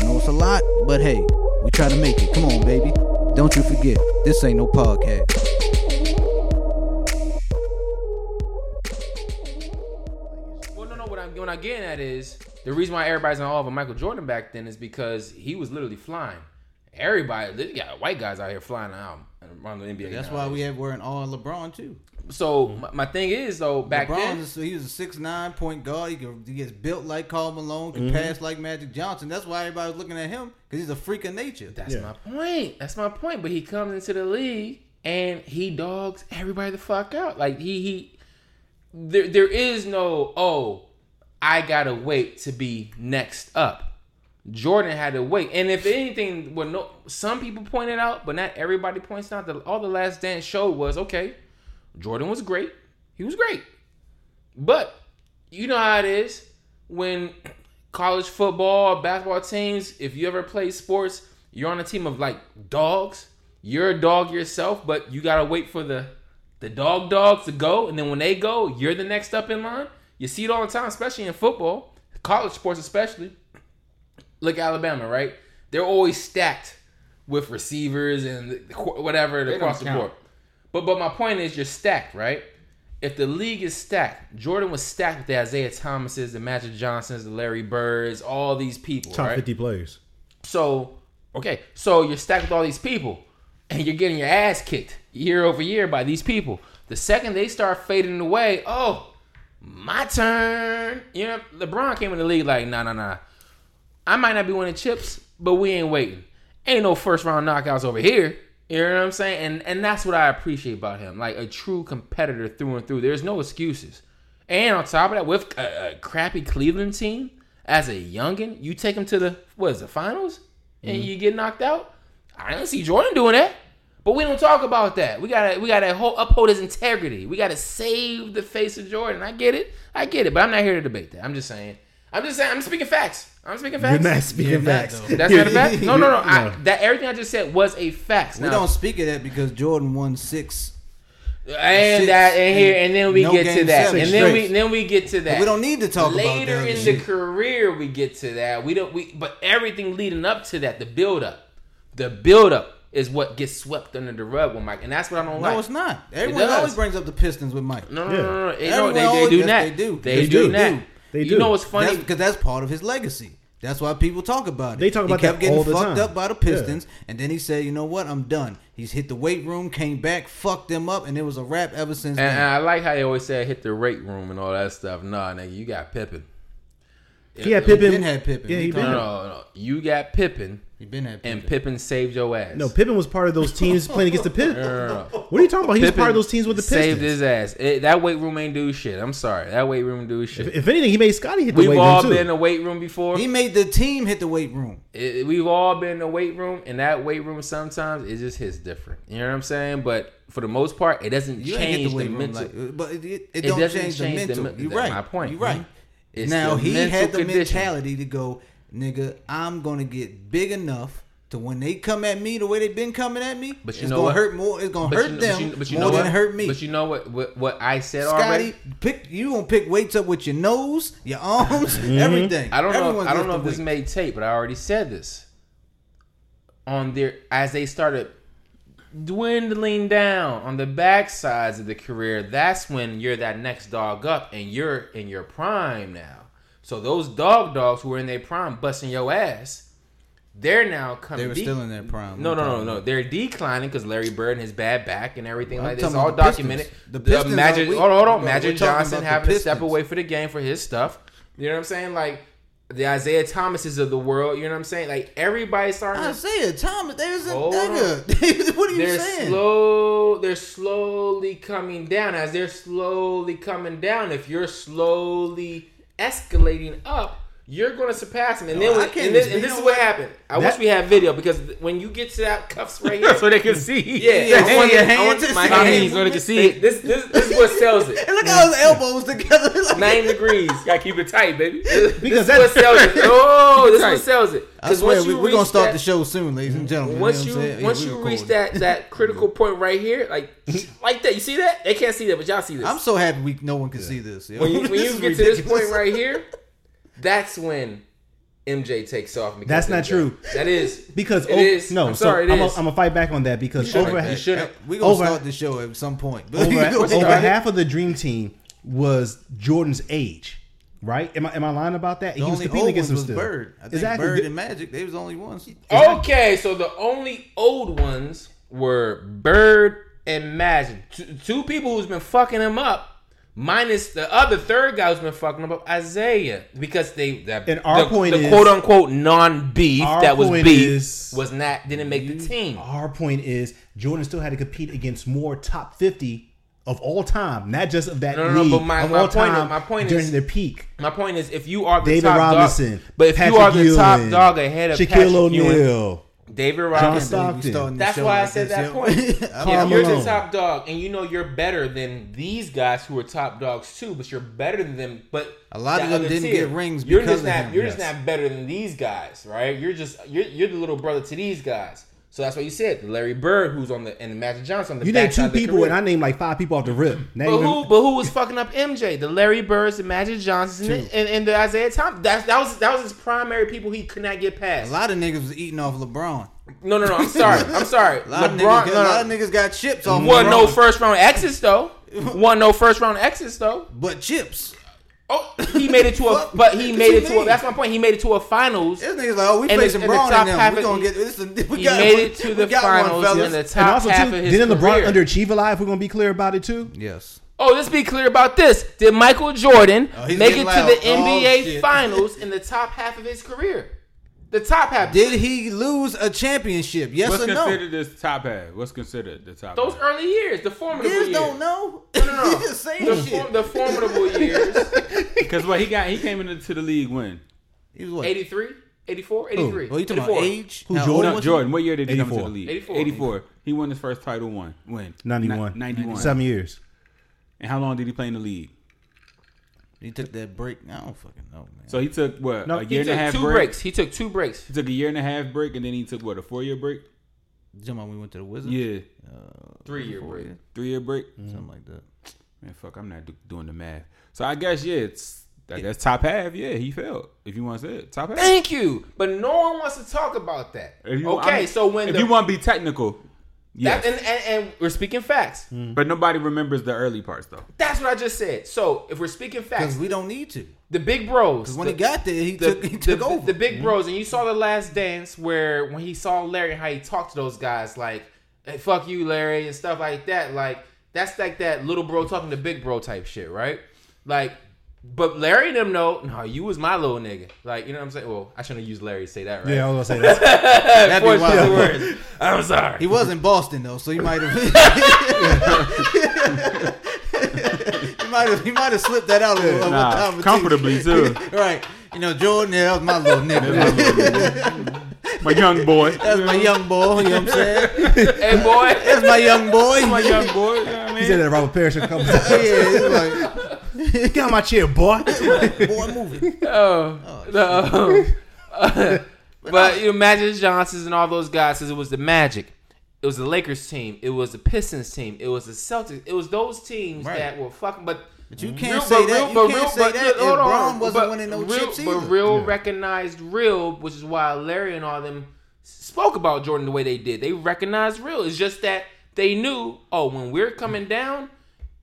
I know it's a lot, but hey, we try to make it. Come on, baby. Don't you forget, this ain't no podcast. Well, no, no. What I'm, what I'm getting at is the reason why everybody's in awe of Michael Jordan back then is because he was literally flying. Everybody, you got white guys out here flying around, around the NBA. That's now. why we have we're in awe of LeBron too. So my, my thing is though, back LeBron then, is he was a six nine point guard. He, can, he gets built like Carl Malone, can pass like Magic Johnson. That's why everybody was looking at him because he's a freak of nature. that's Yeah. my point. That's my point. But he comes into the league and he dogs everybody the fuck out. Like he he, there there is no oh, I gotta wait to be next up. Jordan had to wait. And if anything, well, no, some people pointed out, but not everybody points out that all the Last Dance showed was okay. Jordan was great. He was great, but you know how it is when college football, basketball teams. If you ever play sports, you're on a team of like dogs. You're a dog yourself, but you gotta wait for the the dog dogs to go, and then when they go, you're the next up in line. You see it all the time, especially in football, college sports especially look at Alabama, right? They're always stacked with receivers and qu- whatever across the count. board. But but my point is, you're stacked, right? If the league is stacked, Jordan was stacked with the Isaiah Thomases, the Magic Johnsons, the Larry Birds, all these people, Top right? 50 players. So okay, so you're stacked with all these people, and you're getting your ass kicked year over year by these people. The second they start fading away, oh, my turn. You know, LeBron came in the league like, nah, nah, nah. I might not be winning chips, but we ain't waiting. Ain't no first round knockouts over here. You know what I'm saying? And and that's what I appreciate about him, like a true competitor through and through. There's no excuses. And on top of that, with a, a crappy Cleveland team as a youngin, you take him to the what is the finals, and you get knocked out. I didn't see Jordan doing that, but we don't talk about that. We gotta we gotta hold, uphold his integrity. We gotta save the face of Jordan. I get it, I get it, but I'm not here to debate that. I'm just saying. I'm just saying. I'm speaking facts. I'm speaking You're facts. not speaking You're not, facts. though. That's not a fact. No, no, no. I, that everything I just said was a fact. We Now, don't speak of that because Jordan won six. and Six that and here and and then we no get to game that seven and then we straight. then we get to that. We don't need to talk later about that. in the career we get to that. We don't we but everything leading up to that, the build up, the build up is what gets swept under the rug with Mike, and that's what I don't like. no, it's not. Everyone does. always brings up the Pistons with Mike. No, no, Yeah. no, no, no. They, Everyone no, they, they always- do yes, not. they do. They, They do, do. not. They You do. know what's funny? because that's, part of his legacy. That's why people talk about it. They talk about he kept that getting all the fucked time. up by the Pistons, and then he said, "You know what? I'm done." He's hit the weight room, came back, fucked them up, and it was a wrap ever since. And, and then. I like how they always say hit the rate room and all that stuff. Nah, nigga, you got Pippin. He had Pippen. been had Pippen. Yeah, We he talking No, been. no, No, no, no. You got Pippin, he been at and Pippen. Pippin saved your ass. Pippen was part of those teams playing against the Pistons. No, no, no. What are you talking about? He was part of those teams with the saved Pistons. his ass. It- that weight room ain't do shit. I'm sorry. That weight room do shit. If, if anything, he made Scotty hit the we've weight all room, too. been in a weight room before. he made the team hit the weight room. It- we've all been in a weight room, and that weight room sometimes it just hits different. You know what I'm saying? But for the most part, it doesn't You ain't hit change the the, weight room, mental. like, but it, it, it don't doesn't change, change the the mental. men- You're that's right. my point. You're right. Mhm. It's now the he mental had the condition. mentality to go, nigga. I'm gonna get big enough to when they come at me the way they've been coming at me. But you it's know gonna what? hurt more. It's gonna But hurt you- but them you- but you more know than what? hurt me. But you know what? What, what I said already. Scotty, pick you gonna pick weights up with your nose, your arms, everything. I don't Everyone's know. I don't know lifting if this weight. made tape, but I already said this. On their as they started dwindling down on the back sides of the career, that's when you're that next dog up, and you're in your prime now. So those dog dogs who were in their prime, busting your ass, they're now coming. They were de- still in their prime. No, I'm no, no, talking no. They're declining because Larry Bird and his bad back and everything I'm like this. talking It's all about the Pistons. documented. The The, Pistons are Magic, weak. hold on, hold on. We're Magic talking about Johnson the having to step Pistons. away for the game for his stuff. You know what I'm saying? Like the Isaiah Thomases of the world. You know what I'm saying? Like everybody's starting. to Isaiah Thomas, there's a Hold nigga. what are you they're saying? slow. They're slowly coming down. As they're slowly coming down, if you're slowly escalating up, You're going to surpass him, and No, then I we- can't and this, even- and you know this is what what? happened. I That- wish we had video because th- when you get to that cuffs right here, so they can see. yeah, Yeah, I want your I want hands- my your I hands mean, hands. so they can see it. This this this is what sells it. And look at those elbows together. like- Nine degrees. Gotta keep it tight, baby. Because Because this is what that- sells it. Oh, this is Right. what sells it. I swear, once we, you we're gonna reach start that- the show soon, ladies and gentlemen. Once know you what I'm saying? Yeah, once we you recording. reach that that critical point right here, like like that, you see that? They can't see that, but y'all see this. I'm so happy we no one can see this. yo. when you, when This you is get to this ridiculous. point right here, that's when MJ takes off. and That's becomes not MJ. true. That is Because it oh, is. no, I'm so sorry, it I'm is. gonna fight back on that because shouldn't. over You shouldn't. we gonna Over- start the show at some point. But over, over started. half of the dream team was Jordan's age, right? Am I am I lying about that? the he was only competing old against ones them was still. Bird. I think exactly. Bird and Magic. They was the only ones. Okay, so the only old ones were Bird and Magic. Two, two people who's been fucking him up, minus the other third guy who's been fucking him up, Isaiah. Because they that And our the, point the is- quote unquote non beef Our that was point beef is- was not didn't make the team. Our point is Jordan still had to compete against more top fifty of all time, not just of that No, no, no, league, but my- of my all point is- time my point during is- their peak. My point is if you are the David top Robinson, dog, but if you Patrick are the top Ewing, dog ahead of Shaquille Patrick Ewing, O'Neal. David I can't believe we Robinson, Stockton. starting the That's show why I like said this, that yo. point. I'm- if you're the Malone. top dog and you know you're better than these guys who are top dogs too, but you're better than them. But A lot of that them other didn't get rings You're because just of not. him, you're yes. just not better than these guys, right? You're just you're you're the little brother to these guys. So that's what you said, Larry Bird, who's on the and Magic Johnson. On the You named backside two of the people, career. and I named like five people off the rip. Not But even- who, but who was fucking up MJ? The Larry Birds, the Magic Johnsons, and, the- and, and the Isaiah Thomas. That's that was that was his primary people he could not get A past. lot of niggas was eating off LeBron. No, no, no. I'm sorry. I'm sorry. A lot, of, niggas LeBron, got, no, a no. lot of niggas got chips off One LeBron. no first round exits though. One no first round exits though. but chips. Oh, he made it to a, Fuck. but he What made you it to a. mean? That's my point. He made it to a finals. This niggas like, oh, we And the- facing and the Braun top and them. half We of- gonna get this. is- We He got made one. it to We the got one, finals fellas. in the top and also half too, of his didn't LeBron career. underachieve a lot? If we're gonna be clear about it too, yes. oh, let's be clear about this. Did Michael Jordan Oh, he's make getting it loud. to the Oh, NBA shit. finals in the top half of his career? The top half. Did he lose a championship? Yes What's or no? considered this top hat? What's considered the top? Those hat? early years, the formidable Niggas years. don't know. No, no, no. He's just saying the, shit. for- the formidable years. Because what he got, he came into the league when He was what? 83, 84, 83. Well, you talking about 84. age? Who, How Jordan? old no, was he? Jordan. What year did he come into 84. the league? 84. 84. He won his first title. One when ninety-one, Ninety-one. seven years. And how long did he play in the league? He took that break. I don't fucking know, man. So he took what No, a He year and a took half two break. breaks. He took two breaks. He took a year and a half break, and then he took what a four year break. You talking about when we went to the Wizards? Uh, Yeah, Three year break. three year break. Something like that. Man, fuck, I'm not do- doing the math. So I guess yeah, it's I guess top half. Yeah, he failed. If you want to say it, top half. Thank you. But no one wants to talk about that. If you- okay, I'm- so when if the, you want to be technical, that, yes, Hmm. and, and, and we're speaking facts. but nobody remembers the early parts though. That's what I just said. So if we're speaking facts, Because we don't need to. the big bros. When the, he got there, he the, took he the- took the- over. the Hmm. big bros, and you saw the last dance where when he saw Larry, how he talked to those guys, like "Hey, "fuck you, Larry" and stuff like that. Like that's like that little bro talking to big bro type shit, right? Like, but Larry and them know, no, you was my little nigga. Like, you know what I'm saying? Well, I shouldn't have used Larry to say that, right? Yeah, I was gonna say that. That'd be Forced wild. the words. I'm sorry. He was in Boston though, so he might have. he might have. He might have slipped that out a little. of a Nah, conversation. comfortably too. right. You know, Jordan, yeah, that was my little nigga. My young boy. That's my young boy. You know what I'm saying? hey, boy. That's my young boy. my young boy. You know what I He mean? said that Robert Parrish a couple yeah, times. it's Get out my chair, boy. like boy moving. Oh, no. but uh, you know, Magic Johnsons and all those guys, 'cause it was the Magic, it was the Lakers team, it was the Pistons team, it was the Celtics, it was those teams Right. that were fucking. But But you can't say that. You can't say that if Braun wasn't winning no real, chips but either. real recognized real, which is why Larry and all them spoke about Jordan the way they did. They recognized real. It's just that they knew, oh, when we're coming down,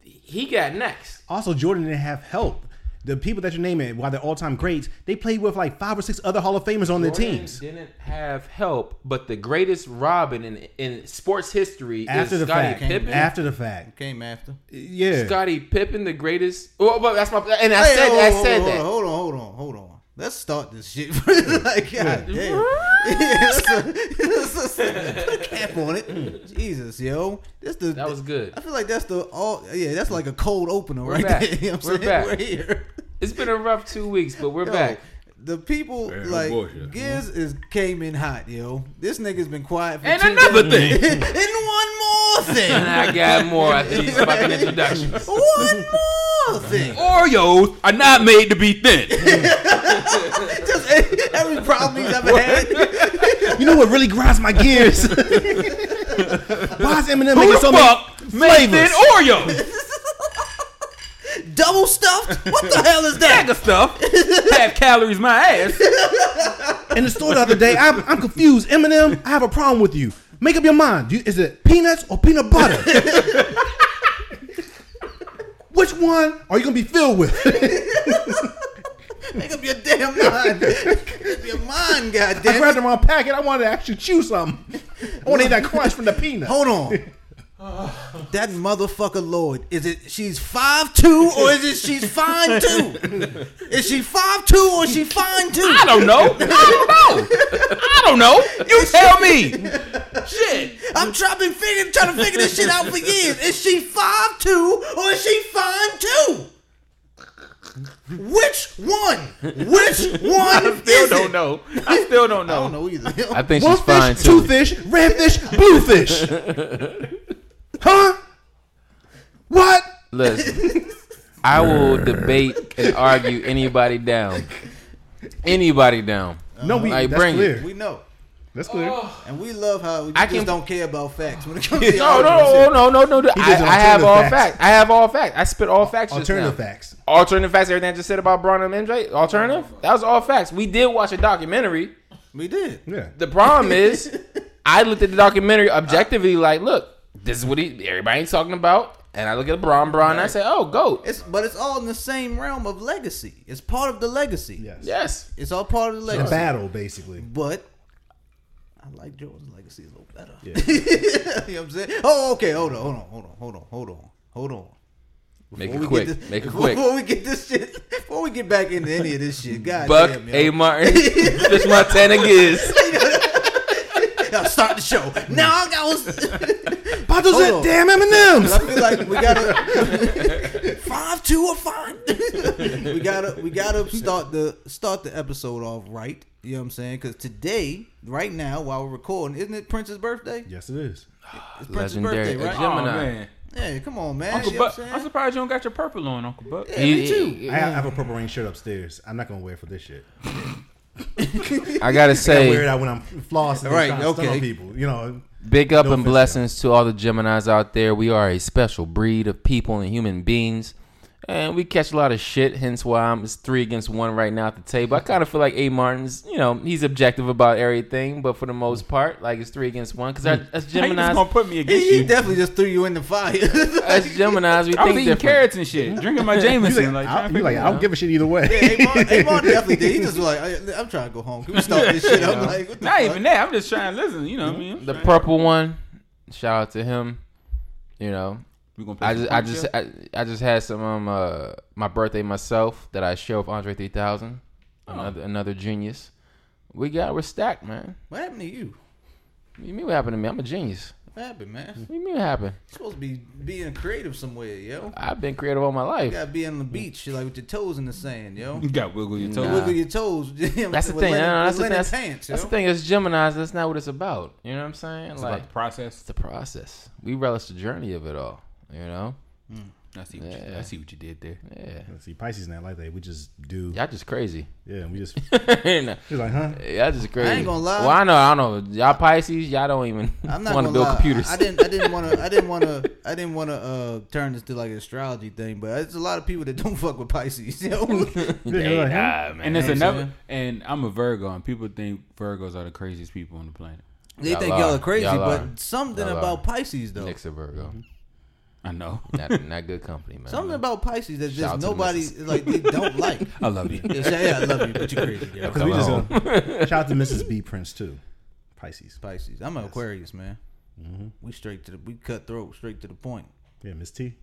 he got next. Also, Jordan didn't have help. The people that you're naming, while they're all-time greats, they played with like five or six other Hall of Famers on their Jordan teams. didn't have help, but the greatest Robin in in sports history After is the Scottie fact, Pippen. after the fact, Came after. yeah. Scottie Pippen, the greatest. Oh, but that's my and I said oh, Hey, I hold- said hold, that. Hold on, hold on, hold on. Let's start this shit. like, god damn. Let's- let's- let's Put a cap on it. Jesus, yo. That's the, That was good. I feel like that's the all. Yeah, that's like a cold opener right back. there. You know what I'm We're saying? back. We're here. It's been a rough two weeks, but we're Yo, back. the people Man, like bullshit. Giz is came in hot, yo. This nigga's been quiet for And two another days. Mm-hmm. thing. and one more And thing. I got more after these fucking introductions. one more thing. Oreos are not made to be thin. Just every problem he's ever had. You know what really grinds my gears? Why is Eminem Who making the so fuck many made thin flavors? Oreos? Double stuffed? What the hell is that? Bag of stuff. Half calories my ass. In the store the other day, I'm, I'm confused. Eminem, I have a problem with you. Make up your mind. Do you- is it peanuts or peanut butter? Which one are you gonna be filled with? Make up your damn mind. Make up your mind, I grabbed goddamn. the wrong packet. I wanted to actually chew something. I want to eat that crunch from the peanut. Hold on. That motherfucker Lord, is it she's five two or is it she's fine too? Is she five two or is she fine too? I don't know. I don't know. I don't know. You tell me. Shit. I'm trying been figuring, trying to figure this shit out for years. Is she five two or is she fine too? Which one? Which one? I still is don't it? know. I still don't I know. don't know either. I think One she's fine fish, two too. fish, red fish, blue fish. huh? What? Listen, I will debate and argue anybody down. Anybody down. No, we. Like, that's bring it. clear. We Oh, know, That's clear. and we love how we I just can- don't care about facts when it comes to No, no, no, no, no, no. I, does I have alternative all facts. facts. I have all facts. I spit all facts. just Alternative now. facts. Alternative facts. Everything I just said about Braun and MJ. Alternative. That was all facts. We did watch a documentary. We did. Yeah. The problem is, I looked at the documentary objectively. Like, look, this is what he, everybody's talking about. And I look at Braun, Braun, and I say, oh, goat. It's but it's all in the same realm of legacy. It's part of the legacy. yes. Yes. It's all part of the A legacy. battle, basically. But I like Jordan's legacy a little better. you know what I'm saying? Oh, okay. Hold on. Hold on. Hold on. Hold on. Hold on. Hold on. Make Before it we quick. get this- Make it before- quick. Before we get this shit, before we get back into any of this shit, God Buck damn, A. yo. Martin. Fish Montana Giz. Now start the show. Now I got. Bottles Hold of on. damn M&M's. I feel like we gotta five two or five. we gotta we gotta start the start the episode off right. You know what I'm saying? Because today, right now, while we're recording, isn't it Prince's birthday? Yes, it is. It's Prince's Legendary. birthday, A right? Gemini. Yeah, come on, man. Oh, Uncle you know Buck, what I'm I'm saying? surprised you don't got your purple on, Uncle Buck. Yeah, me Yeah, too. I have, I have a purple rain shirt upstairs. I'm not gonna wear it for this shit. I gotta I wear it say, out when I'm flossing. Right, Right. And okay. okay. On people, you know. big up No and offense, blessings to all the Geminis out there. We are a special breed of people and human beings, and we catch a lot of shit. Hence why I'm it's three against one right now at the table. I kind of feel like A. Martin's, you know, he's objective about everything, but for the most part, like it's three against one because as How you just Geminis, gonna put me against He, he you? definitely just threw you in the fire. as Geminis, we I was think eating different. carrots and shit, drinking my You Jameson. like, like, I, trying to you like figure I it don't out. give a shit either way. Amon definitely did. He just like, I, I'm trying to go home. Can we stop this shit? I'm like, what the Not fuck? even that. I'm just trying to listen. You know what I mean? The purple one, shout out to him. You know, We gonna play I some just, I punk just, shit? I, I just had some um, uh, my birthday myself that I share with Andre Three Thousand, Oh. another, another genius. We got, we're stacked, man. What happened to you? What do you mean what happened to me? I'm a genius. What happened, man? What do you mean what happened? You're supposed to be being creative somewhere, yo. I've been creative all my You life. gotta be on the beach, like with your toes in the sand, yo. you got wiggle your Nah. toe. Wiggle your toes. That's the thing. No, no, that's the thing. That's, pants, yo. that's the thing. It's Gemini's. That's not what it's about. You know what I'm saying? It's like about the process. it's the process. We relish the journey of it all. You know? I see. What you, Yeah. I see what you did there. Yeah. See, Pisces not like that. We just do. Y'all just crazy. Yeah, and we just. Nah. He's like, huh? Y'all just crazy. gonna lie. Well, I know, I know. Y'all Pisces, y'all don't even I'm not gonna want to build lie. computers. I, I didn't. I didn't want to. I didn't want to. I didn't want to uh, turn this to like an astrology thing. But it's a lot of people that don't fuck with Pisces. You know? He's like, huh? Nah, man. And there's You know what I'm another. And I'm a Virgo, and people think Virgos are the craziest people on the planet. they Y'all think lie. y'all are crazy, Y'all lie. but something Y'all lie. about Pisces though. saying? Nick's a Virgo. Mm-hmm. I know. Not, not good company, man. Something about Pisces that Shout just out to the nobody missus. like they don't like. I love you. Yeah, yeah, I love you, but you crazy. Yo. 'Cause we Come just, on. uh, shout out to Mrs. B Prince too. Pisces. Pisces. I'm an Aquarius, man. Mm-hmm. We straight to the. We cut throat straight to the point. Yeah, Miss T.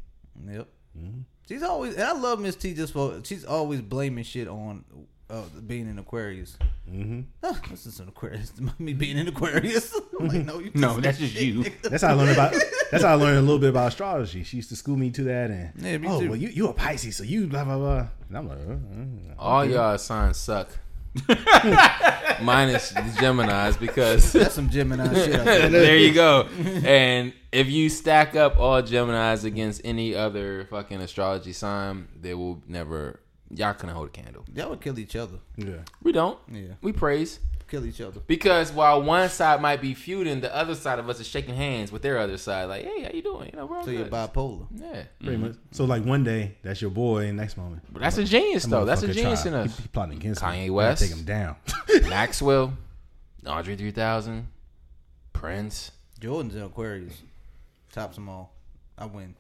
Yep. Mm-hmm. She's always, and I love Miss T just for she's always blaming shit on uh, being an Aquarius. Mm-hmm. this is an Aquarius. Me being an Aquarius. I'm like, no, you No, that's just you. That's how I learned about. That's how I learned a little bit about astrology. She used to school me to that, and Yeah, me oh, too. well, you you a Pisces, so you blah blah blah. And I'm like, uh, uh, uh. All y'all signs suck. minus the Gemini's because That's some Gemini shit. I think. there you go. And if you stack up all Gemini's against any other fucking astrology sign, they will never. Y'all couldn't hold a candle. Y'all would kill each other. Yeah. We don't. Yeah. We praise Kill each other. because while one side might be feuding, the other side of us is shaking hands with their other side. Like, hey, how you doing? You know, we're all So you're good. bipolar. yeah, Pretty much. So like one day, that's your boy, and next moment. but that's a genius though. That's a motherfucker genius tried. in us. He, he plotting against me. Kanye I gotta West. Take him down. Maxwell, Audrey 3000, Prince. Jordan's an Aquarius. Tops them all. I win.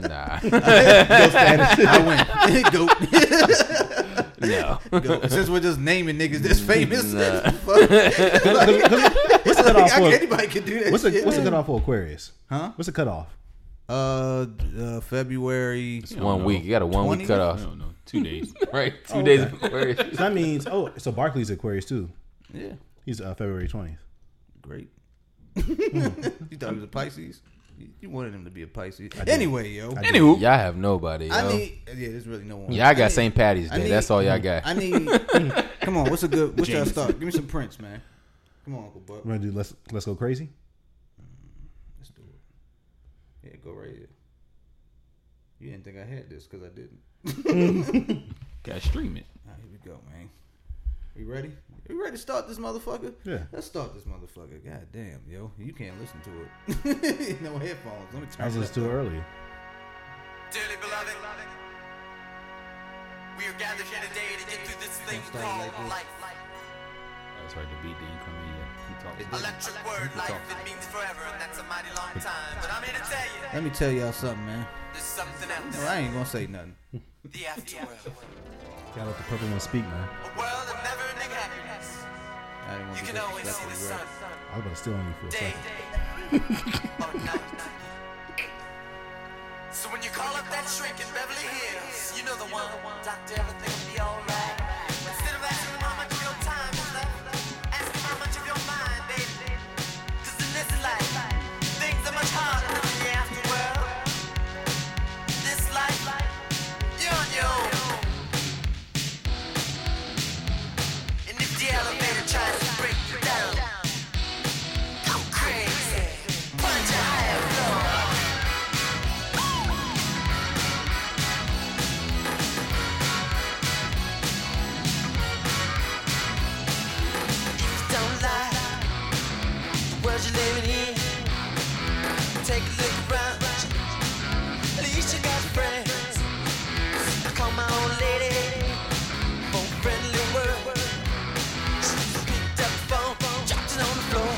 Nah, I win. Goat. no. Goat. Since we're just naming niggas that's famous, Nah. fuck. What's the cutoff I- for? anybody can do that. What's the shit. What's the cutoff for Aquarius? Huh? What's the cutoff? Uh, uh, February. one know. week. You got a one 20? week I cutoff. don't know. Two days. Right, two Oh, days okay. before. So that means oh, so Barkley's Aquarius too. Yeah, He's uh, February twentieth. great. you thought he was a Pisces? You- You wanted him to be a Pisces. Anyway, yo, I, Anywho, y'all have nobody. Yo. need. Yeah, there's really no one. y'all got I need- St. Patty's I Day. need- That's all y'all got. I need. come on, what's a good? What's y'all start? Give me some Prince, man. Come on, Uncle Buck. We're gonna do let's let's go crazy. Let's do it. Yeah, go right here. You didn't think I had this because I didn't. Got stream it. All right, here we go, man. You ready? You ready to start this motherfucker? Yeah. Let's start this motherfucker. God damn, yo. You can't listen to it. no headphones. Let me I turn was it just too up. early. Dearly beloved, we are gathered here today to get through this thing Don't start called like this. life. That's right. The beat didn't come in yet. He talked. It didn't. Electric word life, it means forever, and that's a mighty long time. But I'm here to tell you, Let me tell y'all something, man. there's something No, else. I ain't gonna say nothing. The afterworld. Gotta let the purple one speak, man. A world of never ending happiness. I didn't want You to can always see the disrespectful. sun. Right? I was about to steal on you for a Day second. or night. Oh, So when you call up that shrink in Beverly Hills, you know the one. Doctor, everything will be alright. Instead of asking how much of your time is left, ask him how much of your mind, baby. 'Cause in this life, things are much harder than in the afterworld. This life, you're on your own. And if the elevator tries to break you down, go crazy. Punch a higher floor. Don't lie. The world you're living in. Take a look around. At least you got friends. I call my old lady. Phone friendly word. She picked up the phone, dropped it on the floor.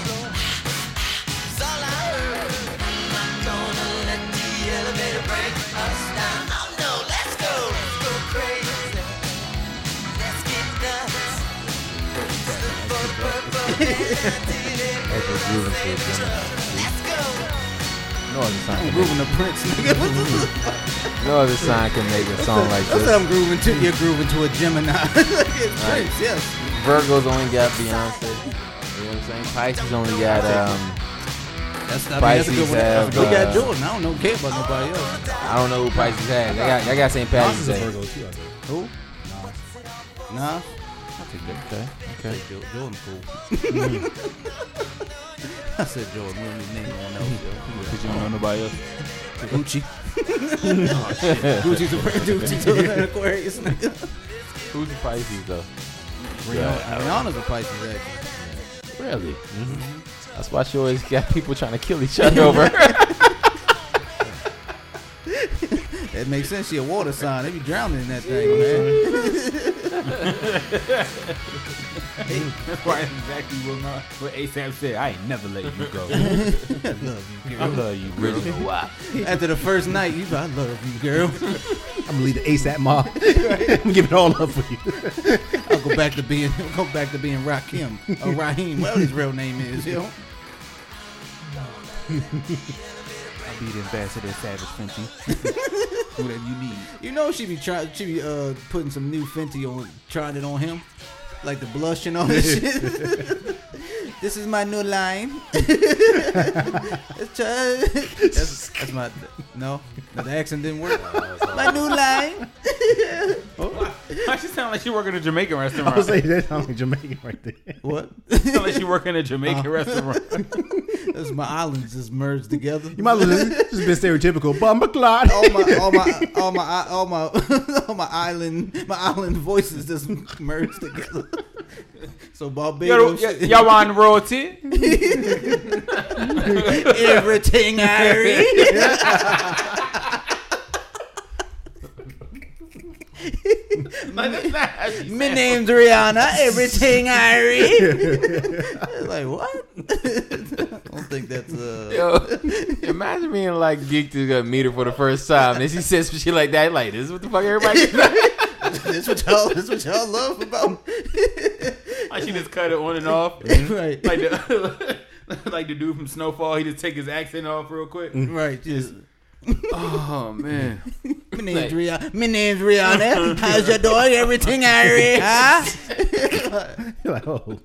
It's all I heard. I'm not gonna let the elevator break us down. Oh no, let's go. Let's go crazy. Let's get nuts. Let's go. No other I'm sign. Can make, grooving to Prince, nigga. What's this- no other sign can make a song like That's this. how I'm grooving to. You're grooving to a Gemini. it's Prince, yes. Virgos only got Beyonce. You know what I'm saying? Pisces only got um. That's, I mean, that's a Pisces good one. That's a good one. We have, got uh, Jordan. I don't know, care about nobody else. I don't know who Pisces had. They got they got St. Patty's This is Day. a Virgo too, I think. Who? Nah. Okay. Okay. Jo- Jordan cool. I said Jordan. We don't need to name no one else. yo. Cause you don't know nobody else. Gucci. Gucci's a brand Gucci's an Aquarius. nigga. Who's the Pisces though? Rihanna's a Pisces actually. Really? That's why she always got people trying to kill each other over. her. That makes sense. She a water sign. They be drowning in that thing, man. That's why it's exactly what my what ASAP said. I ain't never let you go. I love you, I girl. love you, really. Why? After the first night, you be, I love you, girl. I'm gonna leave the ASAP mob. I'm giving it all up for you. I'll go back to being I'll go back to being Rakim or Raheem, whatever his real name is, yo. I'll be the ambassador of Savage Fenty. Whatever you need. You know she be trying she be uh putting some new Fenty on trying it on him. Like the blush and all that shit. this is my new line. It's try- that's, that's my no, no, the accent didn't work. my new line. Why she sound like she work in a Jamaican restaurant? I was saying that sounds like Jamaican right there. What? sound like she work in a Jamaican restaurant. That's my islands just merged together. You might have just been stereotypical. Bumba clot. all my all my all my all my all my island my island voices just merged together. So Yo, Barbados, y- y'all on royalty? everything I read. Like, that's not how she My name's Rihanna. Everything I read. like what? I don't think that's uh. Yo, imagine being like geeked to meet her for the first time, and she says some shit like that. Like, this is what the fuck everybody. That's what y'all. That's what y'all love about. Like she just cut it on and off. right. Like the, like the dude from Snowfall, he just take his accent off real quick. Right. Just. oh man, My name's Rihanna. My name's Rihanna. How's your dog? Everything I read. Huh? You're like, oh.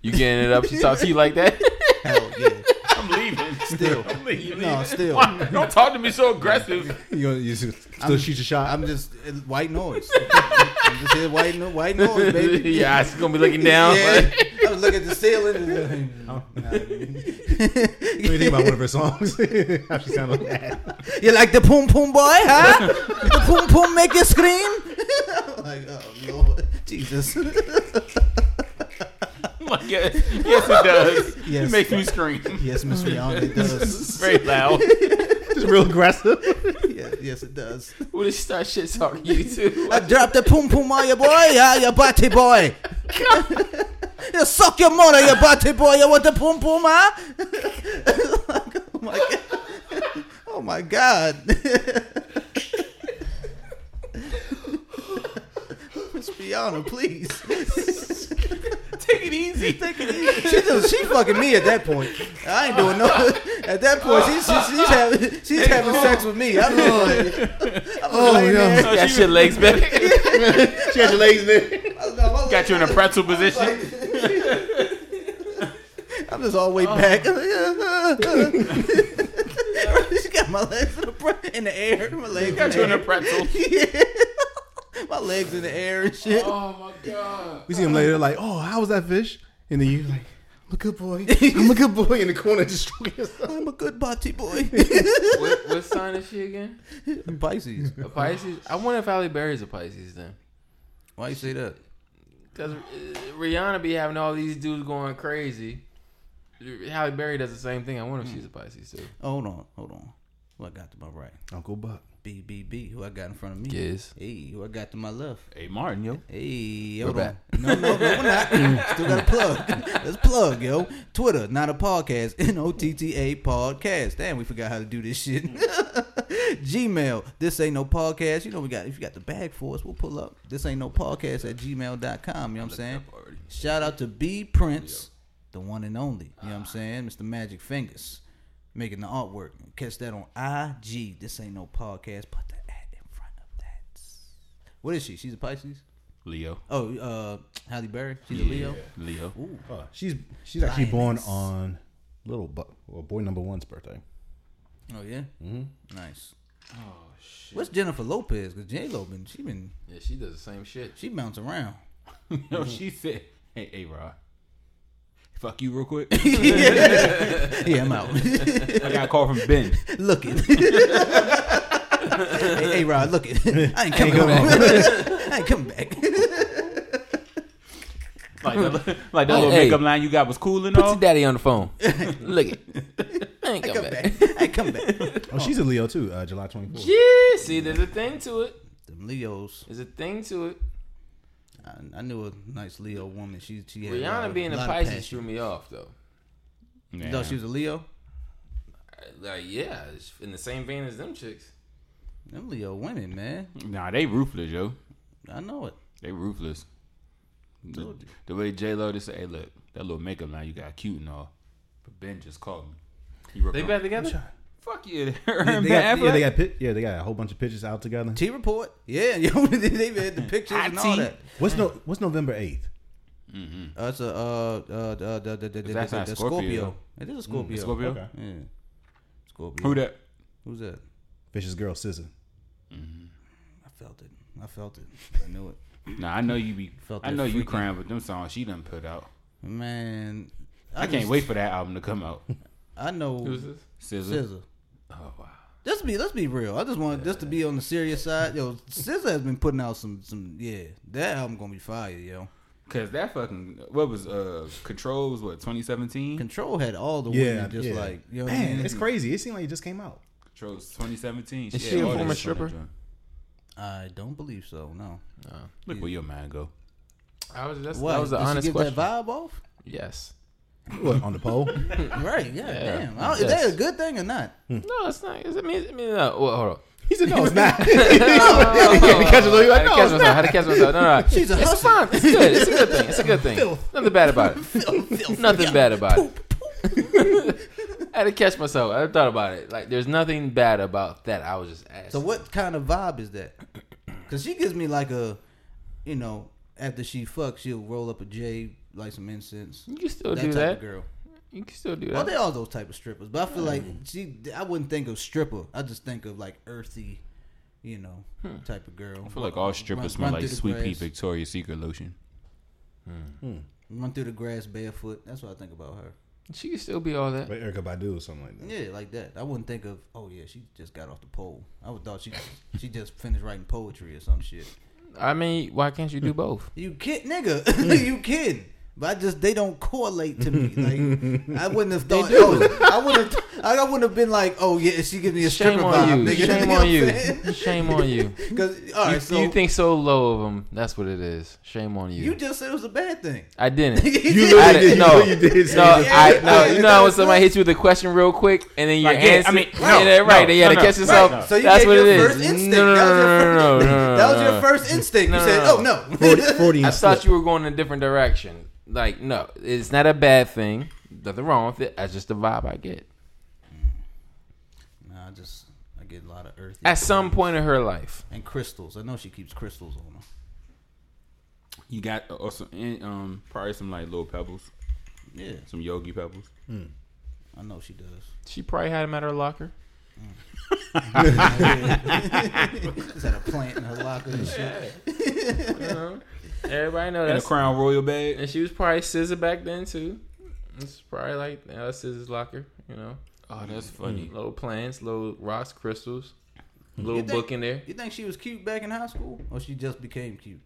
you getting it up? She talks to you like that? Hell yeah. I'm leaving. Oh, Still. I'm leaving. No, still. Why? Don't talk to me so aggressive. You gonna you still shoot your shot? I'm just it's white noise. I'm just here white, no, white noise, baby. yeah, she's gonna be looking down. Yeah. Oh, I like, was looking at the ceiling. And, What do you think about one of her songs? How she sound like that? you like the poom poom boy, huh? the poom poom make you scream. I'm like, oh Lord, Jesus. Like, yes, yes, it does. Yes. It makes me scream. yes, Miss Rihanna, it does. Very loud. Just real aggressive. Yeah, yes, it does. what did she start shit talking to you too? I dropped the poom poom on your boy, yeah, your body boy. you suck your mother, your body boy. You want the poom poom, huh? oh my god. Oh my god. Miss Fiona, please. Take it easy. She just, she fucking me at that point. I ain't doing no. At that point, she, she, she's having she's having sex with me. Oh, I'm just like, I'm oh like, yeah. man. Got your legs back. She had your legs there. Got you in a pretzel position. I'm just all the way back. Oh. she got my legs in the, br- in the air. My legs in Got you in the a air. pretzel. Yeah. my legs in the air and shit. Oh my god. We see him later, like, oh, how was that fish? And then you like, I'm a good boy. I'm a good boy in the corner, just stroking yourself. I'm a good body boy. What, what sign is she again? Pisces. A Pisces. I wonder if Halle Berry's a Pisces then. Why you say that? Because Rihanna be having all these dudes going crazy. Halle Berry does the same thing. I wonder if she's a Pisces too. Oh, Hold on, hold on. Who I got to my right? Uncle Buck. BBB. Who I got in front of me? Yes. Hey, who I got to my left? Hey, Martin, yo. Hey, hold We're on. No, no, no, we're not. Still got to plug. Let's plug, yo. Twitter, not a podcast. N O T T A podcast. Damn, we forgot how to do this shit. Gmail, this ain't no podcast. You know, we got, if you got the bag for us, we'll pull up. This ain't no podcast at gmail.com. You know what I'm saying? Shout out to B Prince, the one and only. You know what I'm saying? Mr. Magic Fingers making the artwork. Catch that on IG. This ain't no podcast. Put the ad in front of that. What is she? She's a Pisces? Leo. Oh, uh, Halle Berry. She's a Leo. Leo. Oh, she's she's actually born on little Buck, well, boy number one's birthday. Oh yeah. Mm-hmm. Nice. Oh shit. What's Jennifer Lopez? Cause J Lo been she been Yeah, she does the same shit. she bounce around. No, she said, hey, hey, Rod. Fuck you real quick. Yeah, I'm out. I got a call from Ben. look it. hey, hey, Rod, look it. I ain't coming back. I ain't coming back. Like, the, like that Oh, little hey. makeup line you got was cool and Put all. your daddy on the phone. Look it. I ain't come Come back. back. I ain't coming back. Oh, she's a Leo too. Uh, July 24th. Yeah, see, there's a thing to it. Them Leos. There's a thing to it. I, I knew a nice Leo woman. She she had a lot Rihanna of- being a lot of Pisces passion. threw me off though. Yeah. You thought she was a Leo. Like, yeah, it's in the same vein as them chicks. Them Leo women, man. Nah, they ruthless, yo. I know it. They ruthless. The, the way J Lo just say, "Hey, look, that little makeup line you got cute and all," but Ben just called me. He They working back on- together. Fuck you, her and They got, Ben yeah, Affleck. they got pi- yeah, they got a whole bunch of pictures out together. T report. Yeah, yo, they had the pictures and all Hot tea. that. What's no What's November 8th? Uh, it's a uh uh uh the the the, the, the, that's the, not the Scorpio. Scorpio. It is a Scorpio. Scorpio. Okay. Yeah. Scorpio. Who that? Who's that? Fish's girl Scissor. I felt it. I felt it. I knew it. Nah, I know you be. Felt I that know you freaking- crying with them songs she done put out. Man, I, can't just- wait for that album to come out. I know Who's this? Scissor. Scissor. Oh wow. Let's be let's be real. I just want this to be on the serious side. Yo, SZA has been putting out some some yeah. That album gonna be fire, yo. Cause that fucking what was uh Control was what 2017. Control had all the Yeah, women just yeah. like you know what I Man, mean? it's crazy. It seemed like it just came out. Control was 2017. Is had she a all former that shit on that stripper? joint. I don't believe so. No. Look where your mind go. I was that's, What that was an did honest she give question. that vibe off? Yes. What on the pole? Right. Yeah. Yeah. Damn. I don't- Is Yes. that a good thing or not? No, it's not. It's, I mean, I mean, no. Well, hold on. He said, "No, it's not." catch myself, you're like, I no, had to catch it's myself. I had to catch myself. No, no, no. She's a it's hustler. fine. It's good. It's a good thing. It's a good thing. Nothing bad about it. nothing bad about it. I had to catch myself. I thought about it. Like, there's nothing bad about that. I was just asking. So what kind of vibe is that? Because she gives me like a, you know, after she fucks, she'll roll up a J, like some incense. You can still That do type that. of girl. You can still do Well, that. they all those type of strippers, but I feel like she. I wouldn't think of stripper. I just think of like earthy, you know, type of girl. Hmm. I feel like all strippers Run- smell run like through the Sweet Pea grass. Victoria's Secret lotion. Run through the grass barefoot. That's what I think about her. She can still be all that. Like Erica Badu or something like that. Yeah, like that. I wouldn't think of. Oh yeah, she just got off the pole. I would thought she she just finished writing poetry or some shit. I mean, why can't you do Hmm. both? You kid, nigga, you kidding? But I just they don't correlate to me. Like I wouldn't have thought. do. Oh, I would have. I wouldn't have been like, oh yeah, she gives me a Shame stripper on vibe, you. nigga. Shame on you. Shame on you. Because all right, you, so you think so low of them. That's what it is. Shame on you. you just said it was a bad thing. I didn't. You I literally did. didn't- No, You literally did say no, that. I no. Yeah, You know how when that's somebody right. hits you with a question real quick and then you Like, yeah, answer. I mean, yeah, no, that- right. no, then you had no, to catch no, yourself. right, no. So you That's gave what your it is. first instinct. No, no, that was your no, first, no, no, no, no, that was no, your no. first instinct. You No, no, said, no. "Oh no." 40, 40 I and thought slip. you were going in a different direction. Like, no, it's not a bad thing. Nothing wrong with it. That's just the vibe I get. Nah, I just I get a lot of earthy At some point in her life, and crystals. I know she keeps crystals on her. You got also and, um probably some like little pebbles, Yeah, some Yogi pebbles. I know she does. she probably had him at her locker. She's had a plant in her locker and shit. You know? Everybody know And a that. crown royal bag. And she was probably scissor back then too. It's probably like uh, now that's scissors locker. You know, Oh, that's funny. Mm. little plants, little rocks, crystals, little think- book in there. You think she was cute back in high school, or she just became cute?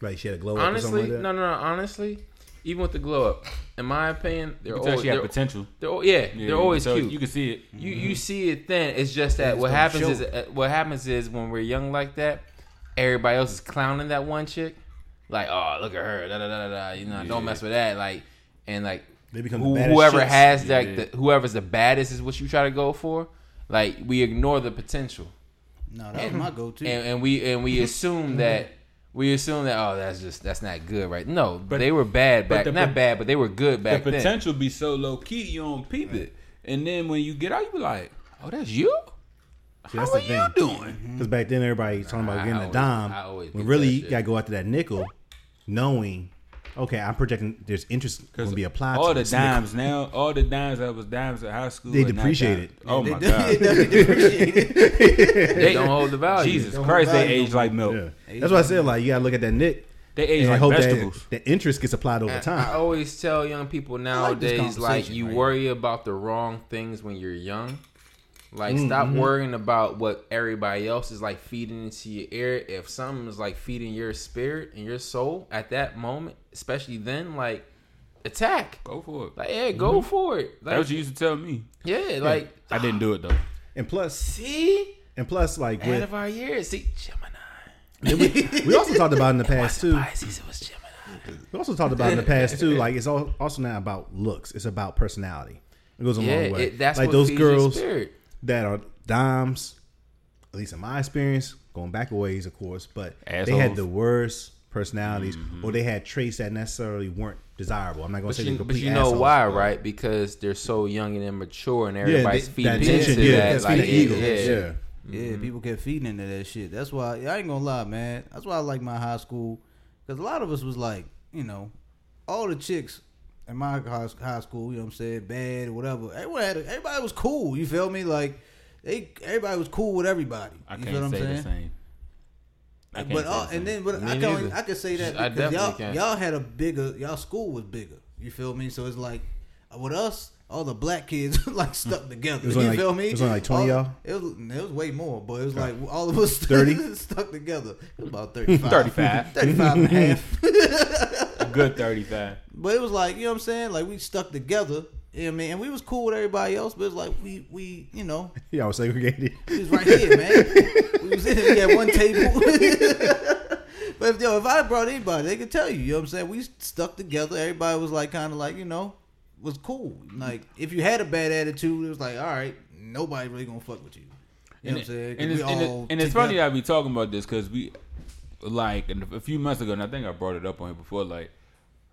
Like she had a glow up or something Honestly, like that. no, no, no. Honestly, even with the glow up, in my opinion, they're You can tell always she they're, had potential. they're al- yeah, Yeah, you they're can always tell- cute. You can see it. You you see it then. It's just that They what just don't happens is show uh, what happens is when we're young like that, everybody else is clowning that one chick, like oh look at her, da da da da. da. You know, Yeah. don't mess with that. Like and like They become who- the baddest whoever chicks. has that, Yeah. the, whoever's the baddest is what you try to go for. Like we ignore the potential, No, that was my go-to. and, and we and we assume that. We assume that oh that's just that's not good right no they were bad back the not pot- bad but they were good back the then potential be so low key you don't peep it, and then when you get out, you be like, "Oh, that's you. See, that's the How are thing. Mm-hmm. you doing?" Because back then everybody talking about I getting a always- dime. I always when do really that you shit. gotta go after that nickel, knowing, okay, I'm projecting there's interest gonna be applied. all to the this nickel. dimes now, all the dimes that was dimes at high school, They are not depreciated. dimes. Oh They my do- they god, definitely depreciate it. they don't hold the value Jesus Don't Christ, they value age like milk. Yeah. That's why I said like you gotta look at that nick They age and like hope vegetables. that the interest gets applied over I time. always tell young people like this nowadays, like, conversation you right worry about the wrong things when you're young. Like, Mm, stop mm-hmm. worrying about what everybody else is like feeding into your ear. If something is like feeding your spirit and your soul at that moment, especially then, like, attack. Go for it. Like, yeah, go Mm-hmm. for it. That's Like, what you used to tell me. yeah, like, I didn't do it though. And plus, see, and plus, like out with, of our years, see, Gemini, we also talked about in the past too. Pisces, it was Gemini. We also talked about in the past too. Like it's all, also not about looks; it's about personality. It goes a long Yeah, way. it, that's like what those feeds your girls spirit. that are dimes. At least in my experience, going back a ways, of course, but they had Assholes. the worst personalities, Mm-hmm. or they had traits that necessarily weren't desirable. I'm not gonna But say they you, but complete you know assholes, why, but- right? Because they're so young and immature, and Yeah, everybody's they- feeding that into attention, yeah, that. that's like, feeding yeah, ego, yeah. yeah. Mm-hmm. Yeah, people kept feeding into that shit. That's why I ain't gonna lie, man. That's why I like my high school because a lot of us was like, you know, all the chicks in my high, high school, you know what I'm saying, bad or whatever. Everyone had a, everybody was cool. You feel me? Like they everybody was cool with everybody. I you feel what can't I'm say saying? the same. I can't But say all, the same. and then, but Me I can neither. I could say that I because definitely y'all can. y'all had a bigger y'all school was bigger. You feel me? So it's like with us, all the black kids like stuck together. was you only like- feel me? Mm. it was only like 20 All- y'all? It was it was way more, but it was like all of us 30? stuck together. It was about 35. 35. 35 and a half. A good 35. But it was like, you know what I'm saying? Like we stuck together. You know what I mean? And we was cool with everybody else, but it's like we we, you know, Y'all was segregated. we was right here, man. we was in we had one table. but if, yo, if I brought anybody, they could tell you, you know what I'm saying? We stuck together. Everybody was like kind of like, you know, was cool. Like if you had a bad attitude, it was like, all right, nobody really going to fuck with you. You know what I'm saying? 'Cause And, we it's, and, it- all and it's together. funny that we talking about this because we, like, and a few months ago, and I think I brought it up on here before. Like,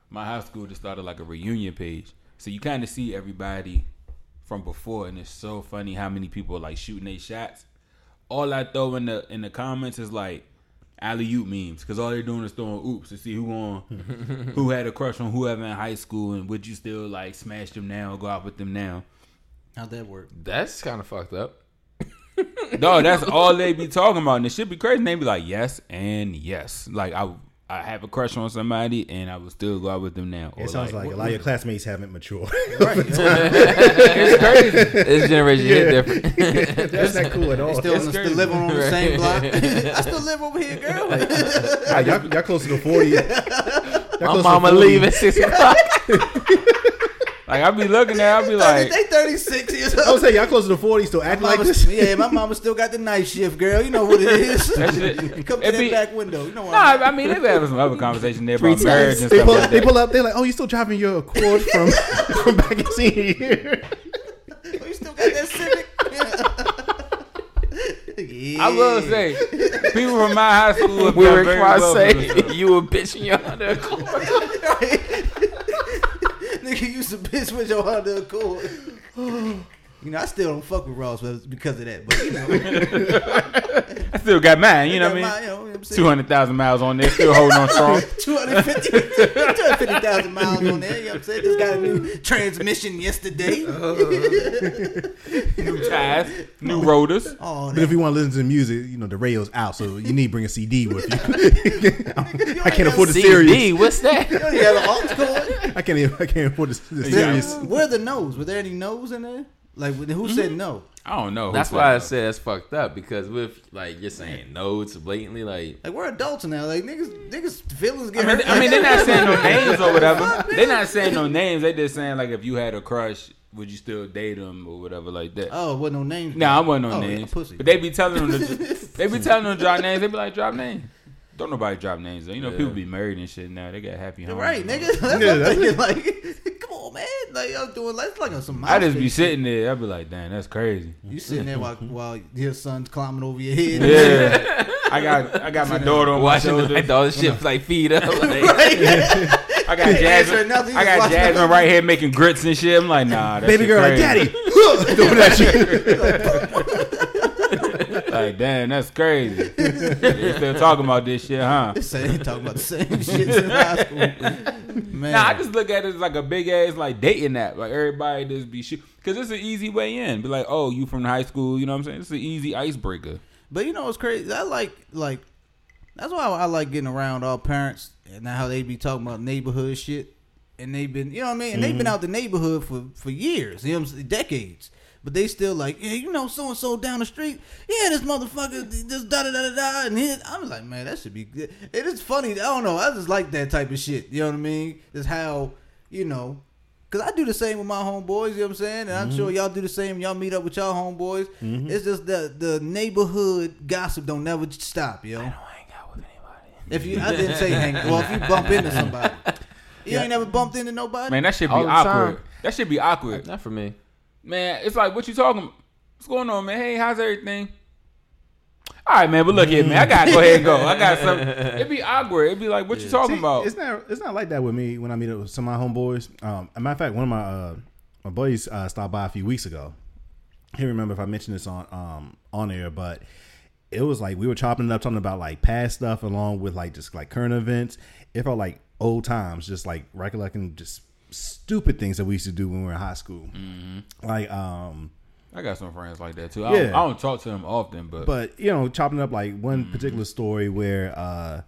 my high school just started like a reunion page, so you kind of see everybody from before, and it's so funny how many people like shooting their shots. All I throw in the in the comments is like alley oop memes because all they're doing is throwing oops to see who on who had a crush on whoever in high school and would you still like smash them now or go out with them now. How'd that work? That's kind of fucked up. No, that's all they be talking about, and it should be crazy. And they be like, yes and yes. Like I, I have a crush on somebody, and I would still go out with them now. Or It sounds like a lot of your classmates haven't matured. It's crazy. This generation is different. That's not cool at all. Still, Oh, It's still crazy. living on the same block. I still live over here, girl. Ah, y'all, y'all closer to forty. Y'all My closer to mama 40. leave at six o'clock. like I be looking at, I be like, they 36 years I would old. say y'all closer to forty. Still act like this. Mama- yeah, my mama still got the night shift, girl. You know what it is. shit- Come to it that be- back window. You know what nah. I mean, they be having some other conversation there about marriage and They stuff pull, like they that. pull up. They're like, "Oh, you still driving your Accord from from back in senior year?" Oh, You still got that Civic. yeah. I will say, people from my high school have We done were very trying well. for to say themselves. you a bitch in your Honda Accord. Nigga used to bitch with your Honda Accord. You know, I still don't fuck with Ross because of that, but you know, I still got mine. You know what I my- mean? you know what I'm Two saying? hundred thousand miles on there, still holding on strong. 250 250,000 miles on there. You know what I'm saying? Just got a new transmission yesterday. Uh-huh. New tires, new rotors. Oh, But if you want to listen to music, you know the radio's out, so you need to bring a CD with you. I can't afford the series. CD, what's that? You don't even have an aux cord. I can't. Even, I can't afford the, the Yeah. series. Where are the no's? Were there any no's in there? Like who said Mm-hmm. no? I don't know. who That's said why I that. said that's fucked up because with like you're saying no to blatantly like Like we're adults now. Like niggas, niggas feelings get I mean, hurt. I mean, they're not saying no names or whatever. They're not saying no names. They just saying like, if you had a crush, would you still date him or whatever like that? oh, what no names? nah, I wasn't on Oh, yeah, names. pussy. But they be telling them, to, they be telling them to drop names. They be like, drop names. Don't nobody drop names though. You know, Yeah. people be married and shit now. They got happy You're homes. right, nigga. That's Yeah, what I'm that's thinking. Like, come on, man. Like I'm doing. That's like on some. I just MySpace be shit. sitting there. I be like, damn, that's crazy. You sitting there Mm-hmm. while while your son's climbing over your head. Yeah, I got I got my daughter on my watching the, shoulder. like, all the shit like feed up. Like, I got Jasmine. Answering nothing, I just got watching Jasmine right here making grits and shit. I'm like, nah, that's Baby girl, like, daddy, throwing at you. Like, damn, that's crazy. they still talking about this shit, huh? This ain't talking about the same shit since high school. Man, Nah, I just look at it as like a big ass like dating app. Like everybody just be shoot because it's an easy way in. Be like, oh, you from high school? You know what I'm saying? It's an easy icebreaker. But you know what's crazy? I like like that's why I like getting around all parents and how they be talking about neighborhood shit. And they've been you know what I mean? And they've been out the neighborhood for, for years, you know what I'm saying? decades. But they still like, yeah, you know, so and so down the street. Yeah, this motherfucker, this da da da da da. And his, I'm like, man, that should be good. It is funny. I don't know. I just like that type of shit. You know what I mean? It's how, you know, Cause I do the same with my homeboys, you know what I'm saying, and I'm sure y'all do the same. Y'all meet up with y'all homeboys. It's just the the neighborhood gossip don't never stop, yo. If you, I didn't say hang. Well, if you bump into somebody, you ain't never bumped into nobody. Man, that should be All the awkward. time. That should be awkward. Not for me. Man, it's like what you talking? What's going on, man? Hey, how's everything? All right, man. But look here, man. I gotta go ahead and go. I got something. It'd be awkward. It'd be like, what you talking See, about? It's not it's not like that with me when I meet up with some of my homeboys. Um, a matter of fact, one of my uh, my buddies uh, stopped by a few weeks ago. I can't remember if I mentioned this on um on air, but it was like we were chopping it up, talking about like past stuff along with like just like current events. It felt like old times, just like Mm-hmm. recollecting just stupid things that we used to do when we were in high school. Like um I got some friends like that too. I, don't, Yeah. I don't talk to them often, but, but you know, chopping up like one Mm-hmm. particular story where uh,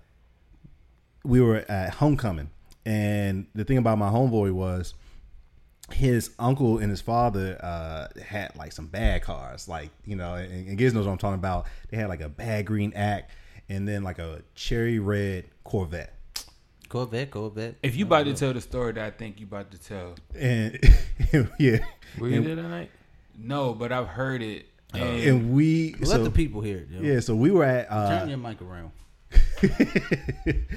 we were at homecoming, and the thing about my homeboy was his uncle and his father uh, had like some bad cars, like you know, and, and Giz knows what I'm talking about. They had like a bad green act, and then like a cherry red Corvette, Corvette, Corvette. if you about to tell the story that I think you about to tell, and yeah, Were you there tonight? no, but I've heard it. And and we Let so- the people hear it. Yo. yeah, so we were at Turn uh, your mic around.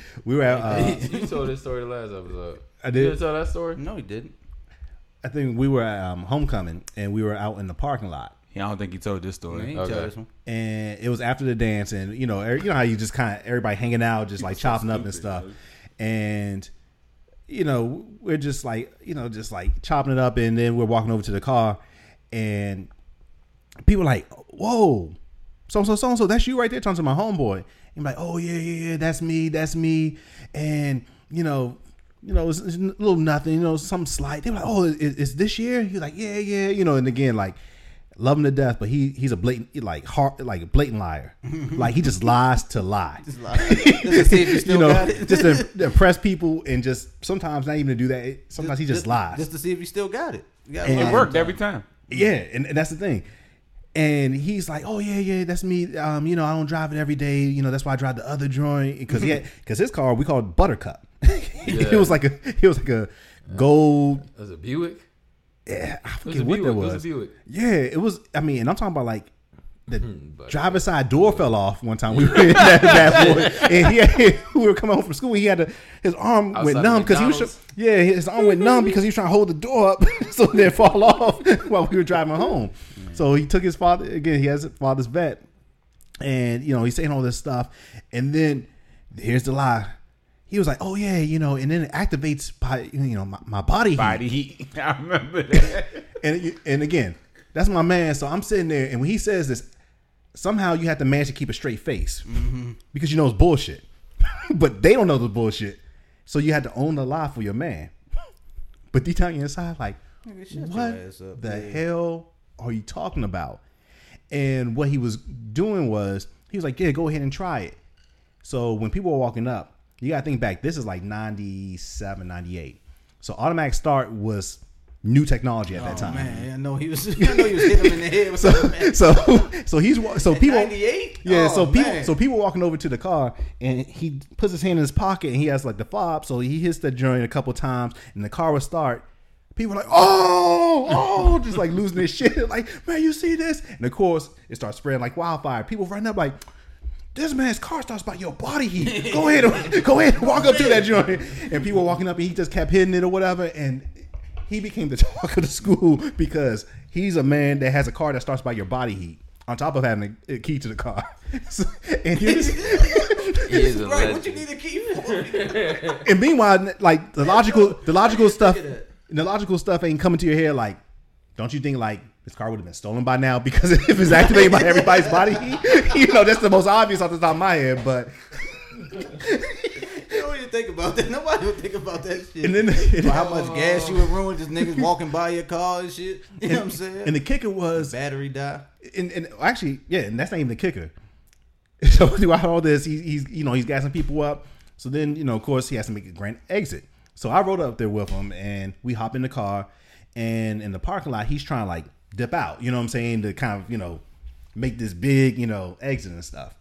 we were at uh, you told this story last episode. I You did. didn't tell that story? No, he didn't. I think we were at um, homecoming and we were out in the parking lot. Yeah, I don't think you told this He story. ain't Okay. tell this one. And it was after the dance, and you know, every, you know how you just kind of everybody hanging out, just like chopping up and stuff. And you know, we're just like you know, just like chopping it up, and then we're walking over to the car, and people like, "Whoa, so so so so, that's you right there." Talking to my homeboy, and i like, "Oh yeah yeah yeah, that's me, that's me," and you know. You know, it's, it's a little nothing. You know, some slight. They were like, "Oh, is, is this year?" He's like, "Yeah, yeah." You know, and again, like, love him to death, but he he's a blatant, like, heart, like a blatant liar. like he just lies to lie. Just to see if you still you know, got it. just to impress people, and just sometimes not even to do that. It- Sometimes he just lies. Just to see if you still got it. You got And- one It worked every time. Yeah, and, and that's the thing. And he's like, "Oh yeah, yeah, that's me. Um, you know, I don't drive it every day. You know, that's why I drive the other joint because he because his car we called Buttercup. it was like a it was like a gold. Was it Buick? Yeah, I Was it forget what Buick? that Was was. it Buick? Yeah, it was. I mean, and I'm talking about like the driver's side door fell off one time. We were in that bad boy, and he had, we were coming home from school. He had a, his arm Outside went of numb because he was. McDonald's? tr- Yeah, his arm went numb because he was trying to hold the door up so it didn't fall off while we were driving home. Mm. So he took his father again. He has his father's vet, and you know he's saying all this stuff, and then here's the lie. He was like, "Oh yeah, you know," and then it activates, by, you know, my, my body, heat. Body heat. I remember that. And and again, that's my man. So I'm sitting there, and when he says this, somehow you have to manage to keep a straight face because you know it's bullshit. but they don't know the bullshit, so you had to own the lie for your man. But deep down inside, like, Nigga, shut what your ass up, the man." hell are you talking about? And what he was doing was he was like, yeah, go ahead and try it. So when people were walking up, you gotta think back. This is like 97, 98. So automatic start was new technology at that time. Oh, Man, I know he was. I know he was hitting him in the head. With So something, man. so so he's wa- so people 98? yeah Oh, so people man. so people walking over to the car and he puts his hand in his pocket and he has like the fob so he hits that joint a couple times and the car will start. People are like oh oh just like losing their shit like man you see this and of course it starts spreading like wildfire. People run up like. This man's car starts by your body heat. Go ahead, and, go ahead, and walk up to that joint. And people were walking up, and he just kept hitting it or whatever. And he became the talk of the school because he's a man that has a car that starts by your body heat. On top of having a, a key to the car, So- and, you He is a Right, what you legend. need a key for? and meanwhile, like the logical, the logical stuff, the logical stuff ain't coming to your head. Like, don't you think like this car would have been stolen by now because if it's activated by everybody's body heat, you know that's the most obvious off the top of my head. But you don't even think about that. Nobody would think about that shit. and then and, Or how much gas you would ruin just niggas walking by your car and shit. You know what I'm saying? and the kicker was battery die. and, and actually, yeah, and that's not even the kicker. So throughout all this, he, he's you know he's gassing people up. So then you know, of course, he has to make a grand exit. So I rode up there with him, and we hop in the car, and in the parking lot, he's trying to like dip out. You know what I'm saying? To kind of you know make this big you know exit and stuff.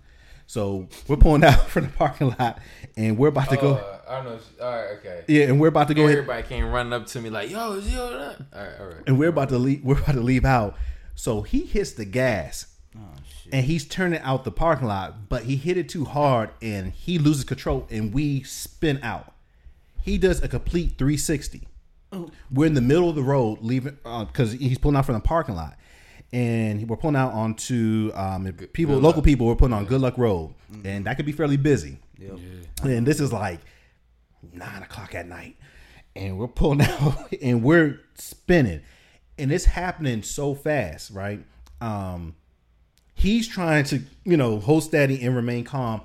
So we're pulling out from the parking lot, and we're about to Oh, go. I don't know. if- All right, okay. Yeah, and we're about to go ahead. Everybody came running up to me like, "Yo, is you all right?" All right, all right. and we're about to leave. We're about to leave out. So he hits the gas, and he's turning out the parking lot, but he hit it too hard, and he loses control, and we spin out. He does a complete 360. We're in the middle of the road, leaving because he's pulling out from the parking lot, and we're pulling out onto um, people, local people. We're putting on Good Luck Road, and that could be fairly busy. And this is like nine o'clock at night, and we're pulling out and we're spinning, and it's happening so fast, right? Um, he's trying to you know hold steady and remain calm.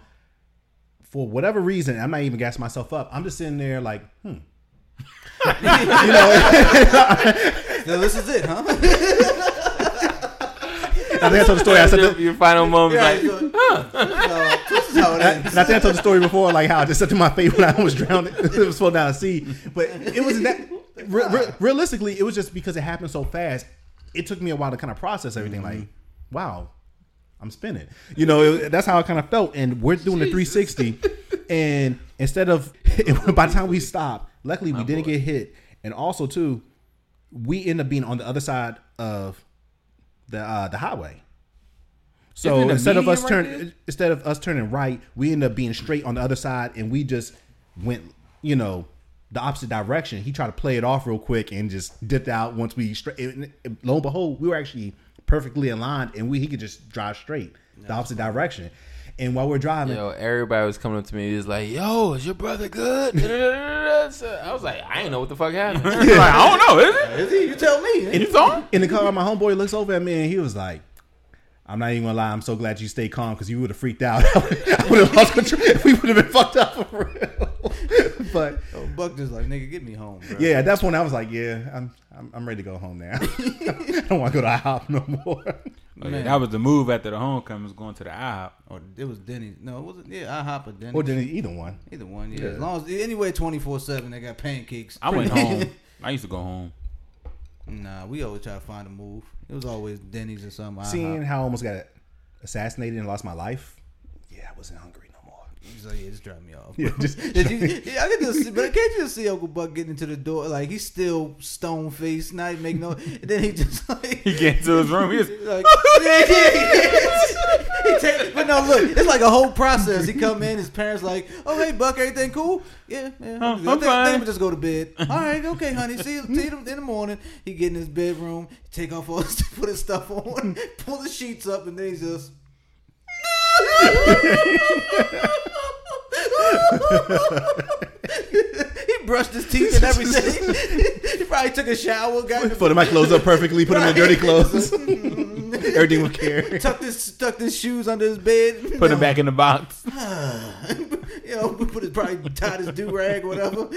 For whatever reason, I'm not even gassing myself up. I'm just sitting there like, hmm. you know, So this is it, huh? I think I told the story. I said, your, the, your final moment, like, so, so this is how it and ends. I think I told the story before, like how I just said to my face when I was drowned, it was floating down the sea. But it wasn't that. Re- re- realistically, it was just because it happened so fast. It took me a while to kind of process everything. Like, Mm-hmm. wow, I'm spinning. You know, it, that's how I kind of felt. And we're doing the 360. And instead of by the time we stopped, luckily we didn't get hit. And also too, we end up being on the other side of the uh, the highway. So Isn't it a instead of median us right turn there? instead of us turning right, we end up being straight on the other side, and we just went, you know, the opposite direction. He tried to play it off real quick and just dipped out once we straight. And and lo and behold, we were actually perfectly aligned, and we he could just drive straight the opposite direction. And while we're driving, yo, everybody was coming up to me. He was like, yo, is your brother good? So I was like, I ain't know what the fuck happened. Like, I don't know. Is it? Oh, Is he? You tell me. in, It's on. in the car, my homeboy looks over at me, and he was like. I'm not even gonna lie. I'm so glad you stayed calm because you would have freaked out. I would have lost control. We would have been fucked up for real. but Oh, Buck just like, nigga, get me home, bro. Yeah, at that point I was like, yeah, I'm I'm, I'm ready to go home now. I don't want to go to IHOP no more. Oh, yeah, that was the move after the homecoming was going to the IHOP. Or it was Denny's. No, it wasn't. Yeah, I hop or Denny's. or didn't either one. Either one, yeah. As long as anywhere twenty four seven, they got pancakes. I went home. I used to go home. nah, we always try to find a move. It was always Denny's or something. Seeing IHOP. how I almost got assassinated and lost my life. Yeah, I wasn't hungry no more. He's like, yeah, just drive me off. Yeah, just Did you, yeah, I can just see, but can't you just see Uncle Buck getting into the door? Like he's still stone faced, not make no. And then he just like He get into his room. He was, He's like, yeah, yeah, yeah. he take, but no, look, it's like a whole process. He come in, his parents like, oh hey Buck, everything cool? Yeah, yeah. Oh, I I'm think, I fine. think we just go to bed. All right, okay, honey. See you, see you in the morning. He get in his bedroom, take off all his, put his stuff on, pull the sheets up, and then he's just. he brushed his teeth and everything. he probably took a shower, got in the put my clothes up perfectly. Put them in dirty clothes. Everything was care. tucked his tucked his shoes under his bed. put him back in the box. you know, put his probably tied his do rag, whatever.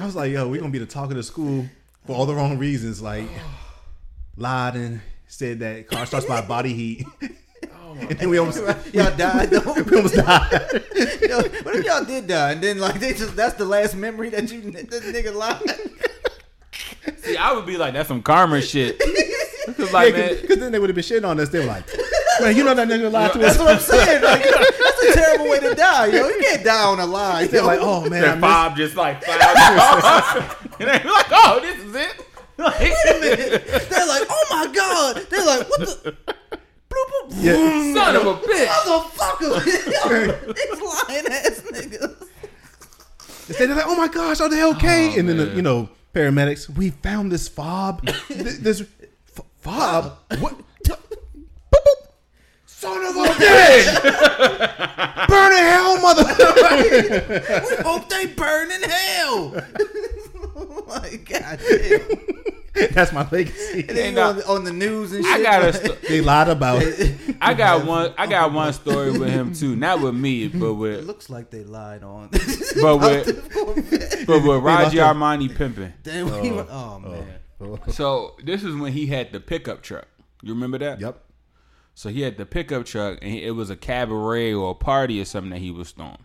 I was like, yo, we're gonna be the talk of the school for all the wrong reasons. Like lied and said that car starts by body heat. and then we almost y'all died though. we almost died. Yo, what if y'all did die and then like they just that's the last memory that you that nigga lied. See, I would be like, that's some karma shit. 'Cause Yeah, like, man, cause, 'cause then they would have been shitting on us. They were like, man, you know that nigga lied to That's us. what I'm saying. Like, that's a terrible way to die, yo. You can't die on a lie. They're Yo. like, oh man, I that missed- Bob just like five and they were like, oh, this is it. Like, They're like, oh my god. They're like, what the bloop, bloop, Yeah. son of a bitch. motherfucker. Yo, These lying ass niggas. They're like, oh my gosh, are they okay? Oh, and then the, man. you know, paramedics, we found this fob. Th- this f- fob. what? Boop, boop. Son of a bitch! Burn in hell, mother! We hope they burn in hell. like, god damn. That's my legacy. They And I- on, on the news and shit. I got a, like, sto- They lied about it. I got one, I got one story with him too. Not with me, but It with, looks like they lied on. but with, but with lost Roger him. Armani pimping. Damn, we went- oh, man. So this is when he had the pickup truck. You remember that? Yep. So he had the pickup truck, and it was a cabaret or a party or something that he was throwing.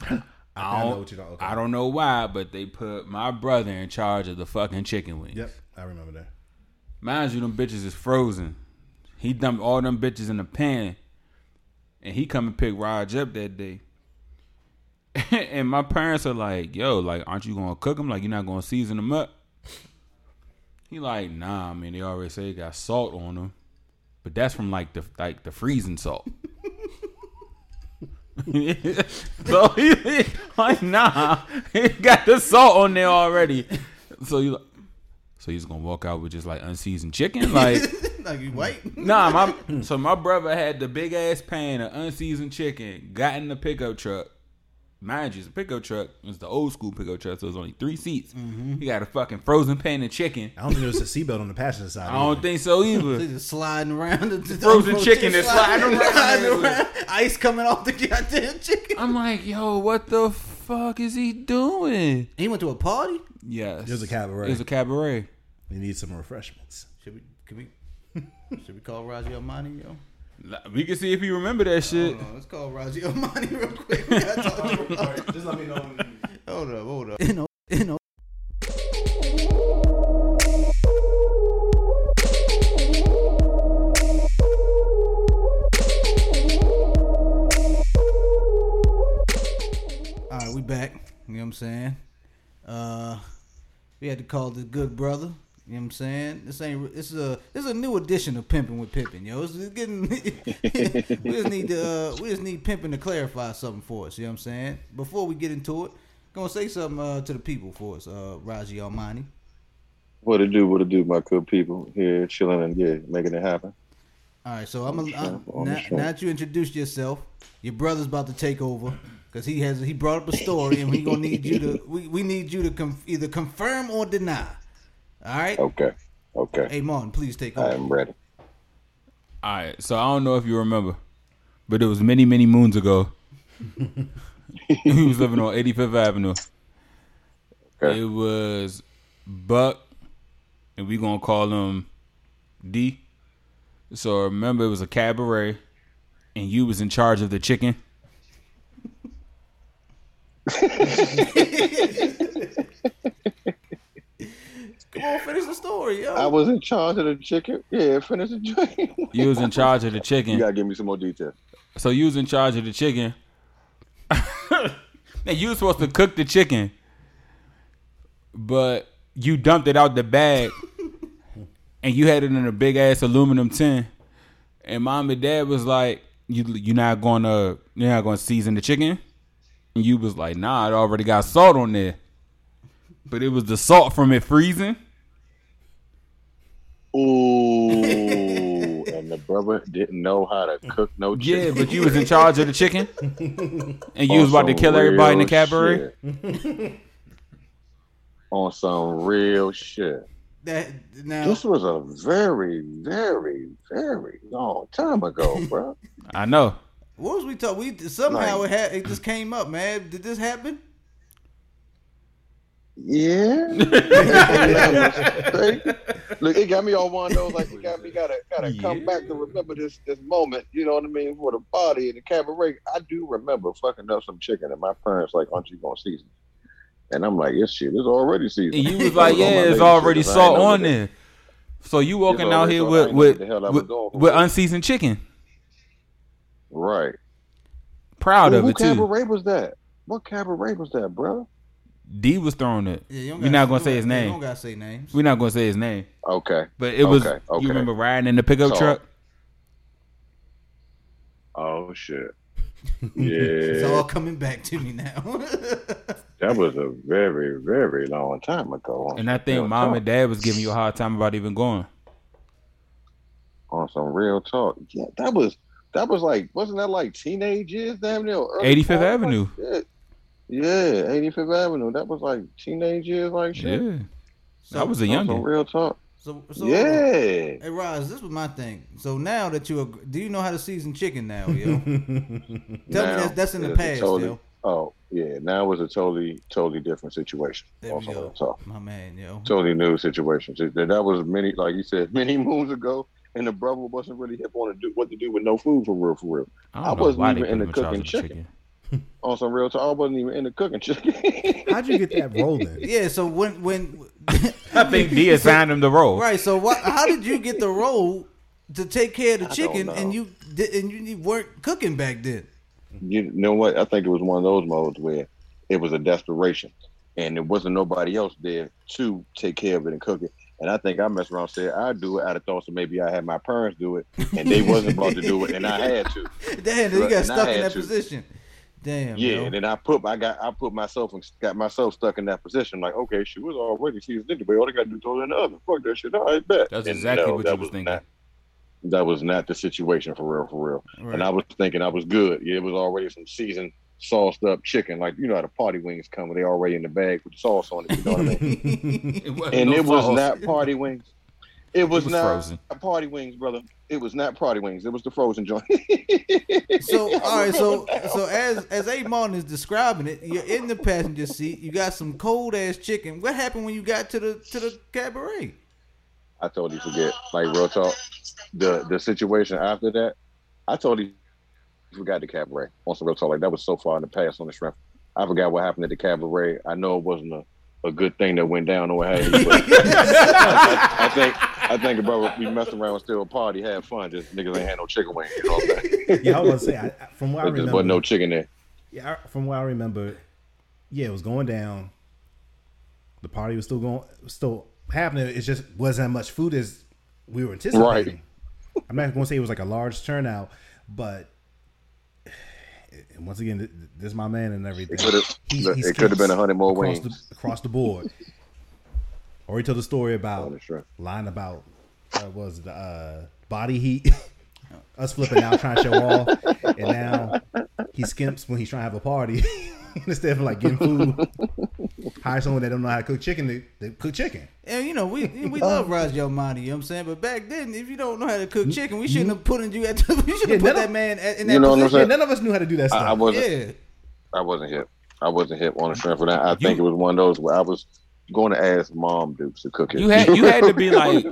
I I know don't- what you're talking- okay. I don't know why, but they put my brother in charge of the fucking chicken wings. Yep, I remember that. Mind you, them bitches is frozen. He dumped all them bitches in the pan, and he come and pick Raj up that day. and my parents are like, "Yo, like, aren't you gonna cook them? Like, you're not gonna season them up?" He like, "Nah, I mean, they already say it got salt on them, but that's from like the like the freezing salt." so he like, "Nah, it got the salt on there already." So you like. So he's gonna walk out with just like unseasoned chicken, like Like, you white? Nah, my so my brother had the big ass pan of unseasoned chicken, got in the pickup truck. Mind you, it's a pickup truck. It's the old school pickup truck, so it's only three seats. Mm-hmm. He got a fucking frozen pan of chicken. I don't think there was a seatbelt on the passenger side. I don't think so They either. just sliding around. The, Frozen chicken is sliding around. Ice coming off the goddamn chicken. I'm like, yo, what the fuck is he doing? He went to a party. Yes. It was a cabaret. It was a cabaret. We need some refreshments. Should we? Could we? should we call Raji Armani, yo? We can see if he remember that shit. Hold on, let's call Raji Armani real quick. We gotta talk to him. Just let me know. Hold up, hold up. You know, you know. All right, we back. You know what I'm saying? Uh, we had to call this good brother. You know what I'm saying? This ain't. This is a. This is a new edition of pimping with pimping, yo. It's, it's getting. we just need to. Uh, we just need pimping to clarify something for us. You know what I'm saying? Before we get into it, gonna say something uh, to the people for us. Uh, Raji Almani. What it do? What it do, my good people here, chilling and yeah, making it happen. All right, so I'm. A, I'm Sure, I'm now, sure. now that you introduced yourself, your brother's about to take over because he has. He brought up a story, and we gonna need you to. We, we need you to conf- either confirm or deny. All right. Okay, okay, Hey, Mon, please take I over. am ready. All right, so I don't know if you remember, but it was many, many moons ago. he was living on 85th Avenue. Okay. It was Buck, and we gonna call him D. So remember, it was a cabaret, and you was in charge of the chicken. Come on, finish the story, yo. I was in charge of the chicken. Yeah, finish the chicken. You was in charge of the you chicken. gotta give me some more details. So you was in charge of the chicken. and you was supposed to cook the chicken, but you dumped it out the bag, and you had it in a big ass aluminum tin. And mom and dad was like, "You you're not gonna you're not gonna season the chicken." And you was like, "Nah, it already got salt on there." But it was the salt from it freezing. Ooh, and the brother didn't know how to cook no chicken. Yeah, but you was in charge of the chicken, and you was On about to some kill everybody in the Oh, real cabaret. shit. On some real shit. that now This was a very, very, very long time ago, bro. I know. what was we talking? We somehow it, had, it just came up, man. Did this happen? Yeah. Look, it got me on one of those like it got me gotta gotta come back to remember this this moment, you know what I mean, for the party in the cabaret. I do remember fucking up some chicken and my parents like, Aren't you gonna season? it?" And I'm like, Yes shit, it's already seasoned. And you I was like, on my yeah, it's lazy already shit 'cause I ain't salt know on that- there. So you walking It's out already here salt. I with ain't know what with, the hell I was with, going for. with unseasoned chicken. Right. Proud Well, of who it too. cabaret was that? What cabaret was that, bro? D was throwing it. Yeah, you don't We're gotta- not gonna you say don't- his You don't name. gotta say names. We're not gonna say his name. Okay. But it was Okay, okay. you remember riding in the pickup Salt. truck. Oh shit. It's Yeah. all coming back to me now. that was a very, very long time ago. And I think Real mom talk. and dad was giving you a hard time about even going. on some real talk. Yeah, that was that was like wasn't that like teenage years damn near or early 85th 20s? Avenue. Yeah. Yeah, eighty fifth Avenue. That was like teenage years like shit. Yeah. I was a On some youngin. real talk. so, so uh, yeah. Hey Roz, this was my thing. So now that you ag- do you know how to season chicken now, yo? Tell me that's that's in the it's a past, totally- yo. Oh, yeah. Now it was a totally, totally different situation. There on we some go. real talk. My man, yo. totally new situation. So That that was many, like you said, many moons ago, and the brother wasn't really hip on to do what to do with no food for real, for real. I, I don't know wasn't why they even put into him in charge cooking of the chicken. On some real talk, I wasn't even into cooking chicken. How'd you get that rolling? Yeah, so when when I think D assigned him the role. right, so why, how did you get the role to take care of the don't chicken and know. you di- and you weren't cooking back then? you know what? I think it was one of those modes where it was a desperation, and there wasn't nobody else there to take care of it and cook it. And I think I messed around, and said I'd do it. I'd have thought so maybe I had my parents do it, and they wasn't about to do it, and I had to. Damn, you Right, got and I stuck in had that to. position. Damn. Yeah, yo. and then I put I got I put myself and got myself stuck in that position. Like, okay, she was already seasoned anyway. All I got to do is throw it in the oven. Fuck that shit. All right, bet. That's And exactly no, what that you was thinking. Not, that was not the situation for real, for real. Right. And I was thinking I was good. Yeah, it was already some seasoned, sauced up chicken. Like you know how the party wings come, where they already in the bag with the sauce on it. You know what I mean? It wasn't and no it was sauce. not party wings. It was, was not frozen. party wings, brother. It was not party wings. It was the frozen joint. So all right, so so as as A Martin is describing it, you're in the passenger seat. You got some cold ass chicken. What happened when you got to the to the cabaret? I told you forget. Like real talk, the the situation after that, I told you forgot the cabaret. On some real talk, like that was so far in the past on the shrimp. I forgot what happened at the cabaret. I know it wasn't a, a good thing that went down or what have you. But I, I think I think the brother we messed around was still a party, had fun. Just niggas ain't had no chicken wing. You know what I'm saying? Yeah, I was gonna say I, I- from what I There just wasn't no remember. chicken there. Yeah, I- from what I remember, yeah, it was going down. The party was still going, still happening. It just wasn't as much food as we were anticipating. I'm not gonna say it was like a large turnout, but and once again, th- th- this is my man and everything. It could've- He's- look, he's it could've been a hundred more across wings. the, across the board. Already told the story about Oh, that's right. lying about what was it, the uh, body heat. Us flipping out, trying to show off, and now he skimps when he's trying to have a party instead of like getting food. Hire someone that don't know how to cook chicken to, to cook chicken. And you know we we love Raj Almighty, you know what I'm saying? But back then, if you don't know how to cook chicken, we shouldn't have put you at the, we should Yeah, have put none that of- man at, in that You know what I'm position. Yeah, saying? none of us knew how to do that stuff. I, I wasn't. Yeah, I wasn't hip. I wasn't hip on the shrimp for that. I think it was one of those where I was going to ask mom dukes to cook it. You had you had to be like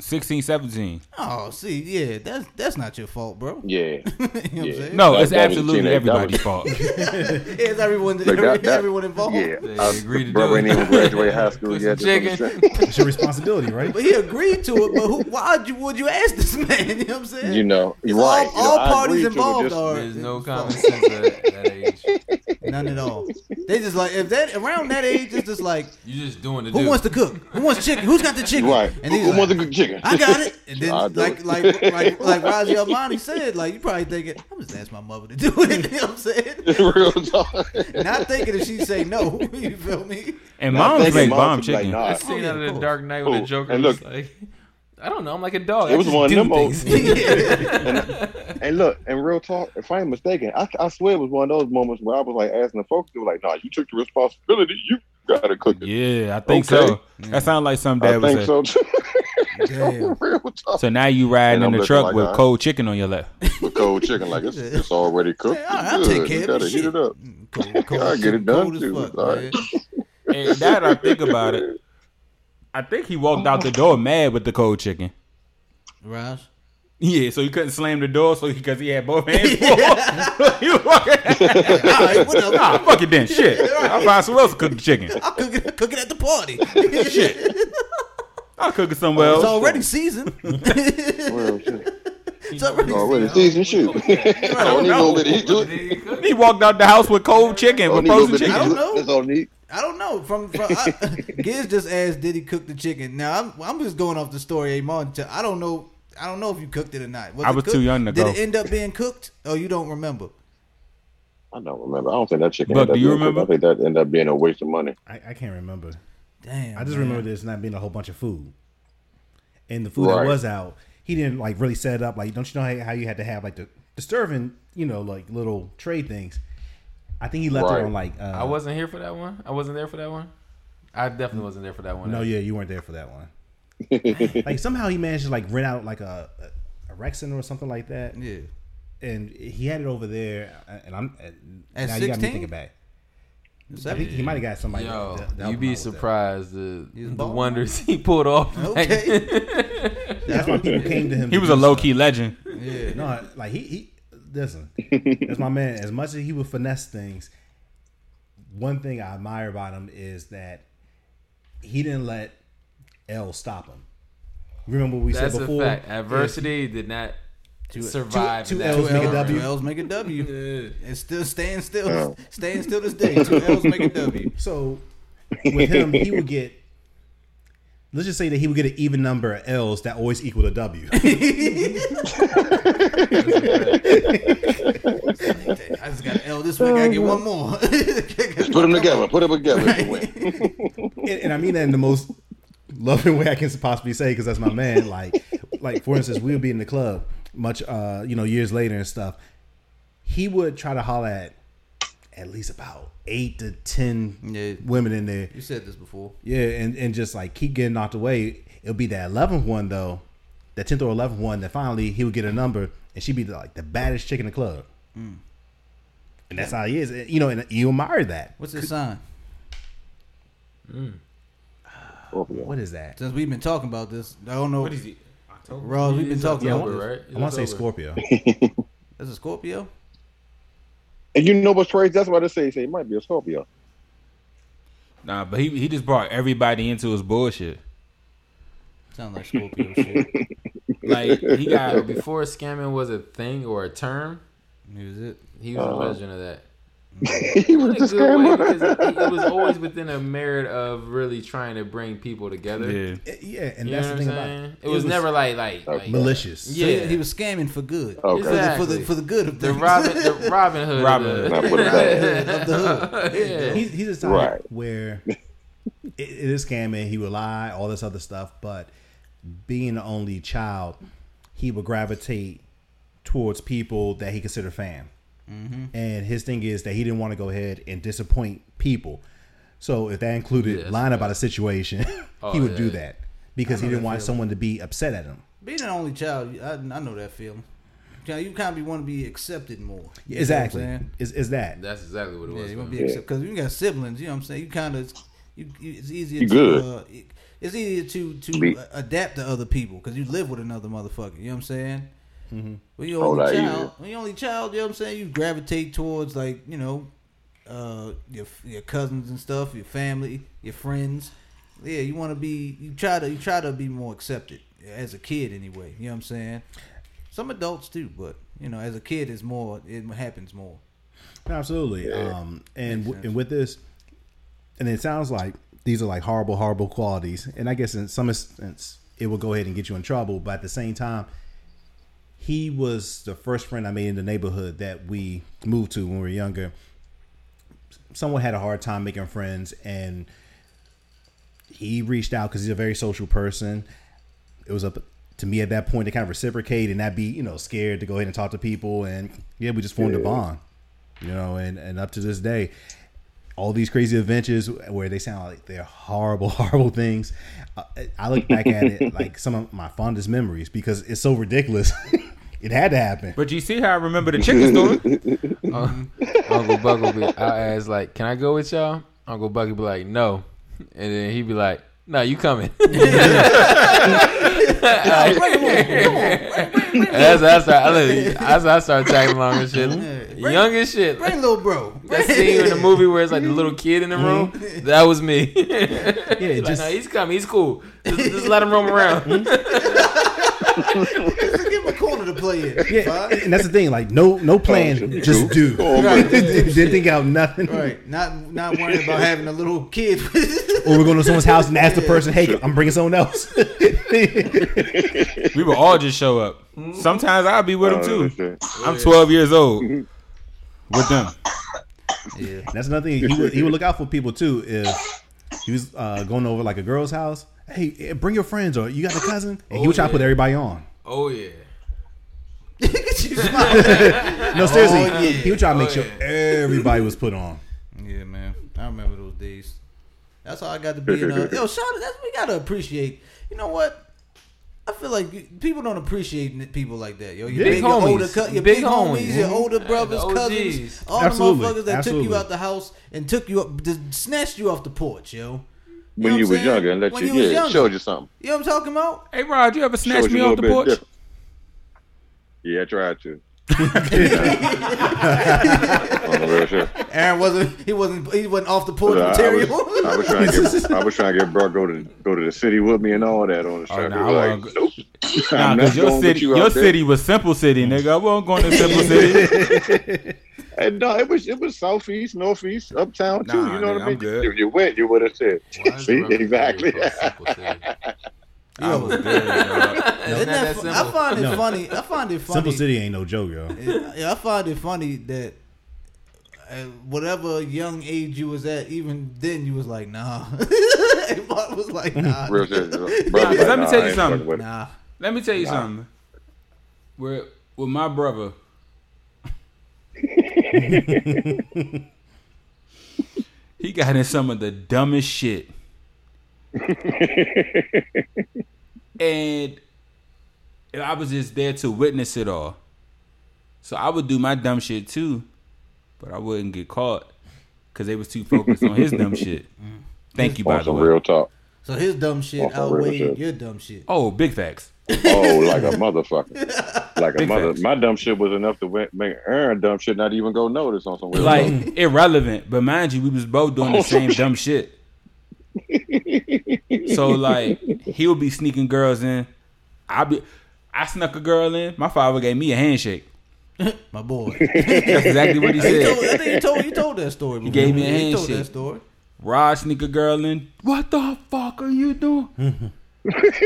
16, 17. oh see, yeah, that's that's not your fault, bro. You yeah. know what I'm Yeah. saying? No, That- it's that was absolutely teenage- everybody's that fault. it's everyone Like, that- that- everyone involved. Yeah, They I agreed to do brother it. ain't even graduated high school Put yet. some Just chicken. from It's your responsibility, right? But he agreed to it. But who, why would you, would you ask this man? You know what I'm the- saying? You know, you're all, right. You know, all I parties agreed to it, involved just- are There's no common sense at that age. none at all. They just like if that around that age, it's just like You're just doing the who do. wants to cook? Who wants chicken? Who's got the chicken? Right. And Who he's like, wants a good chicken? I got it. And then I'll do like, it. like like like Raji Almani said, like you probably thinking, I'm just asking my mother to do it. You know what I'm saying? Real talk. Not thinking if she say no. You feel me? And I moms think make mom bomb was like, chicken. nah, I seen yeah, of that in the course. Dark Knight with Oh, the Joker. and was look- like, I don't know. I'm like a dog. It I was just one of do them old- things. Yeah. and look, and real talk, if I ain't mistaken, I, I swear it was one of those moments where I was like asking the folks, they were like, nah, you took the responsibility. You got to cook it. Yeah, I think Okay. so. That sounds like something I dad would think say. so. too. Damn. real talk. So now you riding And in I'm the looking truck like with that. cold chicken on your lap. With cold chicken, like it's, it's already cooked. Hey, all right, I'll take Good. care of You it. gotta heat Shit. it up. Cold, cold, I get cold it done, as too. fuck, All man. right. And that I think about it, I think he walked out the door mad with the cold chicken. Raj. Yeah, so he couldn't slam the door, so because he, had both hands full. he was walking. All right, what up? Nah, fuck it then. Shit, I'll find someone else to cook the chicken. I'll cook it, cook it at the party. Shit, I'll cook it somewhere It's else. already seasoned. it's Real shit. already Already seasoned shoot. I don't even know what to eat to it. He walked out the house with cold chicken, with Only little frozen bit of I chicken. don't glue. know. That's all I need. I don't know. From, from I, Giz just asked, did he cook the chicken? Now I'm, I'm just going off the story. Amon, I don't know. I don't know if you cooked it or not. I it was too cooked? young to Did go. it end up being cooked? Oh, you don't remember? I don't remember. I don't think that chicken. Buck, ended up do you being cooked. remember? I think that ended up being a waste of money. I, I can't remember. Damn. I just man. remember there's not being a whole bunch of food, and the food that Right. was out, he didn't like really set it up. Like, don't you know how, how you had to have like the disturbing, you know, like little tray things. I think he left Right. it on like. Uh, I wasn't here for that one. I wasn't there for that one. I definitely wasn't there for that one. No, yeah, you weren't there for that one. like somehow he managed to like rent out like a a, a rec center or something like that, Yeah. and he had it over there. uh, And I'm and At now you got me 16? thinking back. I Seven. think he might have got somebody. Yo, to- to help you'd him out be with that. surprised the, He's the bald. wonders he pulled off. Okay. That's why people came to him. He to was do a low stuff. key legend. Yeah. No, like he he listen. That's my man. As much as he would finesse things, one thing I admire about him is that he didn't let L stop him. Remember what we That's said a before? fact. Adversity did not survive. two- in that two L's make a storm. W. Two L's make a W. Yeah. And still stand still, stand still this day. Two L's make a W. So with him, he would get. Let's just say that he would get an even number of L's that always equal a W. I just got an L this week. I get one more. Put them together. Put them together. and win. and, and I mean that in the most loving way I can possibly say because that's my man. Like, like for instance, we'll be in the club much, uh, you know, years later and stuff. He would try to holler at at least about eight to ten Yeah. women in there. You said this before. Yeah, and, and just like keep getting knocked away. It'll be that eleventh one though, that tenth or eleventh one that finally he would get a number, and she'd be like the baddest chick in the club. And that's how he is, you know. And you admire that. What's his sign? Scorpio. What is that? Since we've been talking about this, I don't know. What is it? October. Ross, we've been It's talking Yeah, I about October, this. right? I want to say It's October. Scorpio. That's a Scorpio. And you know what's crazy? That's what I say. Say it might be a Scorpio. Nah, but he he just brought everybody into his bullshit. Sound like Scorpio shit. Like he got Before scamming was a thing or a term, Is it? he was a legend of that. he In was a the good way, because scammer. it, it was always within a merit of really trying to bring people together. yeah. Yeah, and You that's know what the I'm thing about saying? it. It, was, never like like, Okay. like malicious. So Yeah, he, he was scamming for good. Oh, Okay. For the Exactly. for the good of the things. Robin the Robin Hood. Robin of Hood. the- Not for the bad. of the hood. yeah. he's he's a type Right. where it, it is scamming. He would lie, all this other stuff. But being the only child, he would gravitate towards people that he considered fam. Mm-hmm. And his thing is that he didn't want to go ahead and disappoint people. So if that included that's lying about a situation, he Oh, would yeah, do yeah. that because he didn't want someone to be upset at him. Being an only child, I, I know that feeling. You, know, you kind of want to be accepted more. You know exactly. what I'm saying? Is is that? That's exactly what it Yeah, was. you for want to me. be accepted because you got siblings. You know what I'm saying? You kind of, you, you, it's easier. You to, good. Uh, it- it's easier to to Be- uh, adapt to other people because you live with another motherfucker. You know what I'm saying? When you Oh, only that child, easy. when you only child, you know what I'm saying? You gravitate towards like you know, uh, your your cousins and stuff, your family, your friends. Yeah, you want to be. You try to you try to be more accepted as a kid anyway. You know what I'm saying? Some adults too, but you know, as a kid, it's more. It happens more. Absolutely. Um, and w- and with this, and it sounds like these are like horrible, horrible qualities. And I guess in some instance, it will go ahead and get you in trouble. But at the same time, he was the first friend I made in the neighborhood that we moved to when we were younger. Someone had a hard time making friends, and he reached out because he's a very social person. It was up to me at that point to kind of reciprocate and not be, you know, scared to go ahead and talk to people. And yeah, we just formed a bond you know and and up to this day all these crazy adventures where they sound like they're horrible horrible things uh, i look back at it like some of my fondest memories because it's so ridiculous it had to happen But you see how I remember the chicken store? Uncle Buck would be, I ask like, "Can I go with y'all?" Uncle Buck would be like, "No," and then he'd be like, "No, you coming?" that's that's how I, look, that's how I started tagging along and shit. Young as shit. Bring little bro. That scene in the movie where it's like the little kid in the room, Mm-hmm. that was me. yeah it Like, just no, he's coming. He's cool. Just, just let him roam around. Mm-hmm. Give him a corner to play in. yeah, and that's the thing like no no plan just do Oh, my didn't think out nothing Right. Not not worrying about having a little kid. or we're going to someone's house and ask the person hey i'm bringing someone else we would all just show up. Sometimes I'll be with them Uh, too. I'm 12 years old with them. yeah. And That's another thing. He would, he would look out for people too. If he was uh, going over like a girl's house, hey, eh, bring your friends or you got a cousin, and he would try to put everybody on. oh yeah. No, seriously, yeah. he would try to make Oh, sure everybody was put on. Yeah, man. I remember those days. That's how I got to be in a yo, shout out that's we gotta appreciate. You know what? I feel like you- people don't appreciate n- people like that, yo. Your Big your homies. older, cou- your big, Big homies, homies. your older brothers, the cousins, OGs. all the Absolutely. motherfuckers that took Absolutely. you out the house and took you up, just snatched you off the porch, yo. When know what you I'm was saying? younger and let When you, you was yeah, younger. it showed you something. You know what I'm talking about? Hey, Rod, you ever snatch Showed me you a off little the bit porch? different. Yeah, I tried to. On the real shit. Aaron wasn't he wasn't he wasn't off the porch But I, I material. was, I was trying to get I was trying to get bro go to go to the city with me and all that on the Oh, show. nah, I like, wanna nope. Nah, I'm because not your going with city, you your out there. city was Simple City, nigga. I wasn't going to Simple City. And no, it was it was southeast, northeast, uptown too. Nah, you know nigga, what I I'm mean? good. If you went, you would have said. Why is See, Robin Hood exactly. called Simple City? I was good, dog. It's Isn't that not that fu- I simple. find it No. funny. I find it funny. Simple City ain't no joke, yo. Yeah, I find it funny that at whatever young age you was at, even then you was like, nah. And Mark was like, nah. Real shit. Bro, Nah, 'cause like, let me nah, tell I you something. ain't fucking with it. Nah. Let me tell you something. Where with my brother, He got in some of the dumbest shit. and I was just there to witness it all. So I would do my dumb shit too, but I wouldn't get caught because they was too focused on his dumb shit. Thank you, by Mm. on the some way. real talk. So his dumb shit That's some real outweighed shit. your dumb shit. oh, big facts. Oh, like a motherfucker. Like a Big mother. facts. My dumb shit was enough to wa- make Aaron dumb shit not even go notice on some real talk. Like irrelevant, but mind you, we was both doing Oh, the same dumb shit. So like he would be sneaking girls in. I be I snuck a girl in. My father gave me a handshake. My boy. That's exactly what he You told, said. I think you told you told that story. You gave me a You told handshake. that story. Rod sneak a girl in. What the fuck are you doing?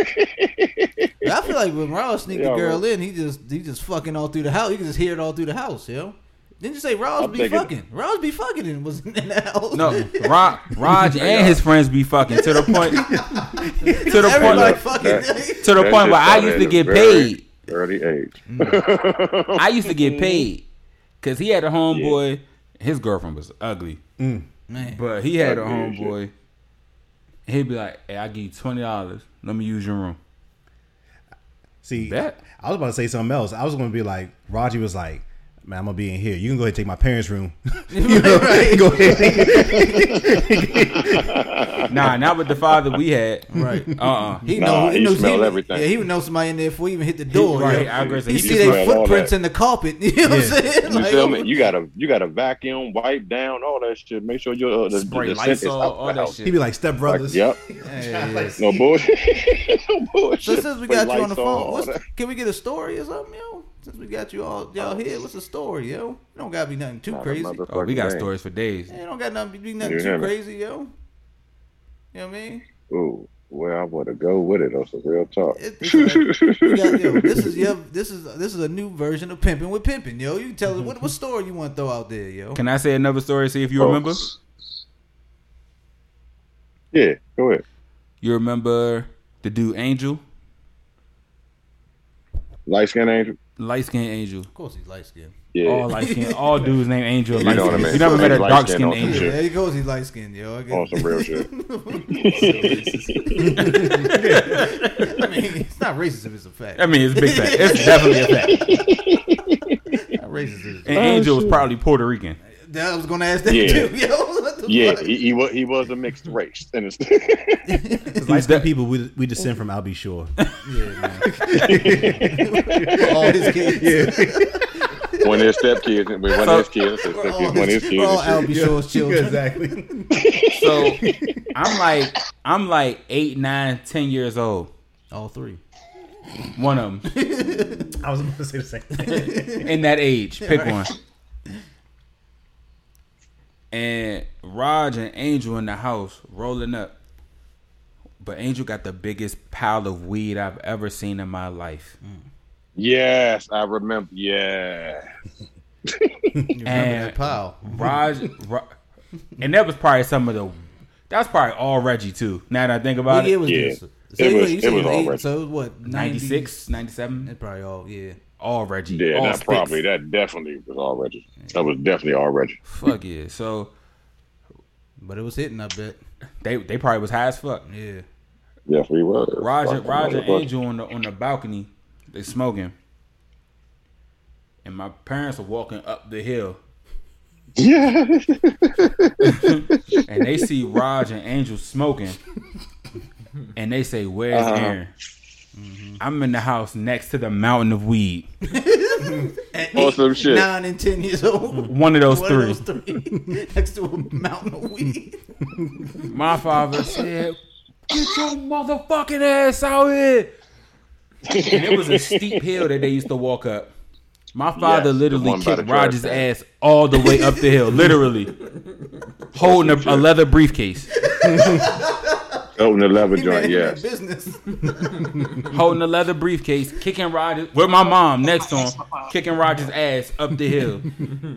I feel like when Ross sneaked Yeah, the girl in, he just he just fucking all through the house. You can just hear it all through the house, yo. Didn't you say Ross I'm be thinking- fucking? Ross be fucking and was in the house. No, Rod, Raj and his friends be fucking to the point. to the point, everybody like, fucking. that- to the That point shit where I started used at to a get very paid. Early age. I used to get paid because he had a homeboy. His girlfriend was ugly, Man, but he had a Ugly as shit. homeboy. He'd be like, "Hey, I give you twenty dollars. Let me use your room." See, Bet. I was about to say something else. I was going to be like, Raji was like, man, I'm going to be in here. You can go ahead and take my parents' room. you know, go ahead. Nah, not with the father we had. right. Uh, uh He Nah, know. He, he knows smell he, everything. Yeah, he would know somebody in there before he even hit the door. right, yo. I agree. So He he see just smell their all footprints that. in the carpet. You know what Yeah. I'm saying? You Like, feel me? You gotta, you gotta vacuum, wipe down, all that shit. Make sure your uh, the, Spray the scent is Lysol, out "Oh, all the that house. shit. He'd be like, step Like, brothers. yep. No bullshit. no So bullshit. since we Spray got you on the Lysol, phone, all what's, that. can we get a story or something, yo? Since we got you all y'all here, what's the story, yo? It don't gotta be nothing too Not a crazy. motherfucking oh, we got thing. stories for days. It don't got nothing be nothing You too hear me? crazy, yo. You know what I mean? Ooh, where I want to go with it. That's a real talk. It- this, is we got, yo, this is your this is this is a new version of pimping with pimping, yo. You can tell us what what story you want to throw out there, yo. Can I say another story? See if you remember. Yeah, go ahead. You remember the dude Angel, Light skin angel. light skinned Angel. Of course he's light skinned. Yeah. All light skinned, all dudes named Angel. You light know what I skinned. mean. You never met a Light-skinned dark skinned on some Angel. shit. Yeah, there he goes, he's light skinned, yo. I on guess. some real shit. I mean, it's not racist if it's a fact. I mean, it's a big fact. It's definitely a fact. It's not racist if it's a And Angel was probably Puerto Rican. fact. I was gonna ask that Yeah. too, yo. What the Yeah, fuck? he, he was he was a mixed race, and it's Because light skinned people, we, we descend from Albie Shore. all his kids. one of his stepkids, and one of his kids, and All stepkids, one of his his, all kids. and shit. Albie Shore's children. exactly. So I'm like, I'm like eight, nine, ten years old. All three. One of them I was about to say the same thing. in that age. Pick one. And Raj and Angel in the house rolling up. But Angel got the biggest pile of weed I've ever seen in my life. Yes, I remember. Yeah, You remember And- that pile. Raj, Ra- and that was probably some of the. That's probably all Reggie too. Now that I think What about year it, was Yeah. this? So It you- was- you it said was all eight, Reggie. So it was what? 96, 97, That's probably all, yeah. all Reggie. yeah, all that sticks. probably that definitely was all Reggie. That was definitely all Reggie. Fuck yeah. So But it was hitting, I bet. they they probably was high as fuck. Yeah. Yes, he was. Roger, Fucking Roger, motherfucker. Angel on the on the balcony, they smoking, and my parents are walking up the hill, Yeah, and they see Roger and Angel smoking, and they say, "Where's Uh-huh. Aaron?" Mm-hmm. I'm in the house next to the mountain of weed. At On some shit. Nine and ten years old. One of those One three. of those three. Next to a mountain of weed. Uh, My father said, Get your motherfucking ass out here. and it was a steep hill that they used to walk up. My father Yes, the literally one by the kicked trash Roger's can. ass all the way up the hill, literally. holding a, a leather briefcase. open the leather He made joint. it Yeah, their business. Holding a leather briefcase, kicking Roger with my mom next to him, kicking Roger's ass up the hill.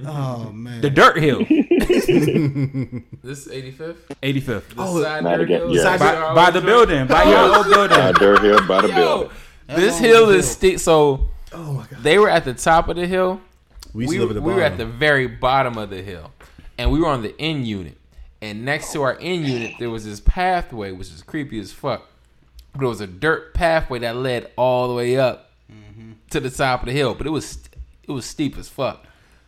Oh, man. The dirt hill. This is 85th. The Eighty fifth. side not dirt again, hill? yeah. Side dirt By, hill by the joint? building. By your old By building. dirt hill by the Yo, building. this long hill was is the stick. So Oh my god. they were at the top of the hill. We used we, to live at the we were at the bottom. very bottom of the hill, and we were on the end unit. and next to our in unit there was this pathway which is creepy as fuck. But it was a dirt pathway that led all the way up to the top of the hill, but it was it was steep as fuck.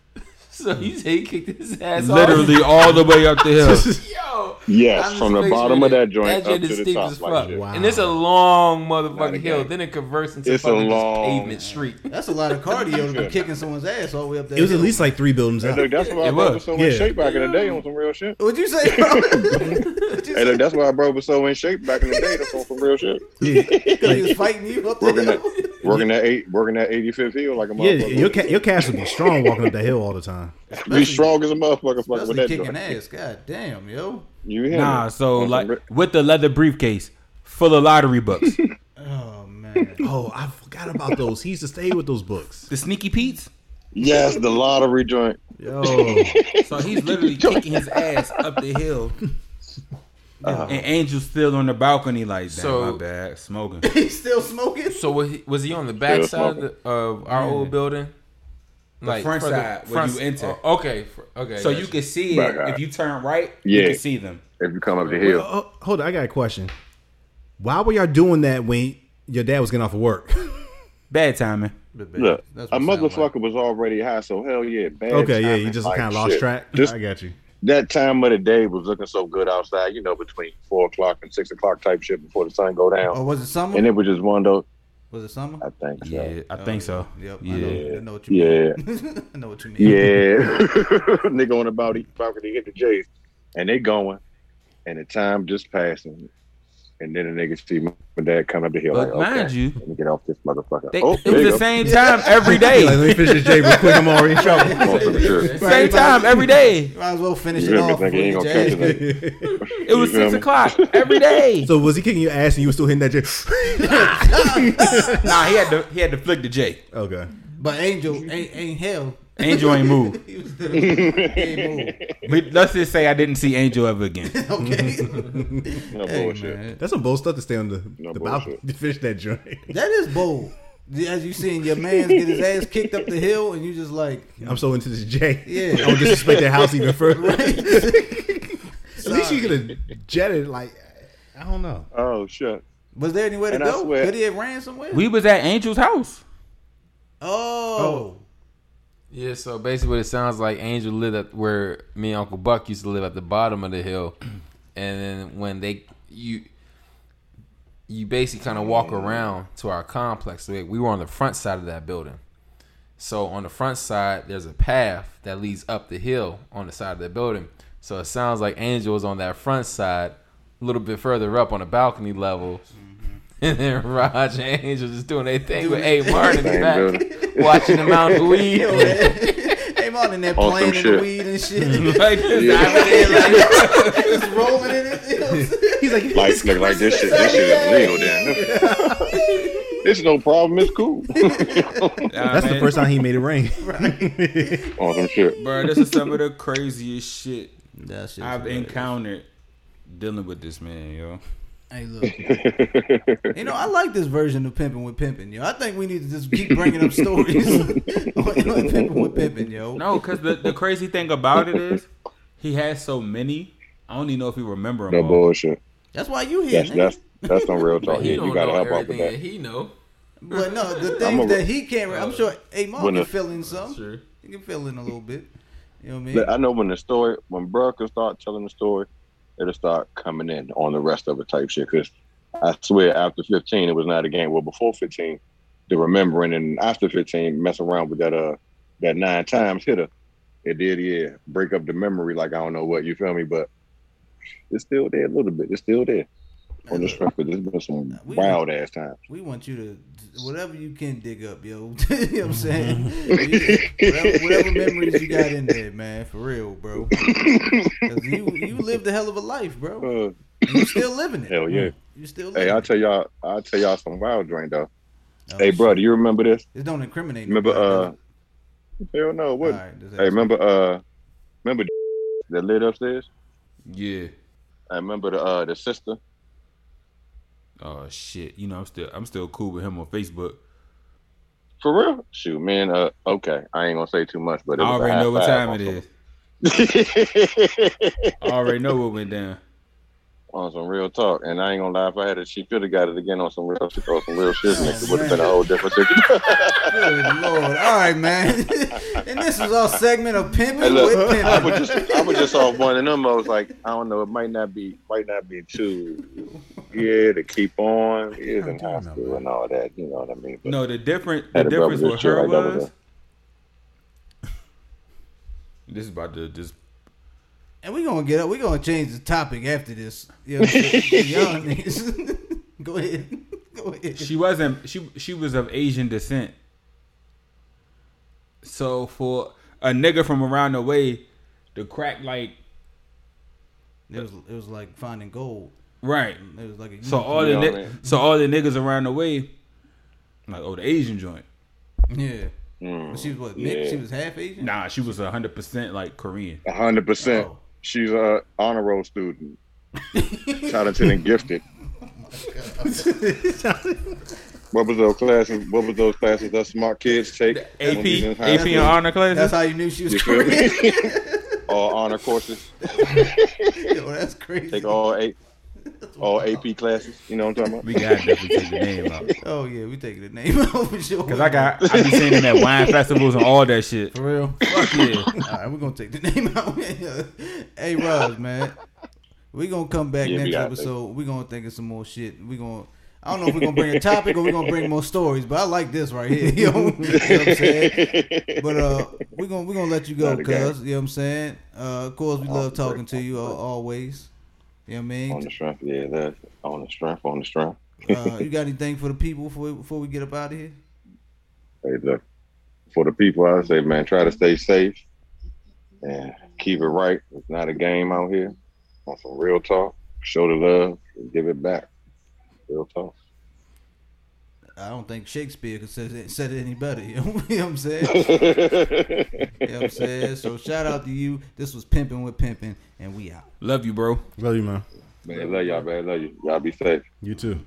So you say he kicked his ass off. Literally all the way up the hill. Yo, Yes, I'm from just the bottom of picturing that it. joint That up shit to is the steep top as like fuck. shit. Wow. And it's a long Not motherfucking a hill. gang. Then it converts into It's a fucking just long- pavement street. That's a lot of cardio to be kicking someone's ass all the way up there. It was at least like three buildings Hey, up. look, that's why I It bro was. was so in Yeah. shape back in the day on some real shit. What'd you say? bro? What'd you Hey, say? look, that's why I bro was so in shape back in the day. That's on some real shit. Because he was fighting you up there. Working that, working that eight, working that eighty fifth hill like a Yeah, motherfucker. your ca- your calves would be strong walking up that hill all the time. be strong as a motherfucker fucking with Especially that kicking joint. ass. God damn, yo. You hear me? Nah, so On some like re- with the leather briefcase full of lottery books, Oh man. Oh, I forgot about those. He used to stay with those books. the sneaky Pete's. yes, the lottery joint. Yo, So he's literally kicking his ass up the hill. And Angel's still on the balcony, like, damn, So- my bad, smoking. He's still smoking? So was he, was he on the back Still side of, the, of our old building? front further- side, when you enter. oh, okay, fr- okay. So gotcha. you can see Back it out. if you turn right. Yeah. you can see them. If you come up the hill, oh, hold on, I got a question. Why were y'all doing that when your dad was getting off of work? Bad timing. look, That's a what it sound motherfucker was already high, so hell yeah, bad. okay, yeah, you timing, just like kind of lost shit. track. Just I got you. that time of the day was looking so good outside, you know, between four o'clock and six o'clock type shit before the sun go down, Or Oh, Oh. was it summer? and it was just one of those. was it summer? Oh, I think so. Yeah, I think so. Yep. I, Yeah. know, I know what you Yeah, mean. I know what you mean. yeah. Nigga on the balcony, balcony hit the J's, and they going, and the time just passing, and then the nigga see my dad coming up the hill But like, mind okay, you, let me get off this motherfucker. They, oh, it was the same time every Like, day. let me finish this J real quick. I'm already in trouble. same. same time every day. Might as well finish You it hear me? off. Think he ain't before gonna catch you it. jazz. It was You six feel me? o'clock every day. So was he kicking your ass and you were still hitting that J? nah, he had to he had to flick the J. okay. But Angel ain't, ain't hell. Angel ain't moved. He was still he ain't moved. But let's just say I didn't see Angel ever again. Okay. No Hey, bullshit. man. That's some bold stuff to stay on the, No the bullshit. balcony to finish that joint. That is bold. As you seen your man's get his ass kicked up the hill and you just like I'm so into this J. Yeah. I'm gonna disrespect that house even further. At least you could have jetted like I don't know. Oh shit. was there anywhere to And I go? swear- Could he have ran somewhere? We was at Angel's house. oh. yeah. So basically, what it sounds like Angel lived at where me and Uncle Buck used to live at the bottom of the hill, and then when they you you basically kind of walk around to our complex. We, we were on the front side of that building. So on the front side, there's a path that leads up the hill on the side of the building. So it sounds like Angel was on that front side, a little bit further up on the balcony level. And then Raj and Angel just doing their thing with A. Martin in the Same back, building. watching the Mountain Weed. Yo, that- Came out in there On playing some in the shit. weed and shit. Like, this. just rolling in it. He's like, Like, look, like this shit. This shit is legal. Then it's no problem. It's cool. Nah, that's the man. first time he made it rain. On some Oh, shit. Bro, this is some of the craziest shit That shit. I've encountered dealing with this man, yo. Hey, look. you know, I like this version of pimping with pimping, yo. I think we need to just keep bringing up stories on pimping with pimping, yo. No, because the, the crazy thing about it is he has so many. I don't even know if he remember them No all. bullshit. That's why you here. That's nigga. that's that's some real talk. He Yeah, don't you gotta know help out with everything that that. he know. But no, the I'm things a- that he can't. I'm sure Amar when can a- fill in some. Sure. He can fill in a little bit. You know what I mean? Look, I know when the story, when bro can start telling the story, it'll start coming in on the rest of it type shit. Because I swear, after 15, it was not a game. Well, before 15, the remembering, and after 15, messing around with that uh that nine times hitter, it did yeah break up the memory like I don't know what you feel me, but it's still there a little bit. It's still there on the strength. But there's been some We- wild ass times. we want you to whatever you can dig up, yo. you know what I'm saying? You- whatever, whatever memories you got in there, man, for real, bro. 'Cause you you lived a hell of a life, bro. Uh, You still living it. hell yeah. You still living. Hey, I'll it. tell y'all. I'll tell y'all some wild drink though. Oh, Hey, bro, do you remember this? shit. This don't incriminate. Remember? uh nobody, Hell no. What? does it? Alright, this Hey, remember uh remember that lit upstairs? Yeah. I remember the uh the sister. Oh shit. You know, I'm still I'm still cool with him on Facebook. For real? Shoot, man, uh okay. I ain't gonna say too much, but it I was a already high know what five time on it some- is. I already know what went down. on some real talk, and I ain't gonna lie. If I had it, she could have got it again on some real shit or some real shit, and it would have been a whole different situation. Good lord. All right, man. and this is our segment of pimping Hey, with look, I pimping. was just I was just off one of them. I was like, I don't know, it might not be might not be too yeah to keep on. He is in high school and all that, you know what I mean? But No, the different the Had a brother difference just with chill her like that with was her. this is about to just And we're gonna get up. We're gonna change the topic after this. Yo, y'all niggas. Go ahead. Go ahead. she wasn't she she was of Asian descent. So for a nigga from around the way, the crack like It was it was like finding gold. right. It was like a So all the You know ni- what I mean? so all the niggas around the way, like oh the Asian joint. yeah. Mm. She was what? mixed? Yeah. She was half Asian. Nah, she was hundred percent like Korean. A hundred percent. Oh. She's a honor roll student, talented and gifted. What was those classes? What was those classes that smart kids take? when AP we was in high AP and school? honor That's classes. how you knew she was You feel Korean. me? all honor courses. Yo, that's crazy. Take all eight, all AP classes. You know what I'm talking about? we gotta definitely take the name out Oh yeah, we taking the name out for sure. because I got I be seeing them at wine festivals and all that shit. for real. Fuck yeah. All right, we're gonna take the name out. hey, Roz, man, we gonna come back Yeah, we next gotta episode. we gonna think of some more shit. we gonna. I don't know if we're gonna bring a topic or we're gonna bring more stories, but I like this right here. You know, you know what I'm saying? But uh, we're gonna we're gonna let you go, Not a game. cuz. You know what I'm saying? Uh, of course, we love talking to you uh, always. You know what I on mean? the strength, yeah, that's on the strength, on the strength. Uh, you got anything for the people before, before we get up out of here? Hey, look, for the people, I say, man, try to stay safe and keep it right. It's not a game out here. On some real talk, show the love, and give it back. Real talk. I don't think Shakespeare could say said it any better. You know, you know what I'm saying? You know what I'm saying? So shout out to you. This was Pimping with Pimping, and we out. Love you, bro. Love you, man. man, love y'all, man, love you. Y'all be safe. You too.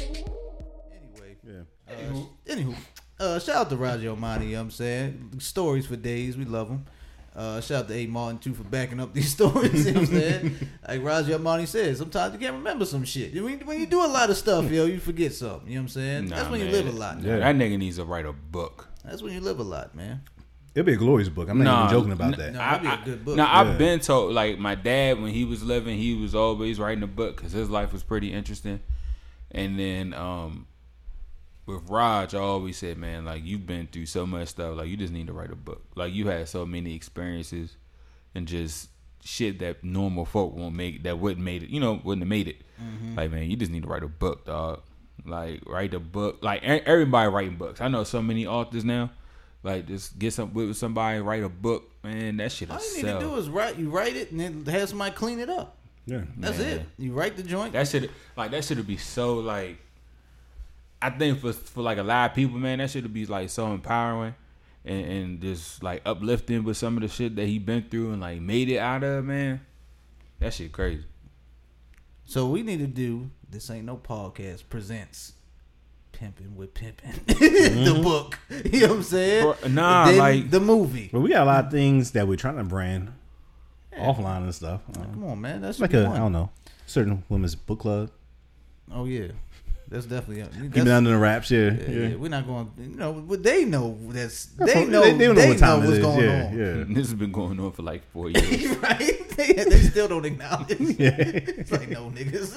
Anyway, Yeah. uh, anywho, uh, shout out to Roger Omani. You know what I'm saying? Stories for days. We love them. Uh, shout out to A. Martin too for backing up these stories. You know what I'm saying? like Roger Omani says, sometimes you can't remember some shit. When, when you do a lot of stuff, yo, you forget something. You know what I'm saying? Nah, That's when you man. live a lot. Yeah, that nigga needs to write a book. That's when you live a lot, man. It'll be a glorious book. I'm not Nah, even joking about n- that. No, that'd be a good book. Now Yeah. I've been told, like my dad, when he was living, he was always writing a book because his life was pretty interesting. And then um, with Raj, I always said, man, like you've been through so much stuff, like you just need to write a book. Like you had so many experiences and just shit that normal folk won't make that wouldn't made it, you know, wouldn't have made it. Mm-hmm. Like man, you just need to write a book, dog. Like write a book. Like e- everybody writing books. I know so many authors now. Like just get some with somebody, write a book, man. That shit. All you need to do is write. You write it, and then have somebody clean it up. Yeah. That's Man. it. You write the joint. That should like that should be so like I think for for like a lot of people, man, that should be like so empowering and, and just like uplifting with some of the shit that he been through and like made it out of, man. That shit crazy. So we need to do this ain't no podcast presents pimping with pimping the book. You know what I'm saying? Bro, Mm-hmm. nah, Then like- the movie. But we got a lot of things that we're trying to brand offline and stuff. Um, Come on, man. That's like a, I don't know, certain women's book club. Oh yeah, that's definitely. That's, Keep it under the wraps. Yeah. yeah, Yeah. yeah, we're not going. You know, but they know that's. That's They what- know. They, know, what time what's it is. going yeah, on. Yeah. This has been going on for like four years. right? They, they still don't acknowledge. Yeah. It's like no niggas.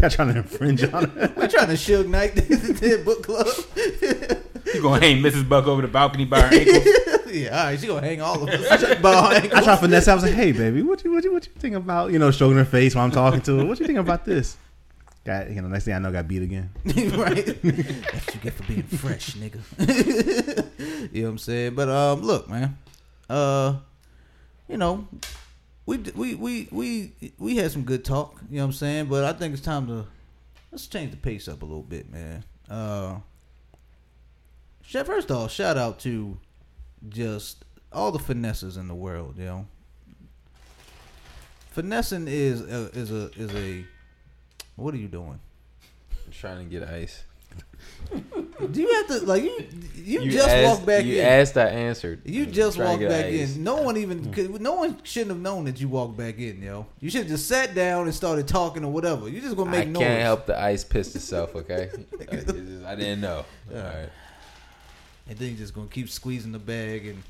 Y'all trying to infringe on it? We're trying to Suge Knight the book club. you gonna hang Mrs. Buck over the balcony by her ankle. yeah, all right. She gonna hang all of us. by our I ankles. tried to finesse. I was like, "Hey, baby, what you what you what you think about? You know, stroking her face while I'm talking to her. What you think about this?" Got you know. Next thing I know, I got beat again. right? That's what you get for being fresh, nigga. you know what I'm saying? But um, look, man. Uh, you know, we d- we we we we had some good talk. You know what I'm saying? But I think it's time to let's change the pace up a little bit, man. Uh, sh- first off, shout out to just all the finesses in the world, you know. Finessing is a, is a is a. What are you doing? I'm trying to get ice. Do you have to like you? You, You just asked, walked back You in. asked, I answered. you just Trying walked to get back ice. in. No one even. could- No one shouldn't have known that you walked back in, yo. You should have just sat down and started talking or whatever. You just gonna I make can't noise. help the ice piss itself. Okay, I, it's just- I didn't know. All right, And then you just gonna keep squeezing the bag and.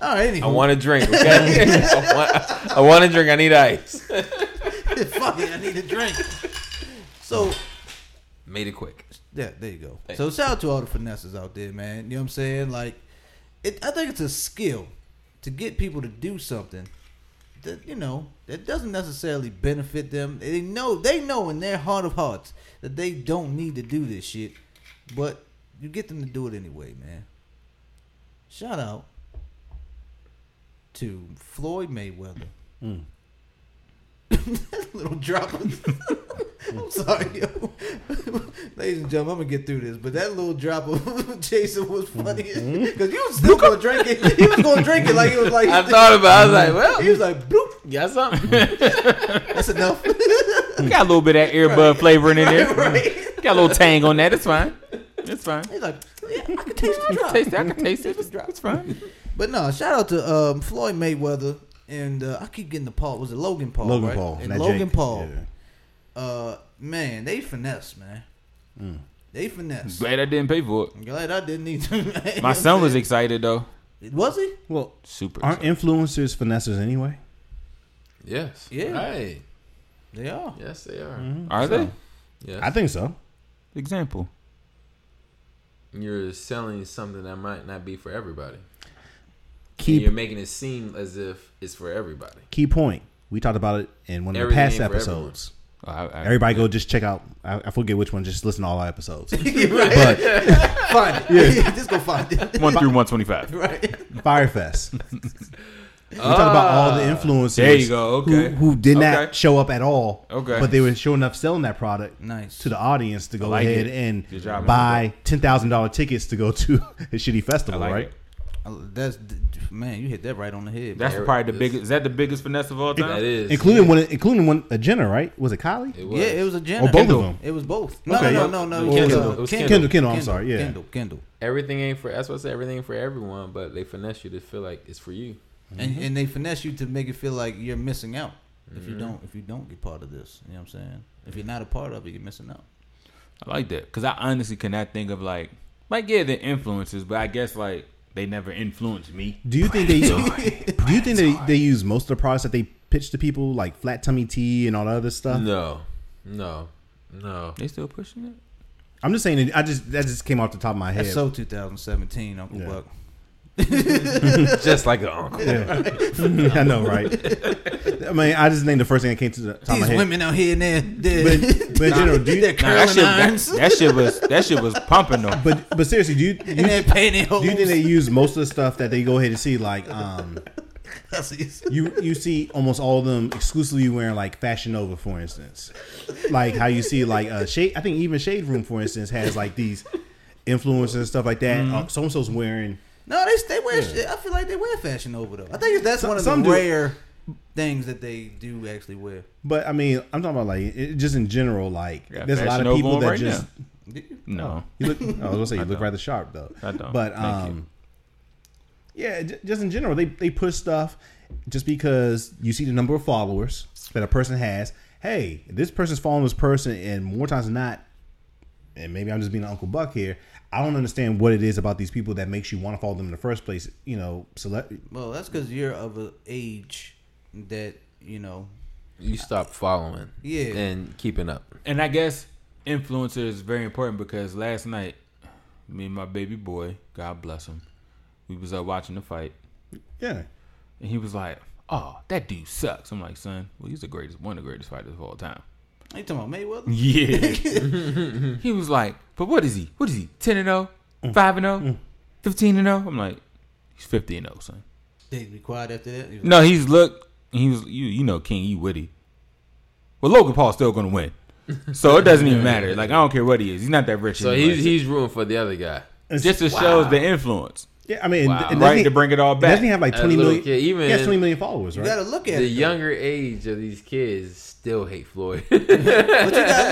All right, anyway. I want a drink. Okay, I, want, I want a drink. I need ice. Fuck it, I need a drink. So Made it quick. Yeah, there you go. Thank so shout out to all the finesses out there, man. You know what I'm saying? Like, it, I think it's a skill to get people to do something that you know that doesn't necessarily benefit them. They know they know in their heart of hearts that they don't need to do this shit, but you get them to do it anyway, man. Shout out to Floyd Mayweather. Mm. Little drop. I'm sorry, yo. Ladies and gentlemen, I'm gonna get through this, but that little drop of Jason was funny because you was still gonna drink it. He was gonna drink it like it was like Mm-hmm. I thought about. it. I was like, well, he was like, bloop, got something. that's enough. Got a little bit of that earbud flavoring in there. right? Got a little tang on that. It's fine. It's fine. He's like, yeah, I can taste the drop. Taste it. I can taste it. It's, it's fine. But no, shout out to um, Floyd Mayweather and uh, I keep getting the Paul. Was it Logan Paul? Logan Oh, right? Paul. And not Logan Jake. Paul. Yeah. Uh, man, they finesse, man. Mm. They finesse. Glad I didn't pay for I'm glad I didn't need to. it. My son was excited though. Was he? Well, Super. aren't excited. influencers finessers anyway? yes. Yeah. Right. They are. Yes, they are. Are they? Yes. I think so. Example. you're selling something that might not be for everybody. And Keep you're making it seem as if it's for everybody. key point. We talked about it in one of the Everything past ain't for episodes. Oh, I, I, Everybody go just check out. I, I forget which one. Just listen to all our episodes. But find it. Just go find it. one through one twenty five. right. Firefest. we talked about all the influencers. There you go. Okay. Who, who did Okay. not show up at all. Okay. But they were sure enough selling that product Nice. to the audience to go like ahead it. Good job, and man. buy ten thousand dollar tickets to go to a shitty I festival, like right? it. Uh, That's man, you hit that right on the head. That's There probably the it biggest. Is that the biggest finesse of all time? That is. Including one, including one, a Jenner, right? Was it Kylie? It bro. was. yeah, it was a Jenner. Or Oh, both Kendall. of them? It was both. No, Okay. no, no, no, no. It was Kendall. Kendall. It was Kendall. Kendall, Kendall, I'm sorry, yeah. Kendall. Kendall. Everything ain't for. That's what I said. Everything ain't for everyone, but they finesse you to feel like it's for you. Mm-hmm. and, and they finesse you to make it feel like you're missing out if you don't if you don't get part of this. You know what I'm saying? If you're not a part of it, you're missing out. I like that because I honestly cannot think of like like yeah the influences, but I guess like they never influenced me. Do you think they do you think they, they use most of the products that they pitch to people like flat tummy tea and all the other stuff? No, no, no. They still pushing it. I'm just saying. that- I just that just came off the top of my head. That's so 2017, Uncle Yeah. Buck. Just like an uncle. I know, right? I mean, I just named the first thing that came to the top of my These head. women out here and there, they're, But, but in general, do you, they're Nah, that curling shit irons that, that shit was that shit was pumping though. but but seriously, do you, and do they're pantyhose. you think they use most of the stuff that they go ahead and see? Like, um, Hussies. you you see almost all of them exclusively wearing like Fashion Nova, for instance. Like how you see like uh, shade. I think even Shade Room, for instance, has like these influencers and stuff like Mm-hmm. that. So and so's wearing. No, they they wear. shit. I feel like they wear fashion over though. I think that's one of some the do. rare things that they do actually wear. But I mean, I'm talking about like it, just in general. Like, Got there's a lot Fashion of Nova people on that right just. now. No, You look. oh, I was gonna say you look rather sharp though. I don't. But Thank um, yeah, j- just in general, they they push stuff just because you see the number of followers that a person has. Hey, this person's following this person, and more times than not, and maybe I'm just being Uncle Buck here. I don't understand what it is about these people that makes you want to follow them in the first place. You know, select. Well, that's because you're of an age that you know. You stop following. Yeah. And keeping up. and I guess influencer is very important because last night me and my baby boy, God bless him, we was up watching the fight, Yeah, and he was like, "Oh, that dude sucks." I'm like, "Son, well, he's the greatest, one of the greatest fighters of all time." You talking about Mayweather? Yeah. he was like, but what is he? What is he? 10 and 0? Mm. 5 and 0? 15 and 0? I'm like, he's 50 and 0, son. They be quiet after that. He was No, he's look, he was you you know King, you witty. Well, Logan Paul's still going to win. So it doesn't even matter. Like I don't care what he is. He's not that rich. So anyway. he's he's rooting for the other guy. just it shows the influence. Yeah, I mean, Wow. and right doesn't to he- bring it all back. Uh, Doesn't he have like As a twenty little million? kid, even- he has twenty million followers, You right? gotta look at The it. though. younger age of these kids still hate Floyd. But you gotta,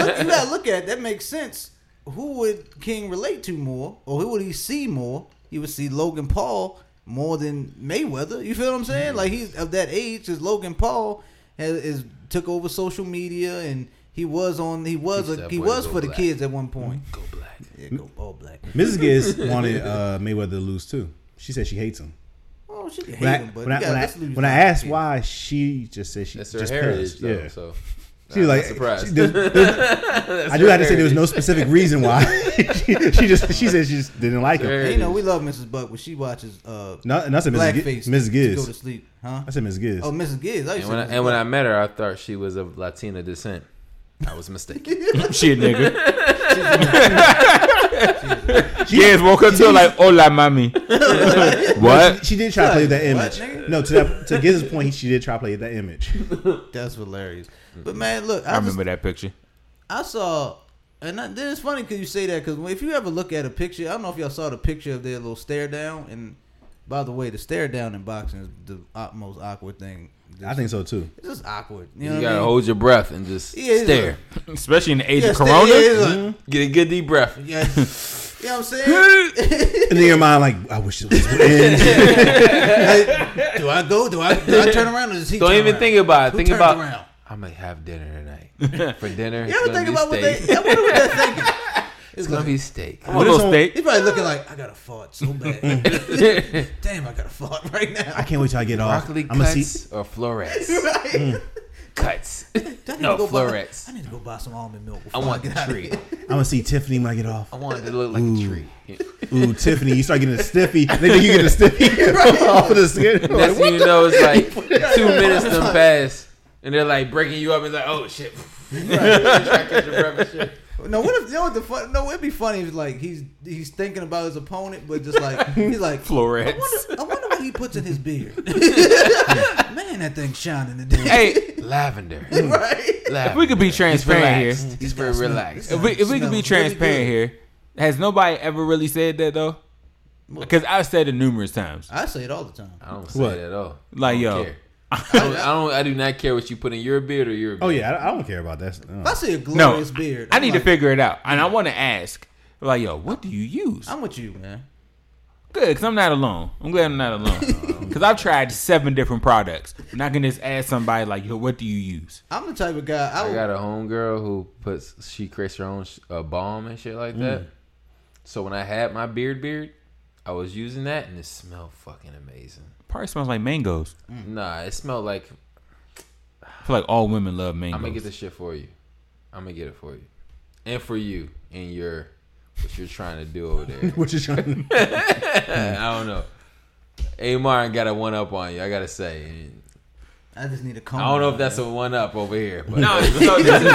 look, you gotta look at it. that makes sense. Who would King relate to more, or who would he see more? He would see Logan Paul more than Mayweather. You feel what I'm Mm. saying? Like he's of that age, because Logan Paul has is, took over social media, and he was on. He was He's a, that he boy was go for the black. kids at one point. Go black. Yeah, go all black. Mrs. Giz wanted uh, Mayweather to lose too. She said she hates him. Oh, she can hate When I, him, but when, I, you gotta, when, I, let's lose when I that. asked why, she just said she That's her just heritage, heritage, though. yeah. So She was I'm like, not surprised. she- there's- there's- I do have to say there was no specific reason why. she, she just she said she just didn't like him. Sure. you know, we love Mrs. Buck, but she watches uh, No, and I said Mrs. blackface. Giz. Mrs. to go to Giz. sleep, huh? I said Mrs. Giz. Oh, Mrs. Giz. I used to and when I, say Mrs. and when Buck. I met her, I thought she was of Latina descent. I was mistaken. Shit, nigga. Yes, woke up to like, hola, mommy. what? she did try to play that What, image. nigga? no, to that, to Giz's point, she did try to play that image. That's hilarious. Mm-hmm. But man, look, I, I just- remember that picture. I saw, and I, then it's funny because you say that because if you ever look at a picture, I don't know if y'all saw the picture of their little stare down. And by the way, the stare down in boxing is the au- most awkward thing. I think so too. It's just awkward. You You, know what I gotta mean? hold your breath and just Yeah, it's stare. Especially in the age yeah, of stare- Corona. yeah, it's like- Get a good deep breath. yeah. You know what I'm saying? And in your mind, like, I wish it was the end. Like, do I go? Do I, do I turn around or does he Don't turn even around? think about it. Who think turns about around? I'm gonna have dinner tonight. For dinner, You it's ever gonna think be about what they, steak. I wonder what they're thinking. It's It's gonna like, be steak. a little on- steak. he's probably looking like, I got to fart so bad. Damn, I got to fart right I now. can't wait till I get off. Broccoli I'm gonna see. cuts or florets? Right? cuts. I need No to go buy- florets. I need to go buy some almond milk. I before want get the out of tree. here. I'm gonna see Tiffany when I get off. I Oh. want it to look like a tree. Ooh, Tiffany, you start getting a stiffy. They think you get a stiffy off of the skin. Next thing you know, it's like two minutes done passed, and they're like breaking you up. And it's like, oh shit. No, what if you know what the fun? No, it'd be funny if like he's he's thinking about his opponent, but just like he's like Florets. I wonder, I wonder what he puts in his beard. Man, that thing's shining today. Hey, Lavender. right? if we Lavender. could be He's transparent relaxed. here. He's very relaxed. If we, if we could be Smells really transparent good. here, has nobody ever really said that though? Because I've said it numerous times. I say it all the time. I don't say What? that at all. Like, I don't yo. care. I don't, I don't. I do not care what you put in your beard or your. Beard. Oh yeah, I, I don't care about that. If I No. see a No, glorious beard, I I'm need to like, figure it out, and I want to ask, like, yo, what do you use? I'm with you, man. Good, because I'm not alone. I'm glad I'm not alone. Because I've tried seven different products. And I can just ask somebody, like, yo, what do you use? I'm the type of guy. I, I would, got a homegirl who puts she creates her own sh- uh, balm and shit like that. Mm. So when I had my beard beard, I was using that and it smelled fucking amazing. Probably smells like mangoes. Nah, it smelled like I feel like all women love mangoes. I'm gonna get this shit for you. I'm gonna get it for you, and for you and your what you're trying to do over there. What you trying? I don't know. A Martin got a one up on you. I gotta say, And I just need a comb. I don't know if that's a one up over here, but No, so this is,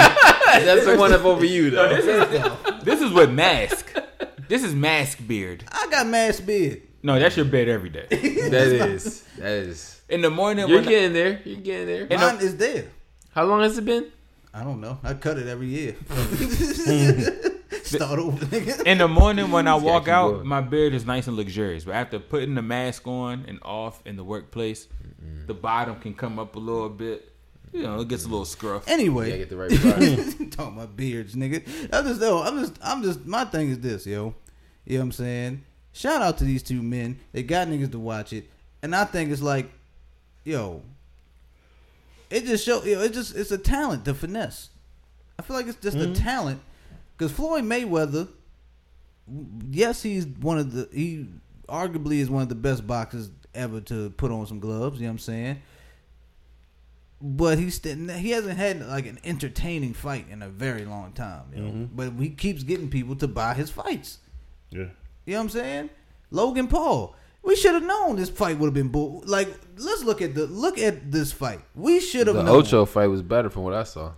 that's a one up over you though. this is with mask. This is mask beard. I got mass beard. No, that's your beard every day. That is that is. In the morning, You're when getting there. You're getting there. And Mine a- is there. How long has it been? I don't know. I cut it every year. Hmm. Start over. nigga. in the morning when I gotta walk keep out, going. my beard is nice and luxurious. But after putting the mask on and off in the workplace, the bottom can come up a little bit. You know, it gets a little scruff. Anyway, Yeah, get the right product. talking about beards, nigga. I'm just though. I'm just. I'm just. My thing is this, yo. You know what I'm saying? Shout out to these two men. They got niggas to watch it, and I think it's like, yo. It just show. You know, it just. It's a talent. The finesse. I feel like it's just a talent. Because Floyd Mayweather, yes, he's one of the he arguably is one of the best boxers ever to put on some gloves. You know what I'm saying? But he's st- he hasn't had like an entertaining fight in a very long time. You know? Mm-hmm. But he keeps getting people to buy his fights. yeah. You know what I'm saying? Logan Paul. We should have known this fight would have been bull. Like, let's look at the look at this fight. We should have the known. Ocho fight was better from what I saw.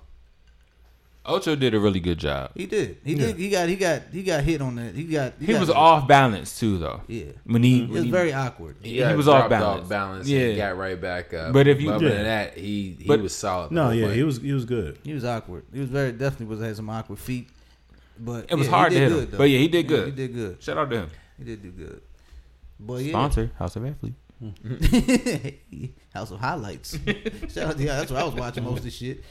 Ocho did a really good job. He did. He did. He got. He got. He got hit on that. He got. He got was hit. off balance too, though. Yeah. When he, It when was he- very awkward. He got was off dropped balance. yeah, Yeah. and got right back up. But if you- other Yeah. than that, he he But- was solid. the No, whole yeah, fight. he was he was good. He was awkward. He was very definitely was had some awkward feet. But It was yeah, hard he did to hit him. good, though. But yeah, he did good. he did good. shout out to him. He did do good. But yeah. Sponsor House of Athlete. House of Highlights. Shout out to y'all. That's what I was watching most of the shit.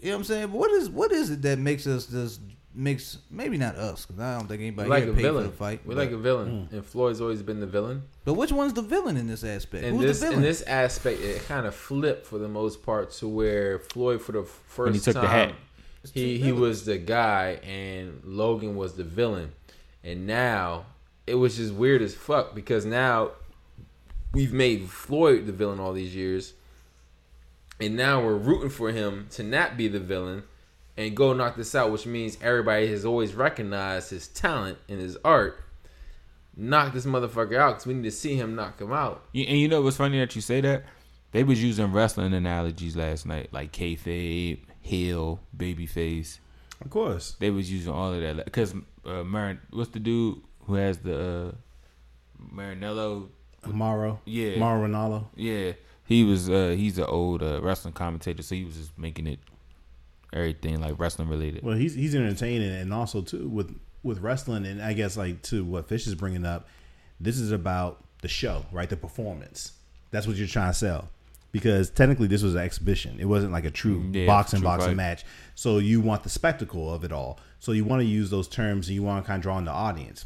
You know what I'm saying? But what is what is it that makes us this makes maybe not us because I don't think We're anybody like here a paid for villain. the fight. We're but, like a villain, and Floyd's always been the villain. but which one's the villain in this aspect? In Who's this the in villain? this aspect, it kind of flipped for the most part to where Floyd for the f- first he took the time hat. he he was the guy and Logan was the villain, and now it was just weird as fuck because now we've made Floyd the villain all these years, and now we're rooting for him to not be the villain and go knock this out, which means everybody has always recognized his talent and his art. Knock this motherfucker out because we need to see him knock him out. You, and you know what's funny that you say that? They was using wrestling analogies last night, like kayfabe, heel, babyface. Of course. They was using all of that because uh, Marin, what's the dude who has the uh, Marinello? Amaro. Yeah. Amaro Ronaldo. Yeah, he was. Uh, he's an old uh, wrestling commentator, so he was just making it everything like wrestling related. Well, he's he's entertaining, and also too with with wrestling, and I guess like to what Fish is bringing up, this is about the show, right? The performance. That's what you're trying to sell, because technically this was an exhibition. It wasn't like a true Yeah, boxing true boxing fight. match. So you want the spectacle of it all. So you want to use those terms, and you want to kind of draw in the audience.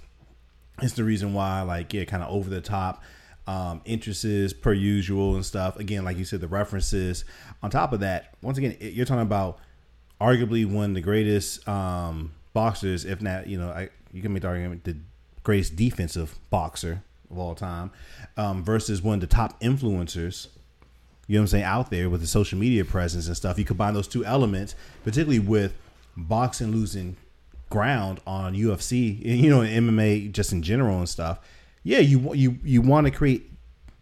It's the reason why, like, yeah, kind of over the top um, entrances per usual and stuff. Again, like you said, the references. On top of that, once again, it, you're talking about arguably one of the greatest um, boxers, if not, you know, I, you can make the argument the greatest defensive boxer of all time um, versus one of the top influencers you know what I'm saying, out there with the social media presence and stuff. You combine those two elements, particularly with boxing losing ground on UFC, and, you know, and MMA just in general and stuff. Yeah, you wa- you you want to create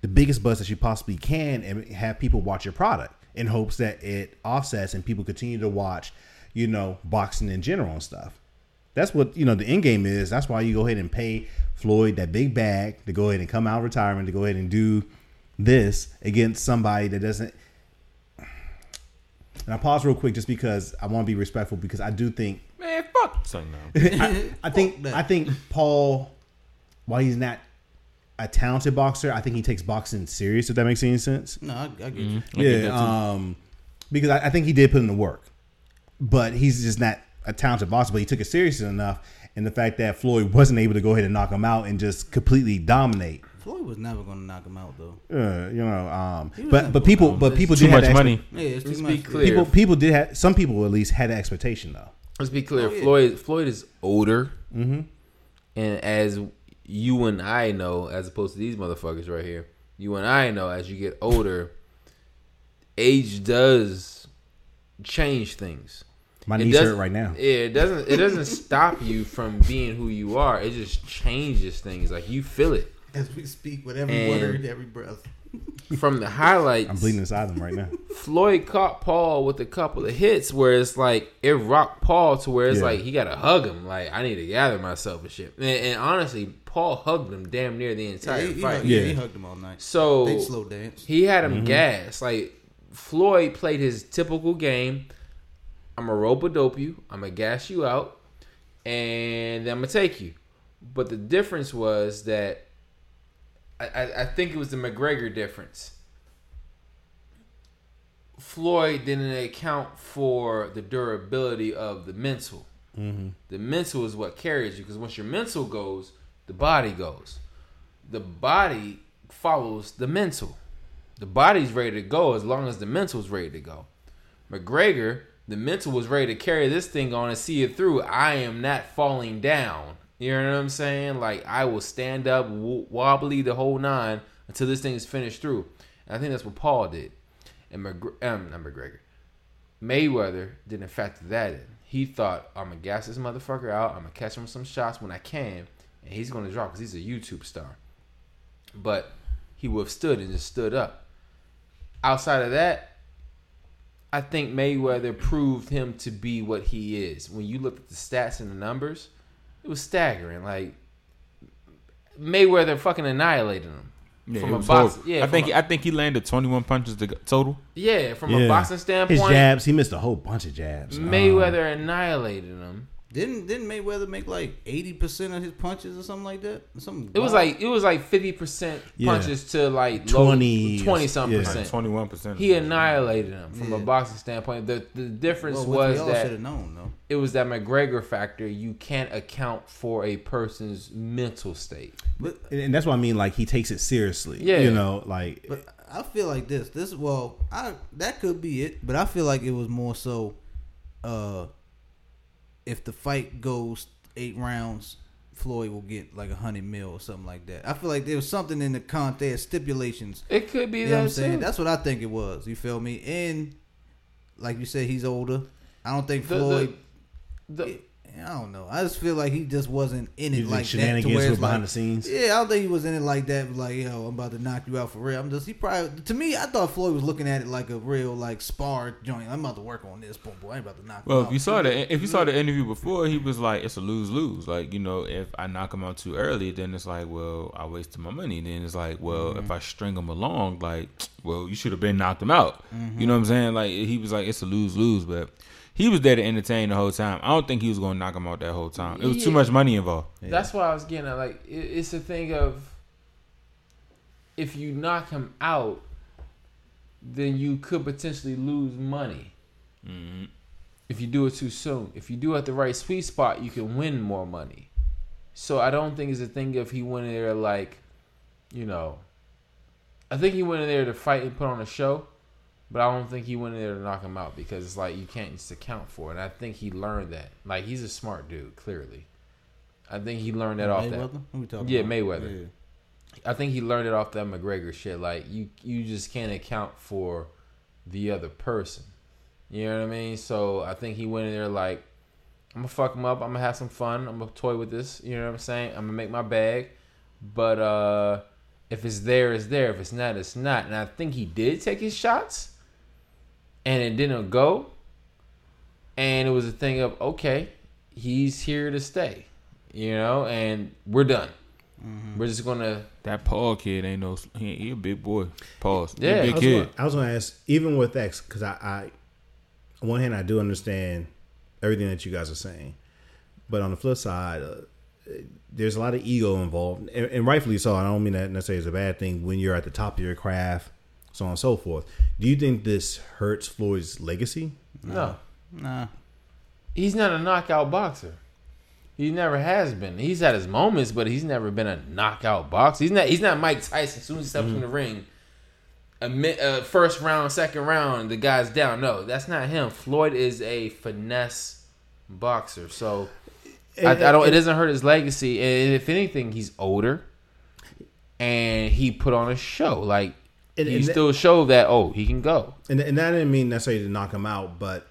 the biggest buzz that you possibly can and have people watch your product in hopes that it offsets and people continue to watch, you know, boxing in general and stuff. That's what you know. The end game is. That's why you go ahead and pay Floyd that big bag to go ahead and come out of retirement to go ahead and do this against somebody that doesn't. And I pause real quick just because I want to be respectful because I do think Man, fuck. So no. I, I think I think Paul, while he's not a talented boxer, I think he takes boxing serious. If that makes any sense. no, I, I get you. Mm-hmm. get that, yeah, too. um, because I, I think he did put in the work, but he's just not a talented boxer. But he took it seriously enough, and the fact that Floyd wasn't able to go ahead and knock him out and just completely dominate, Floyd was never going to knock him out though. uh, you know. Um, was but not but going people down. but people Too did have much the expe- money. Yeah, it's Let's too be much. clear. People people did have some people at least had an expectation though. Let's be clear. Oh, yeah. Floyd Floyd is older, Mm-hmm. and as you and I know, as opposed to these motherfuckers right here, you and I know as you get older, age does change things. My It knees hurt doesn't- right now. Yeah, it doesn't. It doesn't stop you from being who you are. It just changes things. Like you feel it As we speak with every And- word, every breath. from the highlights. I'm bleeding inside them right now. Floyd caught Paul with a couple of hits where it's like it rocked Paul to where it's Yeah. like he gotta hug him. Like I need to gather myself and shit. And, and honestly, Paul hugged him damn near the Yeah, entire he, he, fight. hugged- yeah, Yeah. he hugged him all night. So They slow dance. he had him gas. Like Floyd played his typical game. I'm a rope a dope you. I'm gonna gas you out, and I'm gonna take you. But the difference was that I, I, I think it was the McGregor difference. Floyd didn't account for the durability of the mental. The mental is what carries you because once your mental goes, the body goes. The body follows the mental. The body's ready to go as long as the mental's ready to go. McGregor, the mental was ready to carry this thing on and see it through. I am not falling down. You know what I'm saying? Like I will stand up, w- wobbly the whole nine until this thing is finished through. And I think that's what Paul did. And McGregor, um, not McGregor, Mayweather didn't factor that in. He thought I'm gonna gas this motherfucker out. I'm gonna catch him some shots when I can, and he's gonna drop because he's a YouTube star. But he withstood and just stood up. Outside of that, I think Mayweather proved him to be what he is. When you looked at the stats and the numbers, it was staggering. Like Mayweather fucking annihilated him. Yeah, From it a was box- horrible. yeah, I think from he, I think he landed 21 punches to go, total. Yeah, from Yeah. a boxing His standpoint, jabs, he missed a whole bunch of jabs. Um, Mayweather annihilated him. Didn't didn't Mayweather make like eighty percent of his punches or something like that? Something It was wild. like it was like fifty percent Yeah. punches to like 20 twenty twenty some yeah. percent. Twenty one percent. He annihilated him from a Yeah. boxing standpoint. The the difference Well, which we was all should that have known though. it was that McGregor factor. You can't account for a person's mental state. But And, and that's what I mean. Like he takes it seriously. Yeah. You know, like But I feel like this. This well, I that could be it. But I feel like it was more so, uh, if the fight goes eight rounds, Floyd will get like a hundred mil or something like that. I feel like there was something in the contest stipulations. It could be You that know what I'm too. saying? That's what I think it was. You feel me? And like you said, he's older. I don't think The- the- Floyd. The- I don't know. I just feel like he just wasn't in You it think like that. shenanigans To where were it's behind like- the scenes? Yeah, I don't think he was in it like that. Like, yo, I'm about to knock you out for real. I'm just he probably to me. I thought Floyd was looking at it like a real like spar joint. I'm about to work on this, boom, boy. I ain't about to knock. Well, him if out. you saw the if you saw the interview before, he was like, "It's a lose lose." Like you know, if I knock him out too early, then it's like, well, I wasted my money. Then it's like, well, Mm-hmm. if I string him along, like, well, you should have been knocked him out. You know what I'm Mm-hmm. saying? Like he was like, "It's a lose lose," but he was there to entertain the whole time. I don't think he was going to knock him out that whole time. It was too Yeah. much money involved. That's why I was getting at. Like it, it's a thing of if you knock him out, then you could potentially lose money. If you do it too soon, if you do it at the right sweet spot, you can win more money. So I don't think it's a thing if he went in there like, you know, I think he went in there to fight and put on a show, but I don't think he went in there to knock him out because it's like you can't just account for it. And I think he learned that. Like he's a smart dude, clearly. I think he learned that off that. Mayweather? Who we talking Yeah, about? Mayweather. I think he learned it off that McGregor shit. Like you, you just can't account for the other person. You know what I mean? So I think he went in there like, I'm gonna fuck him up. I'm gonna have some fun. I'm gonna toy with this. You know what I'm saying? I'm gonna make my bag. But uh if it's there, it's there. If it's not, it's not. And I think he did take his shots, and it didn't go. And it was a thing of okay, he's here to stay. You know, and we're done. We're just gonna That Paul kid ain't no he, he a big boy. Pause. He Yeah. a big I I was, kid. gonna, I was gonna ask, even with X, because I, I, on one hand, I do understand everything that you guys are saying, but on the flip side, uh, there's a lot of ego involved, and, and rightfully so. I don't mean that necessarily is a bad thing when you're at the top of your craft, so on and so forth. Do you think this hurts Floyd's legacy? no. Nah, He's not a knockout boxer. He never has been. He's had his moments, but he's never been a knockout boxer. He's not. He's not Mike Tyson. As soon as he steps in the ring, a mi- uh, first round, second round, the guy's down. No, that's not him. Floyd is a finesse boxer. So I, I don't. It doesn't hurt his legacy. And if anything, he's older, and he put on a show. Like And- you and- still show that. Oh, he can go. And and that didn't mean necessarily to knock him out, but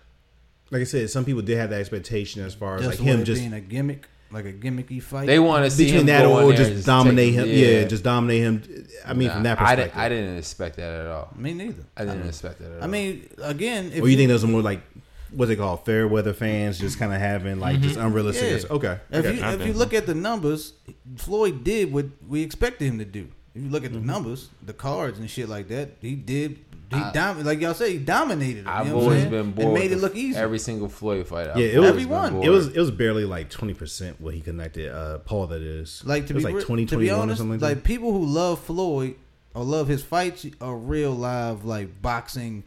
like I said, some people did have that expectation as far as just like him what, just being a gimmick, like a gimmicky fight. They want to see between him that go in or there just and dominate take- him. Yeah. just dominate him. I mean, from I that perspective. Uh-huh. didn't, I didn't expect that at all. me neither. I didn't expect that at all. I mean, again, if Or you think those are more like what's it called, fair weather fans, just kind of having like just unrealistic. Mm-hmm. Yeah. Okay, If okay. you if you look at the numbers, Floyd did what we expected him to do. If you look at the numbers, the cards and shit like that, he did. He dom- like y'all say, he dominated. Him, I've you know what I'm always saying? been bored. And made it with look easy. Every single Floyd fight. I've Yeah, it always was- been Everyone. bored. it was it was barely like twenty percent what he connected. Uh, Paul, that is like to it was be like re- twenty to be twenty one or honest, something like, like that. people who love Floyd or love his fights are real live like boxing.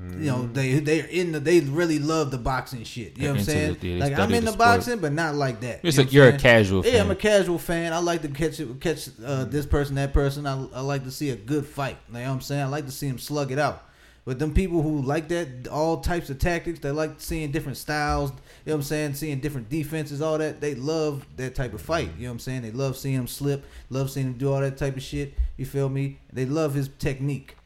You know they they're in the they really love the boxing shit. You know what I'm into saying? it, yeah, they like I'm study in the the sport. boxing, but not like that. It's You know like what you're a I'm saying? casual Yeah, fan. I'm a casual fan. I like to catch it, catch uh, this person, that person. I, I like to see a good fight. You know what I'm saying? I like to see him slug it out. But them people who like that, all types of tactics, they like seeing different styles, you know what I'm saying? Seeing different defenses, all that. They love that type of fight, you know what I'm saying? They love seeing him slip, love seeing him do all that type of shit, you feel me? They love his technique.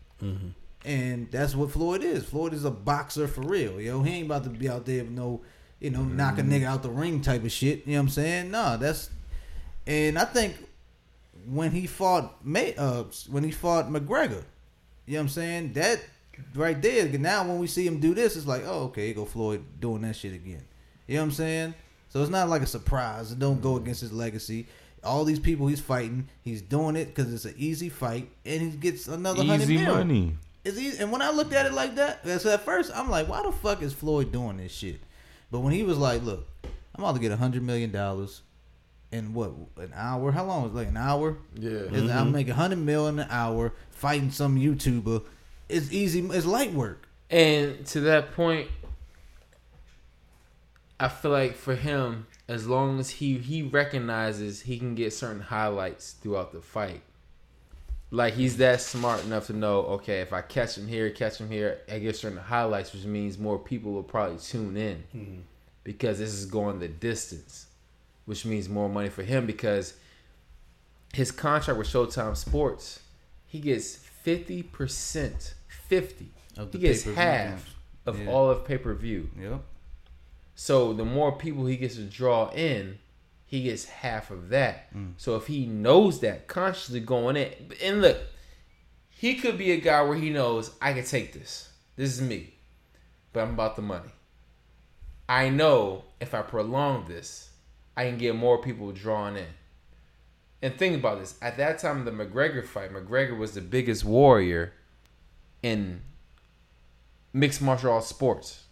And that's what Floyd is. Floyd is a boxer for real, yo. He ain't about to be out there with no, you know, knock a nigga out the ring type of shit, you know what I'm saying? Nah, that's. And I think when he fought May, uh, when he fought McGregor. You know what I'm saying? That right there. Now when we see him do this, it's like, oh, okay, here go Floyd doing that shit again. You know what I'm saying? So it's not like a surprise. It don't go Mm-hmm. against his legacy. All these people he's fighting, he's doing it because it's an easy fight, and he gets another hundred Easy mil. money. It's easy. And when I looked at it like that, so at first I'm like, why the fuck is Floyd doing this shit? But when he was like, look, I'm about to get a hundred million dollars in what an hour? How long is it? like an hour? Yeah. Is- I'll make a hundred mil in an hour fighting some YouTuber. It's easy. It's light work. And to that point, I feel like for him, as long as he he recognizes he can get certain highlights throughout the fight, like he's that smart enough to know, okay, if I catch him here, catch him here, I get certain highlights, which means more people will probably tune in Mm-hmm. because this is going the distance, which means more money for him because his contract with Showtime Sports, he gets fifty percent, fifty. Of the He gets pay-per-view half games. of Yeah. all of pay per view. Yep. So the more people he gets to draw in, he gets half of that. So if he knows that consciously going in, and look, he could be a guy where he knows I can take this. This is me, but I'm about the money. I know if I prolong this, I can get more people drawn in. And think about this: at that time, the McGregor fight, McGregor was the biggest warrior in mixed martial arts sports.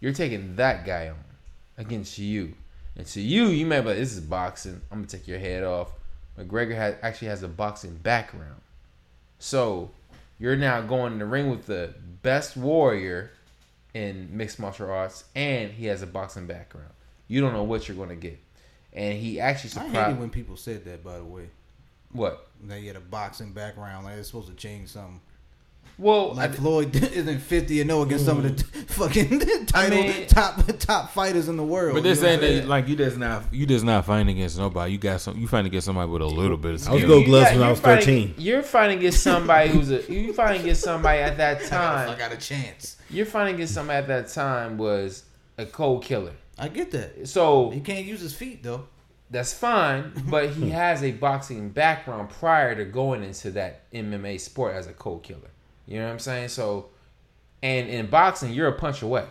You're taking that guy on against you. And to you, you may be like, this is boxing. I'm gonna take your head off. McGregor has, actually has a boxing background. So you're now going in the ring with the best warrior in mixed martial arts, and he has a boxing background. You don't know what you're gonna get. And he actually I surprised hated when people said that. By the way, what? that you had a boxing background, like it's supposed to change something. Well, Like I- Floyd isn't fifty and no against some of the fucking title mean- top top fighters in the world. But this you know ain't what I'm that, like you just not you just not fighting against nobody. You got some you fighting against somebody with a little bit of I was skill. gold gloves Yeah, when I you're was fighting- thirteen. You're fighting against somebody who's a. You fighting against somebody at that saying? I time. got a chance. You're fighting against somebody at that time was a cold killer. I get that. He So can't use his feet though. that's fine, but he has a boxing background prior to going into that MMA sport as a cold killer. You know what I'm saying? So, and in boxing, you're a punch away.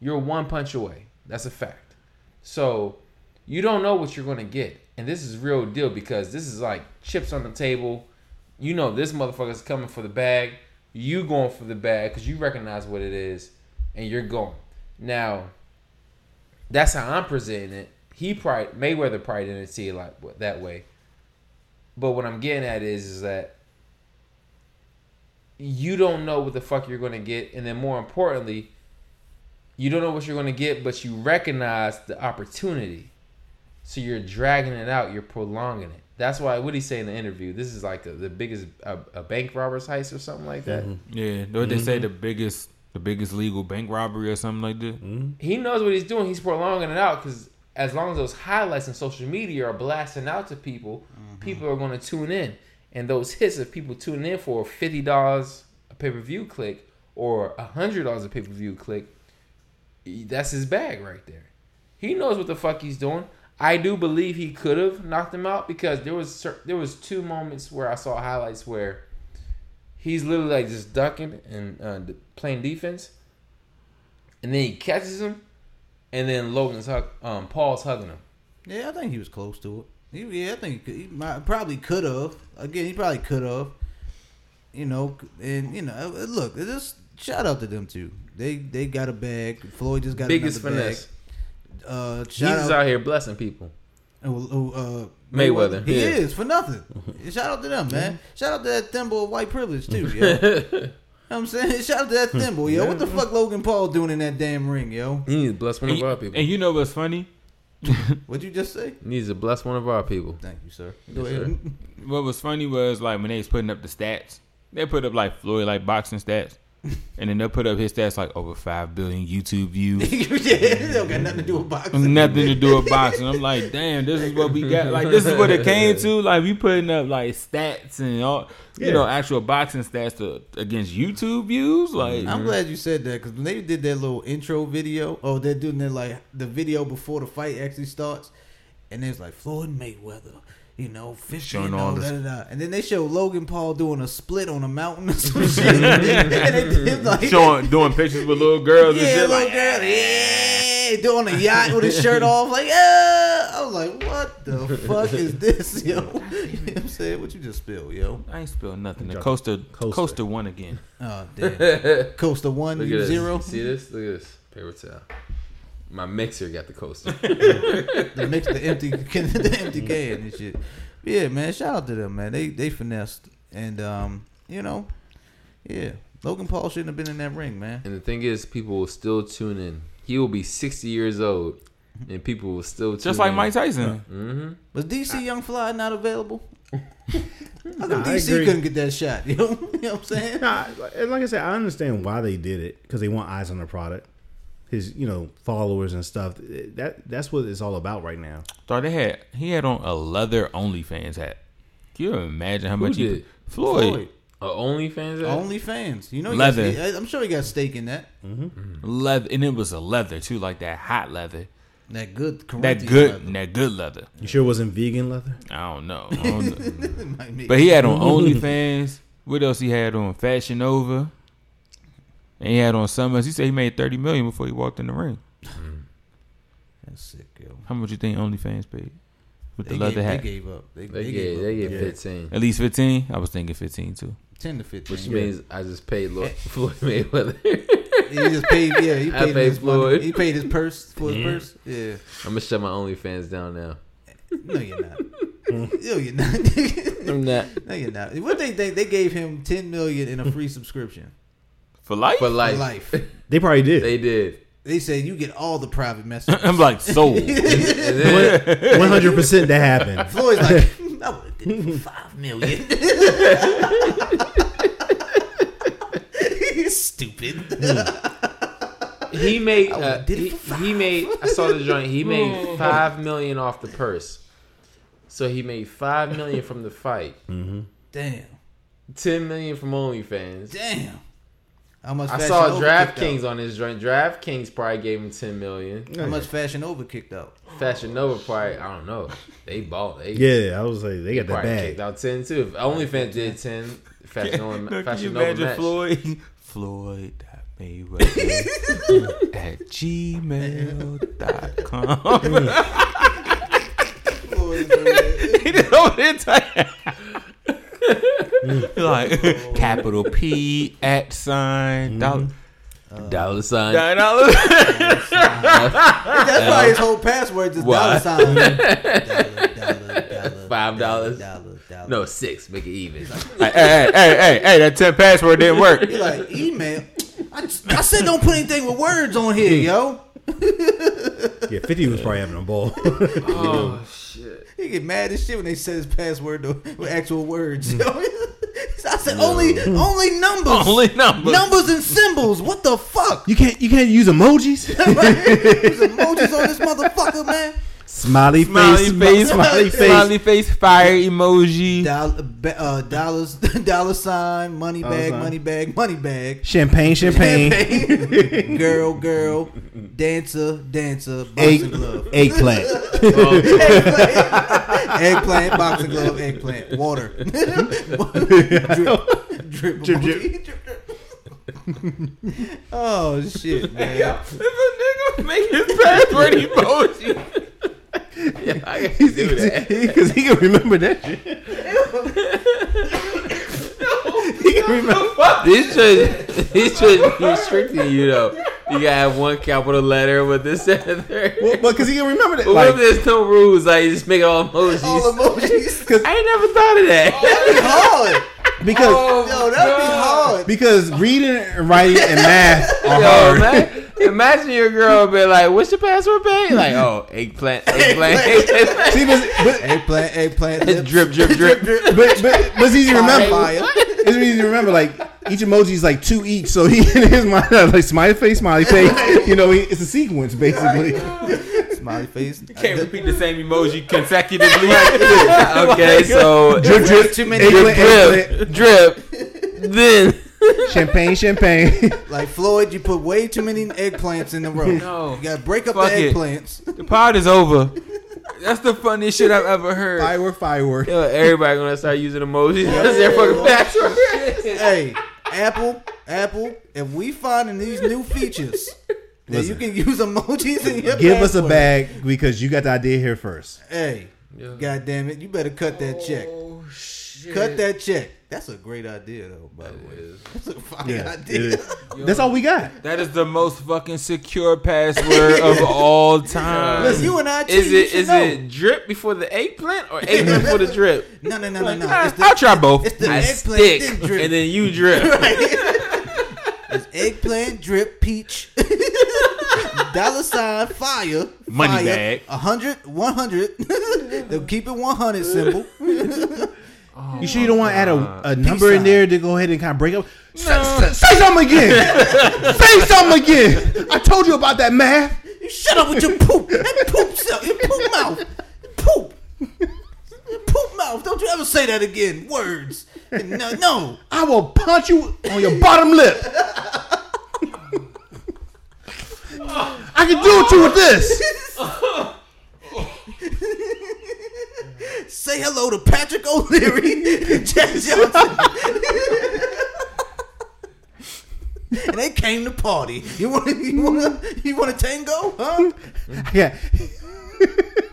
You're one punch away. That's a fact. So you don't know what you're going to get. And this is real deal because this is like chips on the table. You know this motherfucker's coming for the bag. You going for the bag because you recognize what it is and you're going. Now, that's how I'm presenting it. He probably Mayweather probably didn't see it like w- that way. But what I'm getting at is is that you don't know what the fuck you're gonna get, and then more importantly, you don't know what you're gonna get, but you recognize the opportunity. So you're dragging it out, you're prolonging it. That's why what he said in the interview. This is like a, the biggest a, a bank robber's heist or something like that. Yeah, don't they Mm-hmm. say the biggest the biggest legal bank robbery or something like that? Mm-hmm. he knows what he's doing. He's prolonging it out because as long as those highlights on social media are blasting out to people, people are going to tune in. And those hits of people tuning in for fifty dollars a pay per view click or hundred dollars a pay per view click, that's his bag right there. He knows what the fuck he's doing. I do believe he could have knocked him out because there was cer- there was two moments where I saw highlights where he's literally like just ducking and uh, d- playing defense, and then he catches him, and then Logan's hug, um, Paul's hugging him. Yeah, I think he was close to it. He, yeah, I think he, could- he might, probably could have. Again, he probably could have. You know, and you know, uh, look, just shout out to them too. They they got a bag. Floyd just got Biggest another finesse. bag. Uh, shout Jesus out, out here blessing people. who- who, uh, Mayweather, He yeah. is for nothing. shout out to them, man. Shout out to that thimble of white privilege too. Yo. you know what I'm saying, shout out to that thimble, yo. What the fuck, Logan Paul doing in that damn ring, yo? He needs to bless one And, of our you- people. and you know what's funny? What'd you just say? He needs to bless one of our people. Thank you, sir. sir. What was funny was like when they was putting up the stats, they put up like Floyd like boxing stats, and then they put up his stats like over five billion YouTube views. yeah, it don't got nothing to do with boxing. Nothing to do with boxing. I'm like, damn, this is what we got. Like, this is what it came to. Like, we putting up like stats and all, you know, actual boxing stats to, against YouTube views. Like, I'm glad you said that because when they did their little intro video, oh, they're doing their like the video before the fight actually starts, and it's like Floyd Mayweather, you know, fishing Showing and all all this- da, da, da. and then they show Logan Paul doing a split on a mountain or some shit, and they did like showing doing pictures with little girls and yeah, shit. little Like, girl, yeah, doing a yacht with his shirt off, like yeah. I was like, what the fuck is this, yo? you know what I'm saying, what you just spilled, yo? I ain't spilled nothing. The coaster, coaster, Coaster. won again. Oh damn, Costa one Look at zero. This. See this? Look at this paper towel. My mixer got the coaster. the mix the empty can the empty can and shit. But yeah, man, shout out to them, man. They they finessed and um, you know, yeah. Logan Paul shouldn't have been in that ring, man. and the thing is, people will still tune in. He will be 60 years old, and people will still tune Just like in. Mike Tyson. Was DC Young Fly not available? How Nah, come I DC agree. couldn't get that shot? You know, you know what I'm saying? Nah, and like I said, I understand why they did it because they want eyes on their product. His, you know, followers and stuff. That that's what it's all about right now. Thought they had he had on a leather OnlyFans hat. Can you imagine how much he did? Floyd, Uh, OnlyFans? app? Only fans, you know, he Leather. got- I'm sure he got stake in that. leather, and it was a leather too, like that hot leather, That good, that Corinthian good, leather. that good leather. You sure it wasn't vegan leather? I don't know, I don't know. It might be- but he had on OnlyFans. What else he had on? Fashion Nova, and he had on Summers. He said he made thirty million before he walked in the ring. That's sick, yo. How much you think OnlyFans paid with They the gave, leather they hat? gave up. They, They they get, gave, they up. get Yeah. 15. At least fifteen. I was thinking fifteen too. ten to Which fifteen. means I just paid Lord Floyd Mayweather. He just paid. Yeah, he I paid, paid his money. Floyd. He paid his purse for his purse. Yeah. I'm gonna shut my OnlyFans down now. No, you're not. no, you're not. I'm not no, you're not. What they think they gave him ten million in a free subscription For life? for for life. life. They probably did. They did. They said you get all the private messages. I'm like sold. And then- One hundred percent that happened. Floyd's like, "Hmm, I would have did it for five million. Stupid. he made. I Uh, did it he, for he made. I saw the joint. He made five million off the purse. So he made five million from the fight, Damn. ten million from OnlyFans. Damn. How much? I Fashion saw Nova DraftKings kicked out? on his joint. DraftKings probably gave him ten million. How much Fashion Nova kicked out? Fashion Nova probably. I don't know. They bought. They Yeah, I was like, they got that probably kicked bag. out ten too. If OnlyFans did ten, Fashion Nova. Can you Fashion Nova imagine matched. Floyd? Floyd Mayweather at gmail.com. he did over there type- Oh. like capital P at Mm-hmm. sign dollar Dollar sign. nine dollars. That's why his whole password is dollar Why? sign. Dollar, dollar, dollar, Five dollars. dollar, dollar. No six. Make it even. hey, hey, hey, hey, hey, that ten password didn't work. He like email. I, just- I said don't put anything with words on here, yo. Yeah, fifty was probably having a ball. oh shit. He get mad as shit when they said his password to, with actual words. yo. Mm. I said only only numbers, Only number. numbers and symbols. What the fuck? you can't you can't use emojis. There's emojis on this motherfucker, man. smiley face, Smiley face, smiley face. smiley face, fire emoji. Dollar, ba- uh, dollars, dollar sign, money bag, sign. money bag, money bag. Champagne, champagne, girl, girl, dancer, dancer, boxing egg, glove, eggplant. eggplant, boxing glove, eggplant, water, drip, drip, Drip, drip, drip. oh shit, man! If a nigga make his password emoji. Yeah, I gotta do that. Because he can remember that shit. he can remember. This should this should be restricting you though. You gotta have one capital letter with this other. Well, because he can remember that. But what if Like, there's no rules? Like you just make all emojis. All emojis. I ain't never thought of that. That'd be hard. Oh because Oh. Yo, that'd be hard. because reading and writing and math are Yo, hard. man, imagine your girl be like, "What's your password, babe?" Like, "Oh, eggplant, eggplant, eggplant." See, but, Eggplant, eggplant, lips. drip, drip, drip. but, but, but, but it's easy to remember. Fire. It's easy to remember. Like each emoji is like two each, so he in his mind like smiley face, smiley face. You know, he, it's a sequence basically. smiley face. Can't repeat the same emoji consecutively. Okay, so Drip, drip, Too many eggplant, eggplant, drip, drip. Then champagne, champagne. Like Floyd, you put way too many eggplants in the row. No. You gotta break up Fuck the it. eggplants. the pod is over. That's the funniest shit I've ever heard. Firework, firework. Yo, everybody gonna start using emojis. That's their fucking password. hey, Apple, Apple, if we finding these new features, then you Listen. can use emojis in your Give us a password. bag because you got the idea here first. Hey, Yeah. Oh, god damn it, you better cut that check. Cut that check. That's a great idea, though. By the way, is. that's a fine Yeah, it idea. is. That's all we got. That is the most fucking secure password of all time. Listen, you and I cheat. Is it you should is know. it drip before the eggplant or eggplant before the drip? No, no, no, no, no. I, It's I'll the try both. it's the I eggplant stick, then drip. and then you drip. it's eggplant drip peach. Dollar sign fire. Money fire, bag. A hundred, one hundred. They'll keep it one hundred symbol. You sure you don't want to add a, a number Peace in there to go ahead and kind of break up? Say, say- say something again. say something again. I told you about that math. You shut up with your poop. That poop self. Your poop mouth. Poop. Your Poop mouth. Don't you ever say that again. Words. No, no. I will punch you on your bottom lip. I can do it to you with this. Say hello to Patrick O'Leary, Jazz Johnson. and they came to party. You want to? You want to? You want to tango? Huh? I got,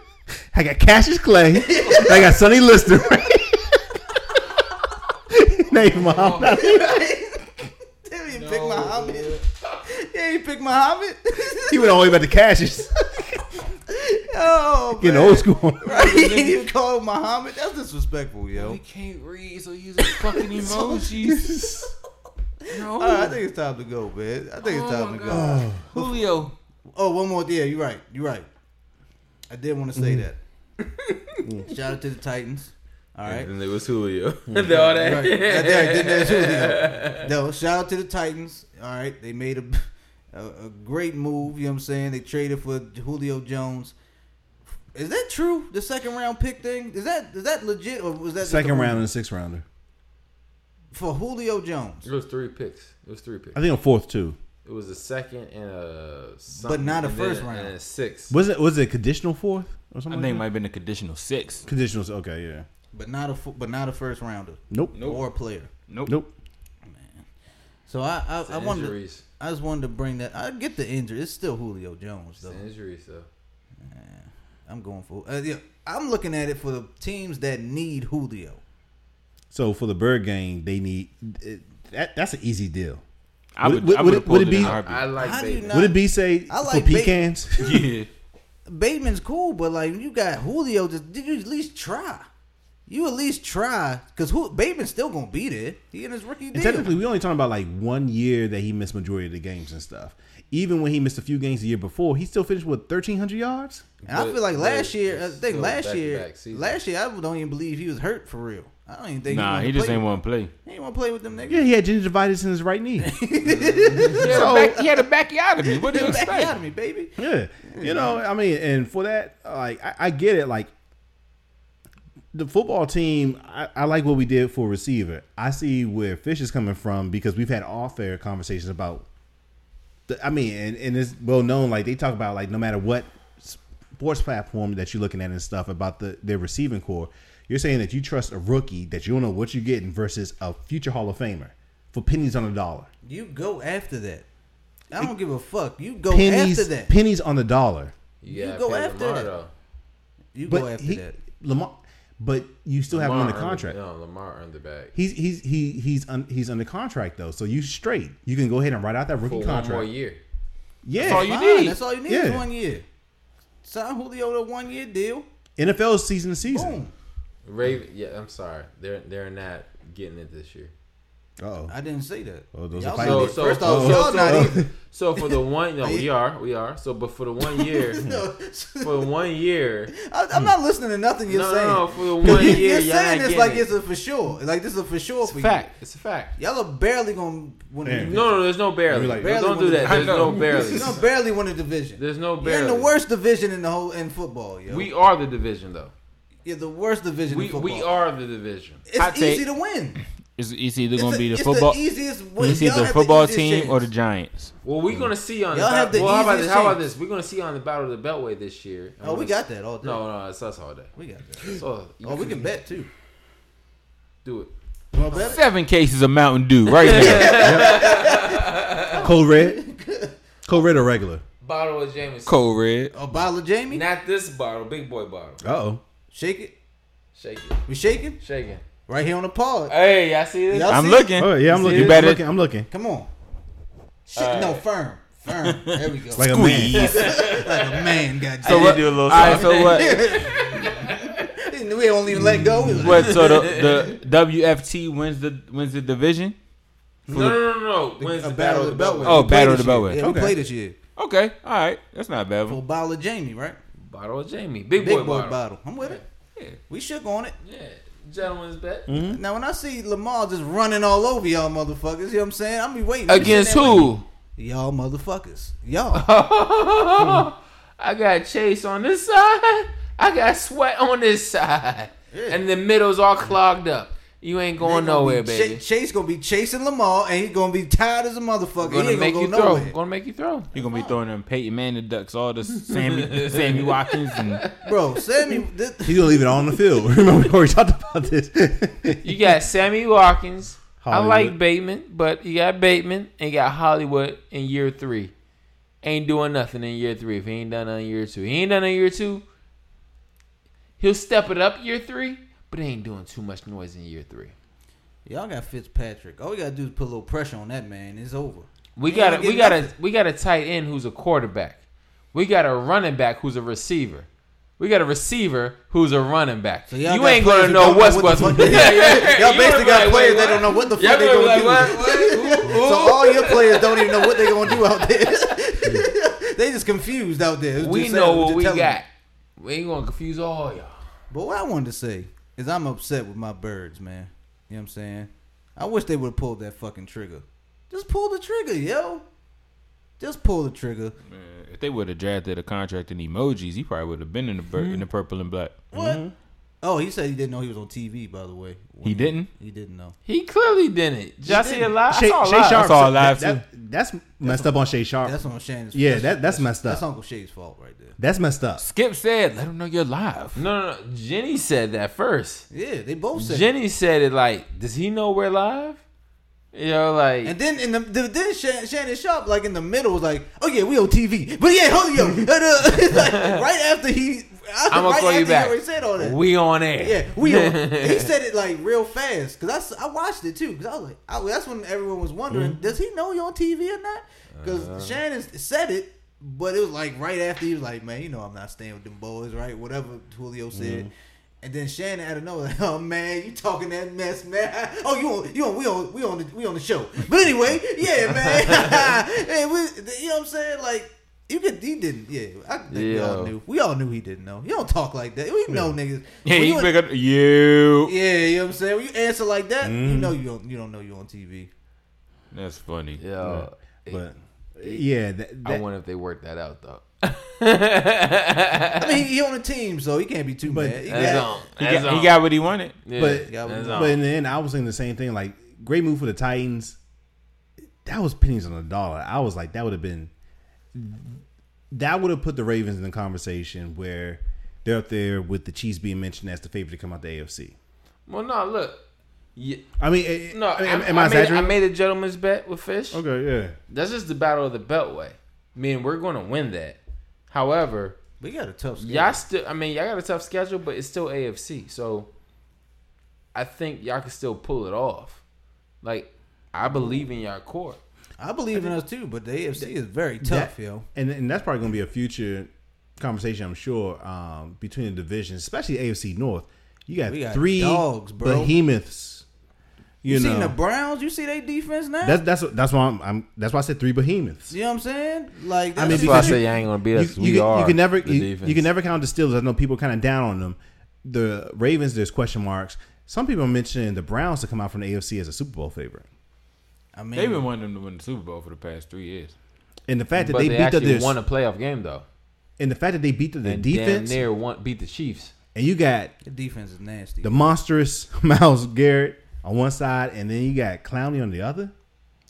I got Cassius Clay. and I got Sonny Lister. Name mom. Damn, you pick Muhammad. Yeah, you pick Muhammad. He went all the way back to Cassius. oh, Getting man. old school. Right? you call him Muhammad? That's disrespectful, yo. He can't read, so he's using fucking emojis. No. All right, I think it's time to go, man. I think it's Oh, time my to go. God. Julio. Oh, one more. Yeah, you're right. You're right. I did want to Mm-hmm. say that. Shout out to the Titans. All right. And it was Julio. and all that. Right. Yeah, they- they- they- they- no, shout out to the Titans. All right, they made a, a a great move. You know what I'm saying? They traded for Julio Jones. Is that true? The second round pick thing is that is that legit or was that just Second a- round and sixth rounder. for Julio Jones, It was three picks. It was three picks. I think a fourth too. It was a second and a something, but not a and first then- round. and a six. Was it was it conditional fourth or I something? think like it that? might have been a conditional six. Conditionals. Okay, yeah. but not a fu- but not a first rounder Nope. Nope. or a player. Nope. Nope. So I I, I wanted to, injuries. I just wanted to bring that. I get the injury. It's still Julio Jones though. It's injuries though. I'm going for. Uh, yeah, I'm looking at it for the teams that need Julio. So for the bird game, they need it, that. That's an easy deal. I Would- would, would- I would would, it- would it be- I like How do you Bateman. not? Would it be say I like for bait. pecans? yeah. Bateman's cool, but like when you got Julio, just did you at least try? You at least try because who Bateman's still gonna be there. He in his rookie And deal. technically, we only talking about like one year that he missed majority of the games and stuff. Even when he missed a few games the year before, he still finished with thirteen hundred yards. and I but- feel like but last year, I it's think still last year, back-to-back season. last year I don't even believe he was hurt for real. I don't even think. Nah, wanted he to just play. ain't want to play. He want to play with them niggas. Yeah, he had gingivitis in his right knee. He had, a back, he had a backiotomy. What do you Back out expect? of me, baby. yeah, you know, I mean, and for that, like, I, I get it. Like, the football team, I, I like what we did for receiver. I see where Fish is coming from because we've had all fair conversations about. The, I mean, and, and it's well known. Like they talk about, like no matter what sports platform that you're looking at and stuff about the their receiving core, you're saying that you trust a rookie that you don't know what you're getting versus a future Hall of Famer for pennies on a dollar. You go after that. I don't give a fuck. You go Pennies, after that. pennies on the dollar. You, go go after after Lamar, that. though. You But go after he, that. Lamar, but you still have him Lamar under earned- contract. No, Lamar earned the bag. He's he's he he's un, he's under contract though, so you straight. You can go ahead and write out that rookie For one more contract. year. Yeah, That's all you Fine, need. That's all you need is Yeah. one year. Sign Julio to one year deal. NFL season to season. Boom. Raven. Yeah, I'm sorry. They're they're not getting it this year. Oh, I didn't say that. Oh, those Y'all are fighting Oh, said So it. so First off, so, y'all so- not even. so for the one. No, we are we are. So but for the one year. For one year, I, I'm not listening to nothing you're No, no, saying. no, for the one You're- year, you're y'all saying not this getting like it. it's a for sure. Like this is a for sure for fact. It's a fact. you. Y'all are barely gonna win. Yeah. A No, no, there's no barely. You're like- No, don't Barely do that. won the- I There's know. no barely. You're gonna barely win a division. There's no You're in barely. the worst division in the whole in football, yo. We are the division, though. you're the worst division We in football. we are the division. Hot It's take. easy to win. Is it's either It's going a- to be the it's football, The easiest win. it's Y'all either have football easiest team or the chance. Giants. Well, we're gonna see on. Y'all the, have the well, how about easiest this? How about chance. this? We're gonna see on the Battle of the Beltway this year. Oh, we got that all day. No, no, it's us all day. we got that. So Oh, we can bet too. do it. You want to bet? Seven cases of Mountain Dew right there. cold red, cold red or regular. Bottle of Jameson. Cold red. A bottle of Jamie? Not this bottle, big boy bottle. Uh oh, Shake it. Shake it, We shaking? shake it. Right here on the pod. Hey, y'all see this? Y'all I'm see? looking. Oh yeah, I'm looking. You I'm better looking. I'm looking. Come on. Shit, no, firm. Firm. There we go. Like a man. squeeze. Like a man, goddamn. So what? do a little All right. So what? we don't even let go. We like, What? So the, the WFT wins the wins the division. No, no, no, no. no. Wins a the battle of the Beltway. beltway? Oh, We Battle played of the this year. Beltway. Yeah, we Okay. played this year. Okay. All right. That's not a bad. For One. Bottle Jamie, right? Bottle of Jamie, big, Big boy, boy bottle. bottle. I'm with it. Yeah. Hmm? We shook on it. Yeah, gentleman's bet Now, when I see Lamar just running all over y'all motherfuckers, you know what I'm saying? I'm be waiting. against who? Y'all motherfuckers. Y'all. I got Chase on this side. I got Sweat on this side, and the middle's all clogged up. You ain't going They gonna nowhere, be cha- baby. Chase gonna be chasing Lamar, and he gonna be tired as a motherfucker. gonna he ain't make gonna you go throw. nowhere. Gonna make you throw. You're gonna be throwing them Peyton Manning ducks, all the Sammy Sammy Watkins, and Bro, Sammy, this, He's gonna leave it all on the field. Remember we already talked about this. You got Sammy Watkins. I Hollywood. like Bateman, but you got Bateman and you got Hollywood in year three. Ain't doing nothing in year three. If he ain't done nothing in year two, he ain't done in year two. He'll step it up year three, but he ain't doing too much noise in year three. y'all got Fitzpatrick. All we gotta do is put a little pressure on that man. It's over. We He got a, ain't we getting got a nothing. we got a tight end who's a quarterback. We got a running back who's a receiver. We got a receiver who's a running back. So y'all you got ain't players gonna who know don't what's what what's. the fuck they- Y'all basically got players that don't know what the fuck they gonna do. so all your players don't even know what they gonna do out there. they just confused out there. It's We just know sad, what just we telling you. got. We ain't gonna confuse all y'all. But what I wanted to say is I'm upset with my birds, man. You know what I'm saying? I wish they would have pulled that fucking trigger. Just pull the trigger, yo. Just pull the trigger. if they would have drafted a contract in emojis, he probably would have been in the bur- in the purple and black. What? Oh, he said he didn't know he was on TV, by the way. He didn't. He didn't know. He clearly didn't. Did y'all see a lot? I Shay, Shay saw a Sharp. lot. I saw it live, that- that's messed up on Shay Sharp. That's on Shannon's. Yeah, that- that's messed That's up. Uncle Shay's fault right there. That's messed up. Skip said, "Let him know you're live." No, no, no. Jenny said that first. Yeah, they both said. it. Jenny said it like, does he know we're live? You know, like And then in the then Shan- Shannon Sharp like in the middle was like, oh yeah, we on TV, but yeah, hold yo, And, uh, it's like, right after he, I'm gonna right call after you He back. already said all that. we on air. Yeah, we. on- he said it like real fast because I, s- I watched it too because I was like, I, that's when everyone was wondering, Mm-hmm. does he know you're on TV or not? Because Uh-huh. Shannon said it, but it was like right after he was like, man, you know, I'm not staying with them boys, right? Whatever Julio Mm-hmm. said. And then Shannon out of nowhere, like, oh man, you talking that mess, man? Oh, you on, you on, we on, we on, the, we on the show. But anyway, yeah, man, hey, we, you know what I'm saying? Like, you could, he didn't, yeah. I think we all Yo. knew, we all knew he didn't know. You don't talk like that. We know niggas. Yeah, When he you in- pick up you. yeah, you know what I'm saying. When you answer like that, Mm-hmm. you know you don't you don't know you on TV. That's funny. Yo, But yeah, that, I that, wonder if they worked that out though. I mean, he, he on the team, so he can't be too But- mad. He That's got- on. He That's got, he on. got what he wanted. Yeah, but yeah, that's but- on. but in the end, I was saying the same thing. Like great move for the Titans. That was pennies on the dollar. I was like, that would have been that would have put the Ravens in the conversation where they're up there with the Chiefs being mentioned as the favorite to come out the AFC. well, no, look. Yeah, I mean, it- no, I I, mean, am, I am I, made, I exaggerating? made a gentleman's bet with Fish. okay, yeah. That's just the battle of the Beltway. I mean, we're going to win that. However, we got a tough. Schedule. Y'all still, I mean, y'all got a tough schedule, but it's still AFC. So I think y'all can still pull it off. Like, I believe in y'all core. I believe in us too, but the AFC is very tough, yo. And and that's probably going to be a future conversation, I'm sure, um, between the divisions, especially AFC North. You got, We got three dogs, bro. behemoths. You, You, know, seen the Browns? You see their defense now? that's that's that's why I'm, I'm that's why I said three behemoths. you know what I'm saying? Like, I mean, that's- because you- y'all ain't going to beat you, you, can, you can never you, you can never count the Steelers. I know people kind of down on them. The Ravens, there's question marks. Some people are mentioning the Browns to come out from the AFC as a Super Bowl favorite, I mean, They've been wanting them to win the Super Bowl for the past three years. and the fact that But they, they, beat up actually their won a playoff game, though. and the fact that they beat up their and defense, damn near won, beat the Chiefs. and you got the defense is nasty. the monstrous Miles Garrett on one side, and then you got Clowney on the other.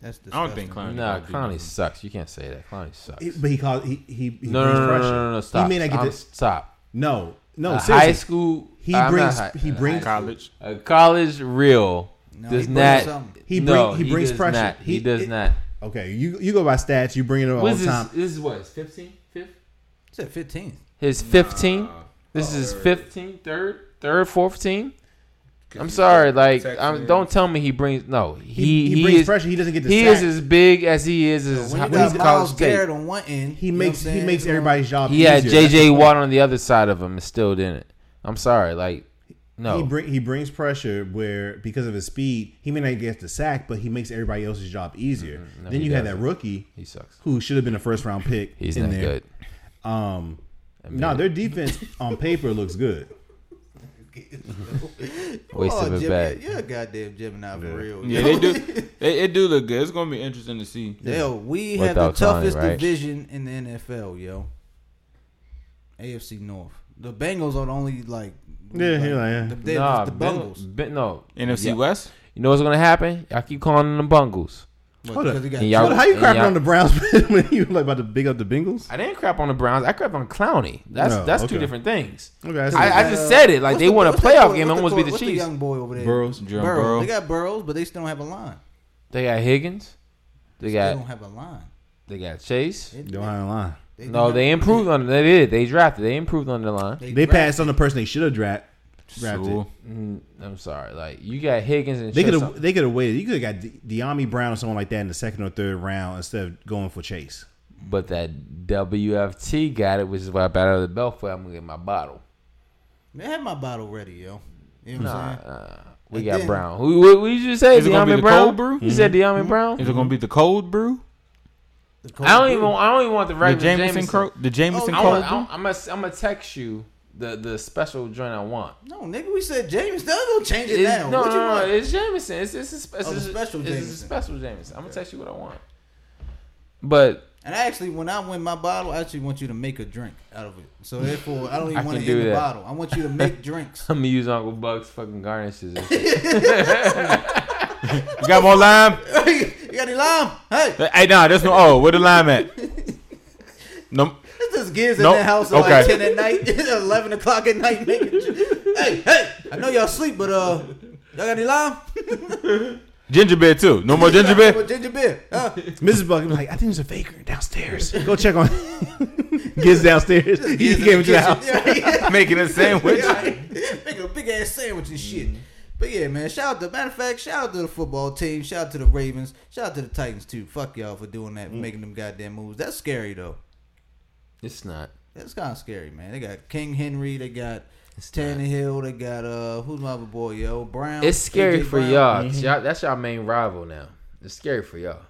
that's disgusting. I don't think Clowney. Nah, would be- Clowney sucks. You can't say that. Clowney sucks. He- But he called he he, he no, no, brings no, no, pressure. no, no, no, stop. He may not get I'm- this. Stop. No, no, A seriously. high school. He I'm not brings high- he brings college. A college reel No, does he brings not. something. He no, bring- he brings does pressure. not. He, He- does it- not. Okay, you you go by stats. You bring it up all What the is this? time. This is what his 15th, fifth. Uh, It's at 15. His 15. This is his 15th, third, third, fourth team. I'm sorry, like Texas I'm, is- don't tell me he brings no. He he, he brings is, pressure, he doesn't get the He sack. is as big as he is as When ho- you got his college Miles Garrett state. on one end, He you know makes what I'm he saying? makes You know, everybody's job. He had easier. JJ Watt on the other side of him and still didn't. I'm sorry, like no. He bring, he brings pressure where because of his speed, he may not get the sack, but he makes everybody else's job easier. then Mm-hmm. he you had that doesn't. rookie he sucks. who should have been a first round pick. He's in not there. good. Um, no, their defense on paper looks good. Waste Oh, of it Jim, back. You're a goddamn Gemini for real. Yeah, yo. they do. They, it do look good. It's gonna be interesting to see. Yo, we have Without the Tony, toughest right? division in the NFL, yo. AFC North. The Bengals are the only like Yeah, yeah, yeah. the, they're Nah, just the Ben- Bengals. Ben- no, NFC Yeah. West. You know what's gonna happen? Y'all keep calling them Bungles. What, Hold up. 'cause they got And y'all- But how you and crapping y'all- on the Browns when you like about to big up the Bengals? I didn't crap on the Browns. I crap on Clowney. That's No, that's two okay. different things. Okay, that's I, I Uh, just said it. Like what's they the- won a what's that playoff boy- game and what's almost boy- beat the what's Chiefs. young boy over there. Burrows. Jerome Burrow. Burrow. They got Burrows, but they still don't have a line. They got Higgins. They They got don't have a line. they got Chase. They, Don't hang line. they- No, they improved on. They did. They drafted. They improved on the line. They draft- passed on the person they should have dra- drafted. Sewell. Mm, I'm sorry. Like you got Higgins and They could Chase. have they could have waited. You could have got De- De'Ami Brown or someone like that in the second or third round instead of going for Chase. But that WFT got it, which is why I battled the belt for. I'm gonna get my bottle. They have my bottle ready, yo. You know what Nah, I'm saying? uh, we And got then- Brown. Who, what, what did you say? Is it gonna be De'Ami the Brown. cold brew? Mm-hmm. You said De'Ami Brown. Is it gonna be the cold brew? The cold I don't brew. even. I don't even want the The regular Jameson, Jameson. Cro- the Jameson Oh, I'm cold gonna, I'm gonna I'm gonna text you the the special joint I want. No, nigga, we said James. No, don't change it It's- now. no, what no, you no, want? it's Jameson. It's it's a, spe- it's Oh, the a- special it's Jameson. a special Jameson. I'm gonna text you what I want. But And actually, when I win my bottle, I actually want you to make a drink out of it. So therefore, I don't I even want can to do end the that. bottle. I want you to make drinks. I'm gonna use Uncle Buck's fucking garnishes. and shit. You got more lime? you got any lime? Hey, Hey, nah, there's no. Oh, where the lime at? No, this just gives Nope. in the house at like Okay. ten at night, eleven o'clock at night. Making dr- hey, hey, I know y'all sleep, but uh, y'all got any lime? ginger beer too. No more ginger Or beer. ginger beer? Huh? Mrs. Buck was like, I think there's a baker downstairs. Go check on Gets downstairs. He came to the house. Yeah, Making a sandwich. Make a big ass sandwich and shit. Mm-hmm. But yeah, man, shout out to matter of fact, shout out to the football team, shout out to the Ravens, shout out to the Titans too. Fuck y'all for doing Mm-hmm. that, for making them goddamn moves. That's scary though. it's not. That's kind of scary, man. They got King Henry, they got Tannehill, they got uh, who's my other boy, yo, Brown. It's scary AJ for Brown. Mm-hmm. y'all. 'cause y'all. That's y'all main rival now. It's scary for y'all.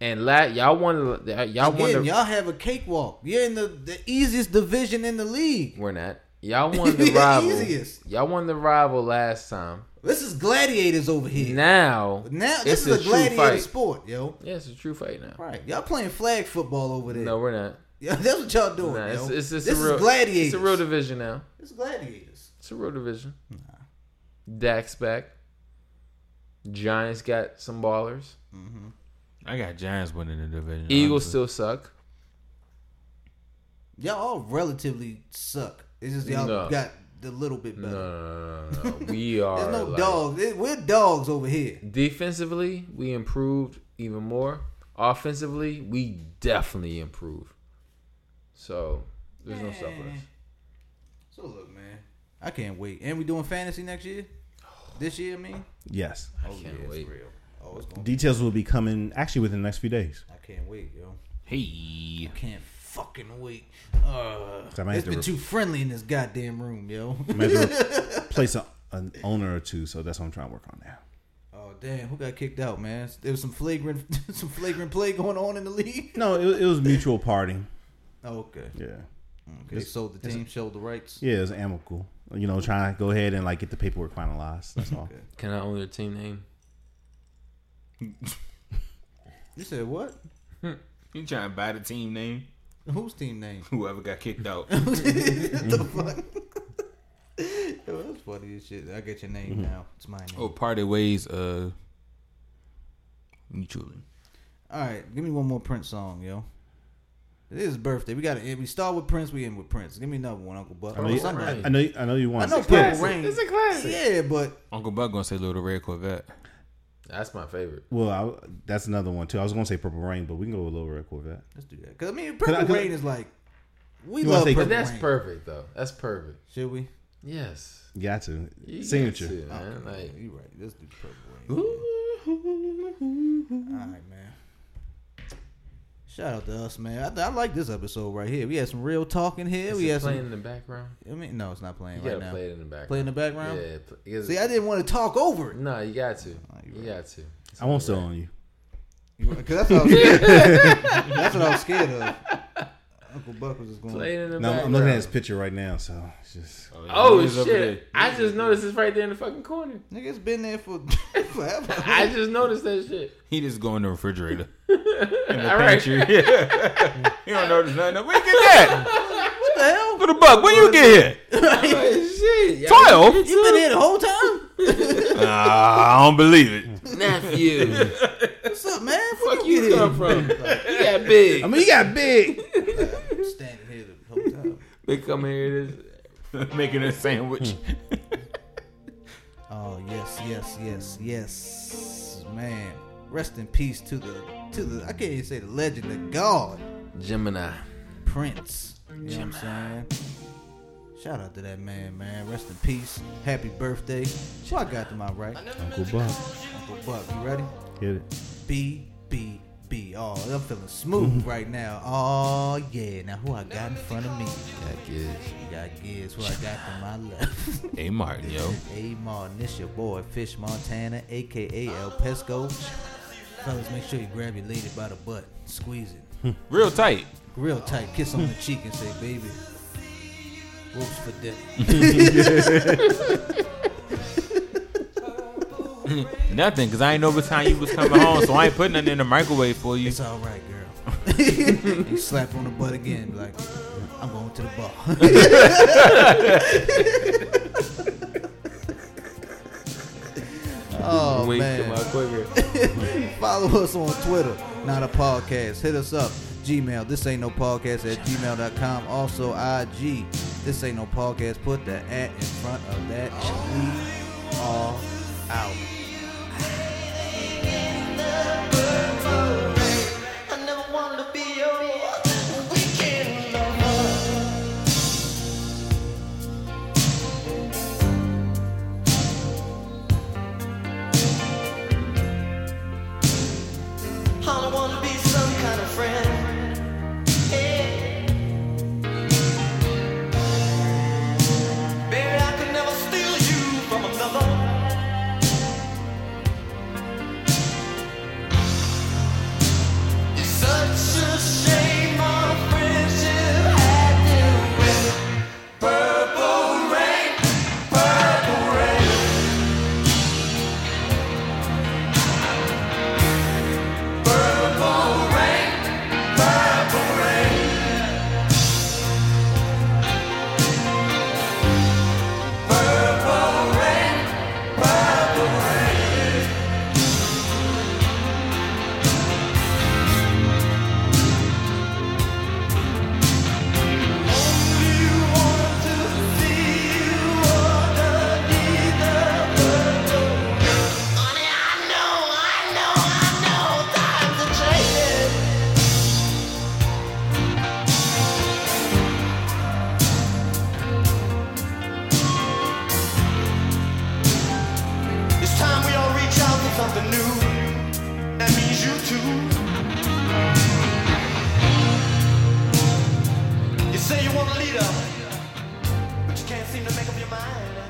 And la- y'all won. the- uh, Y'all won. Again, The, y'all have a cakewalk. You're in the, the easiest division in the league. we're not. Y'all won the The rival. easiest. Y'all won the rival last time. This is gladiators over here. Now, now this is it's a, true gladiator fight. sport, yo. Yeah, it's a true fight now. Right, y'all playing flag football over there. No, we're not. Yeah, that's what y'all doing. Nah, yo. it's, it's, it's this a real is gladiators. It's a real division now. This is gladiators. It's a real division. Dax back. Giants got some ballers. I got Giants winning the division. Eagles honestly. still suck. Y'all all relatively suck. It's just y'all No. got the little bit No, better. no, no, no, no. we are. There's no like- dogs. It- We're dogs over here. Defensively, we improved even more. Offensively, we definitely improved. So there's no stopping us. So look, man, I can't wait. And we doing fantasy next year? This year, I mean. Yes. I can't wait. real. Oh, it's gonna. Details will be coming actually within the next few days. I can't wait, yo. Hey. Can't fucking wait. Uh, So I might it's have to been re- too friendly in this goddamn room, yo. Might have to replace a, an owner or two, so that's what I'm trying to work on now. oh damn, who got kicked out, man? There was some flagrant, some flagrant play going on in the league. No, it, it was mutual parting. Oh, okay. Yeah. Okay, sold the team, sold the rights. Yeah, it was amicable. You know, trying to go ahead and like get the paperwork finalized. That's all. Can I own your team name? You said what? You trying to buy the team name? Whose team name? Whoever got kicked out. the fuck? Yo, that's funny as shit. I get your name Mm-hmm. now. It's my name. oh, parted ways. Uh, mutually. All right, give me one more Prince song, yo. It is his birthday. We got to end. We start with Prince. We end with Prince. Give me another one, Uncle Buck. I know, Oh, you, something. I, I know, you- I know you I want. know Purple Rain. It's a classic. Yeah, but Uncle Buck gonna say Little Red Corvette. That's my favorite. Well, I, that's another one too. I was gonna say Purple Rain, but we can go with Little Red Corvette. let's do that. Cause I mean, I- Purple could I- Rain is like we You wanna love say- Purple But that's Rain. perfect though. That's perfect. Should we? Yes. You got to You got signature. to, man. Like, You right. Let's do purple rain. All right, man. Shout out to us, man. I, th- I like this episode right here. We had some real talking here. is we it had playing some. in the background? I mean, no, it's not You playing gotta right now. play it in the background. Play in the background. Yeah. pl- because- See, I didn't want to talk over it No, you got to. you you got to. I won't sell on you. because that's what I was. that's what I was scared of. Uncle Buck was just going. Play it in the No, I'm- background. I'm looking at his picture right now, so it's just Oh He's over shit! there. I just noticed it's right there in the fucking corner. Nigga, it's been there for forever. I just noticed that shit. He just go in the refrigerator. in the All right. pantry. Yeah. he don't notice nothing. Where you get that? what the hell? For the buck, when you get here? shit, y'all- Twelve? You been here the whole time? Nah, I don't believe it. nephew. Where What's up, man? Where fuck you get come here? from? You got big. I mean, you got big. I'm standing here the whole time. They come here. This Making a sandwich. Oh yes, yes, yes, yes, man. Rest in peace to the to the I can't even say the legend, the god Gemini. Prince. You know what I'm saying? Shout out to that man, man. Rest in peace. Happy birthday. So I got to my right. Uncle Buck, Uncle Buck, you ready? get it. B B B. Oh, I'm feeling smooth right now. Oh yeah. Now who I got in front of me? That is You got Giz, who I got to my left. Hey Martin, yo. Hey Martin, this your boy Fish Montana, aka El Pesco. Fellas, make sure you grab your lady by the butt, squeeze it Real tight. real tight, kiss on the cheek and say, "Baby, whoops for dinner." Nothing, cause I ain't know what time you was coming home, so I ain't putting nothing in the microwave for you. It's all right, girl. you slap her on the butt again, be like I'm going to the bar. oh Wink Oh, man. come out quicker. Follow us on Twitter, not a podcast. Hit us up. Gmail, this ain't no podcast at gmail.com. Also, IG, this ain't no podcast. Put the at in front of that. We are out. I never wanted to be your weekend lover. All I wanna be some kind of friend. Yeah. Baby, I could never steal you from another. It's such a shame our friendship had to end. Purple rain, purple rain. Purple rain, purple rain. Purple rain, purple rain. It's time we all reach out for something new. That means you too. You say you want a leader, but you can't seem to make up your mind.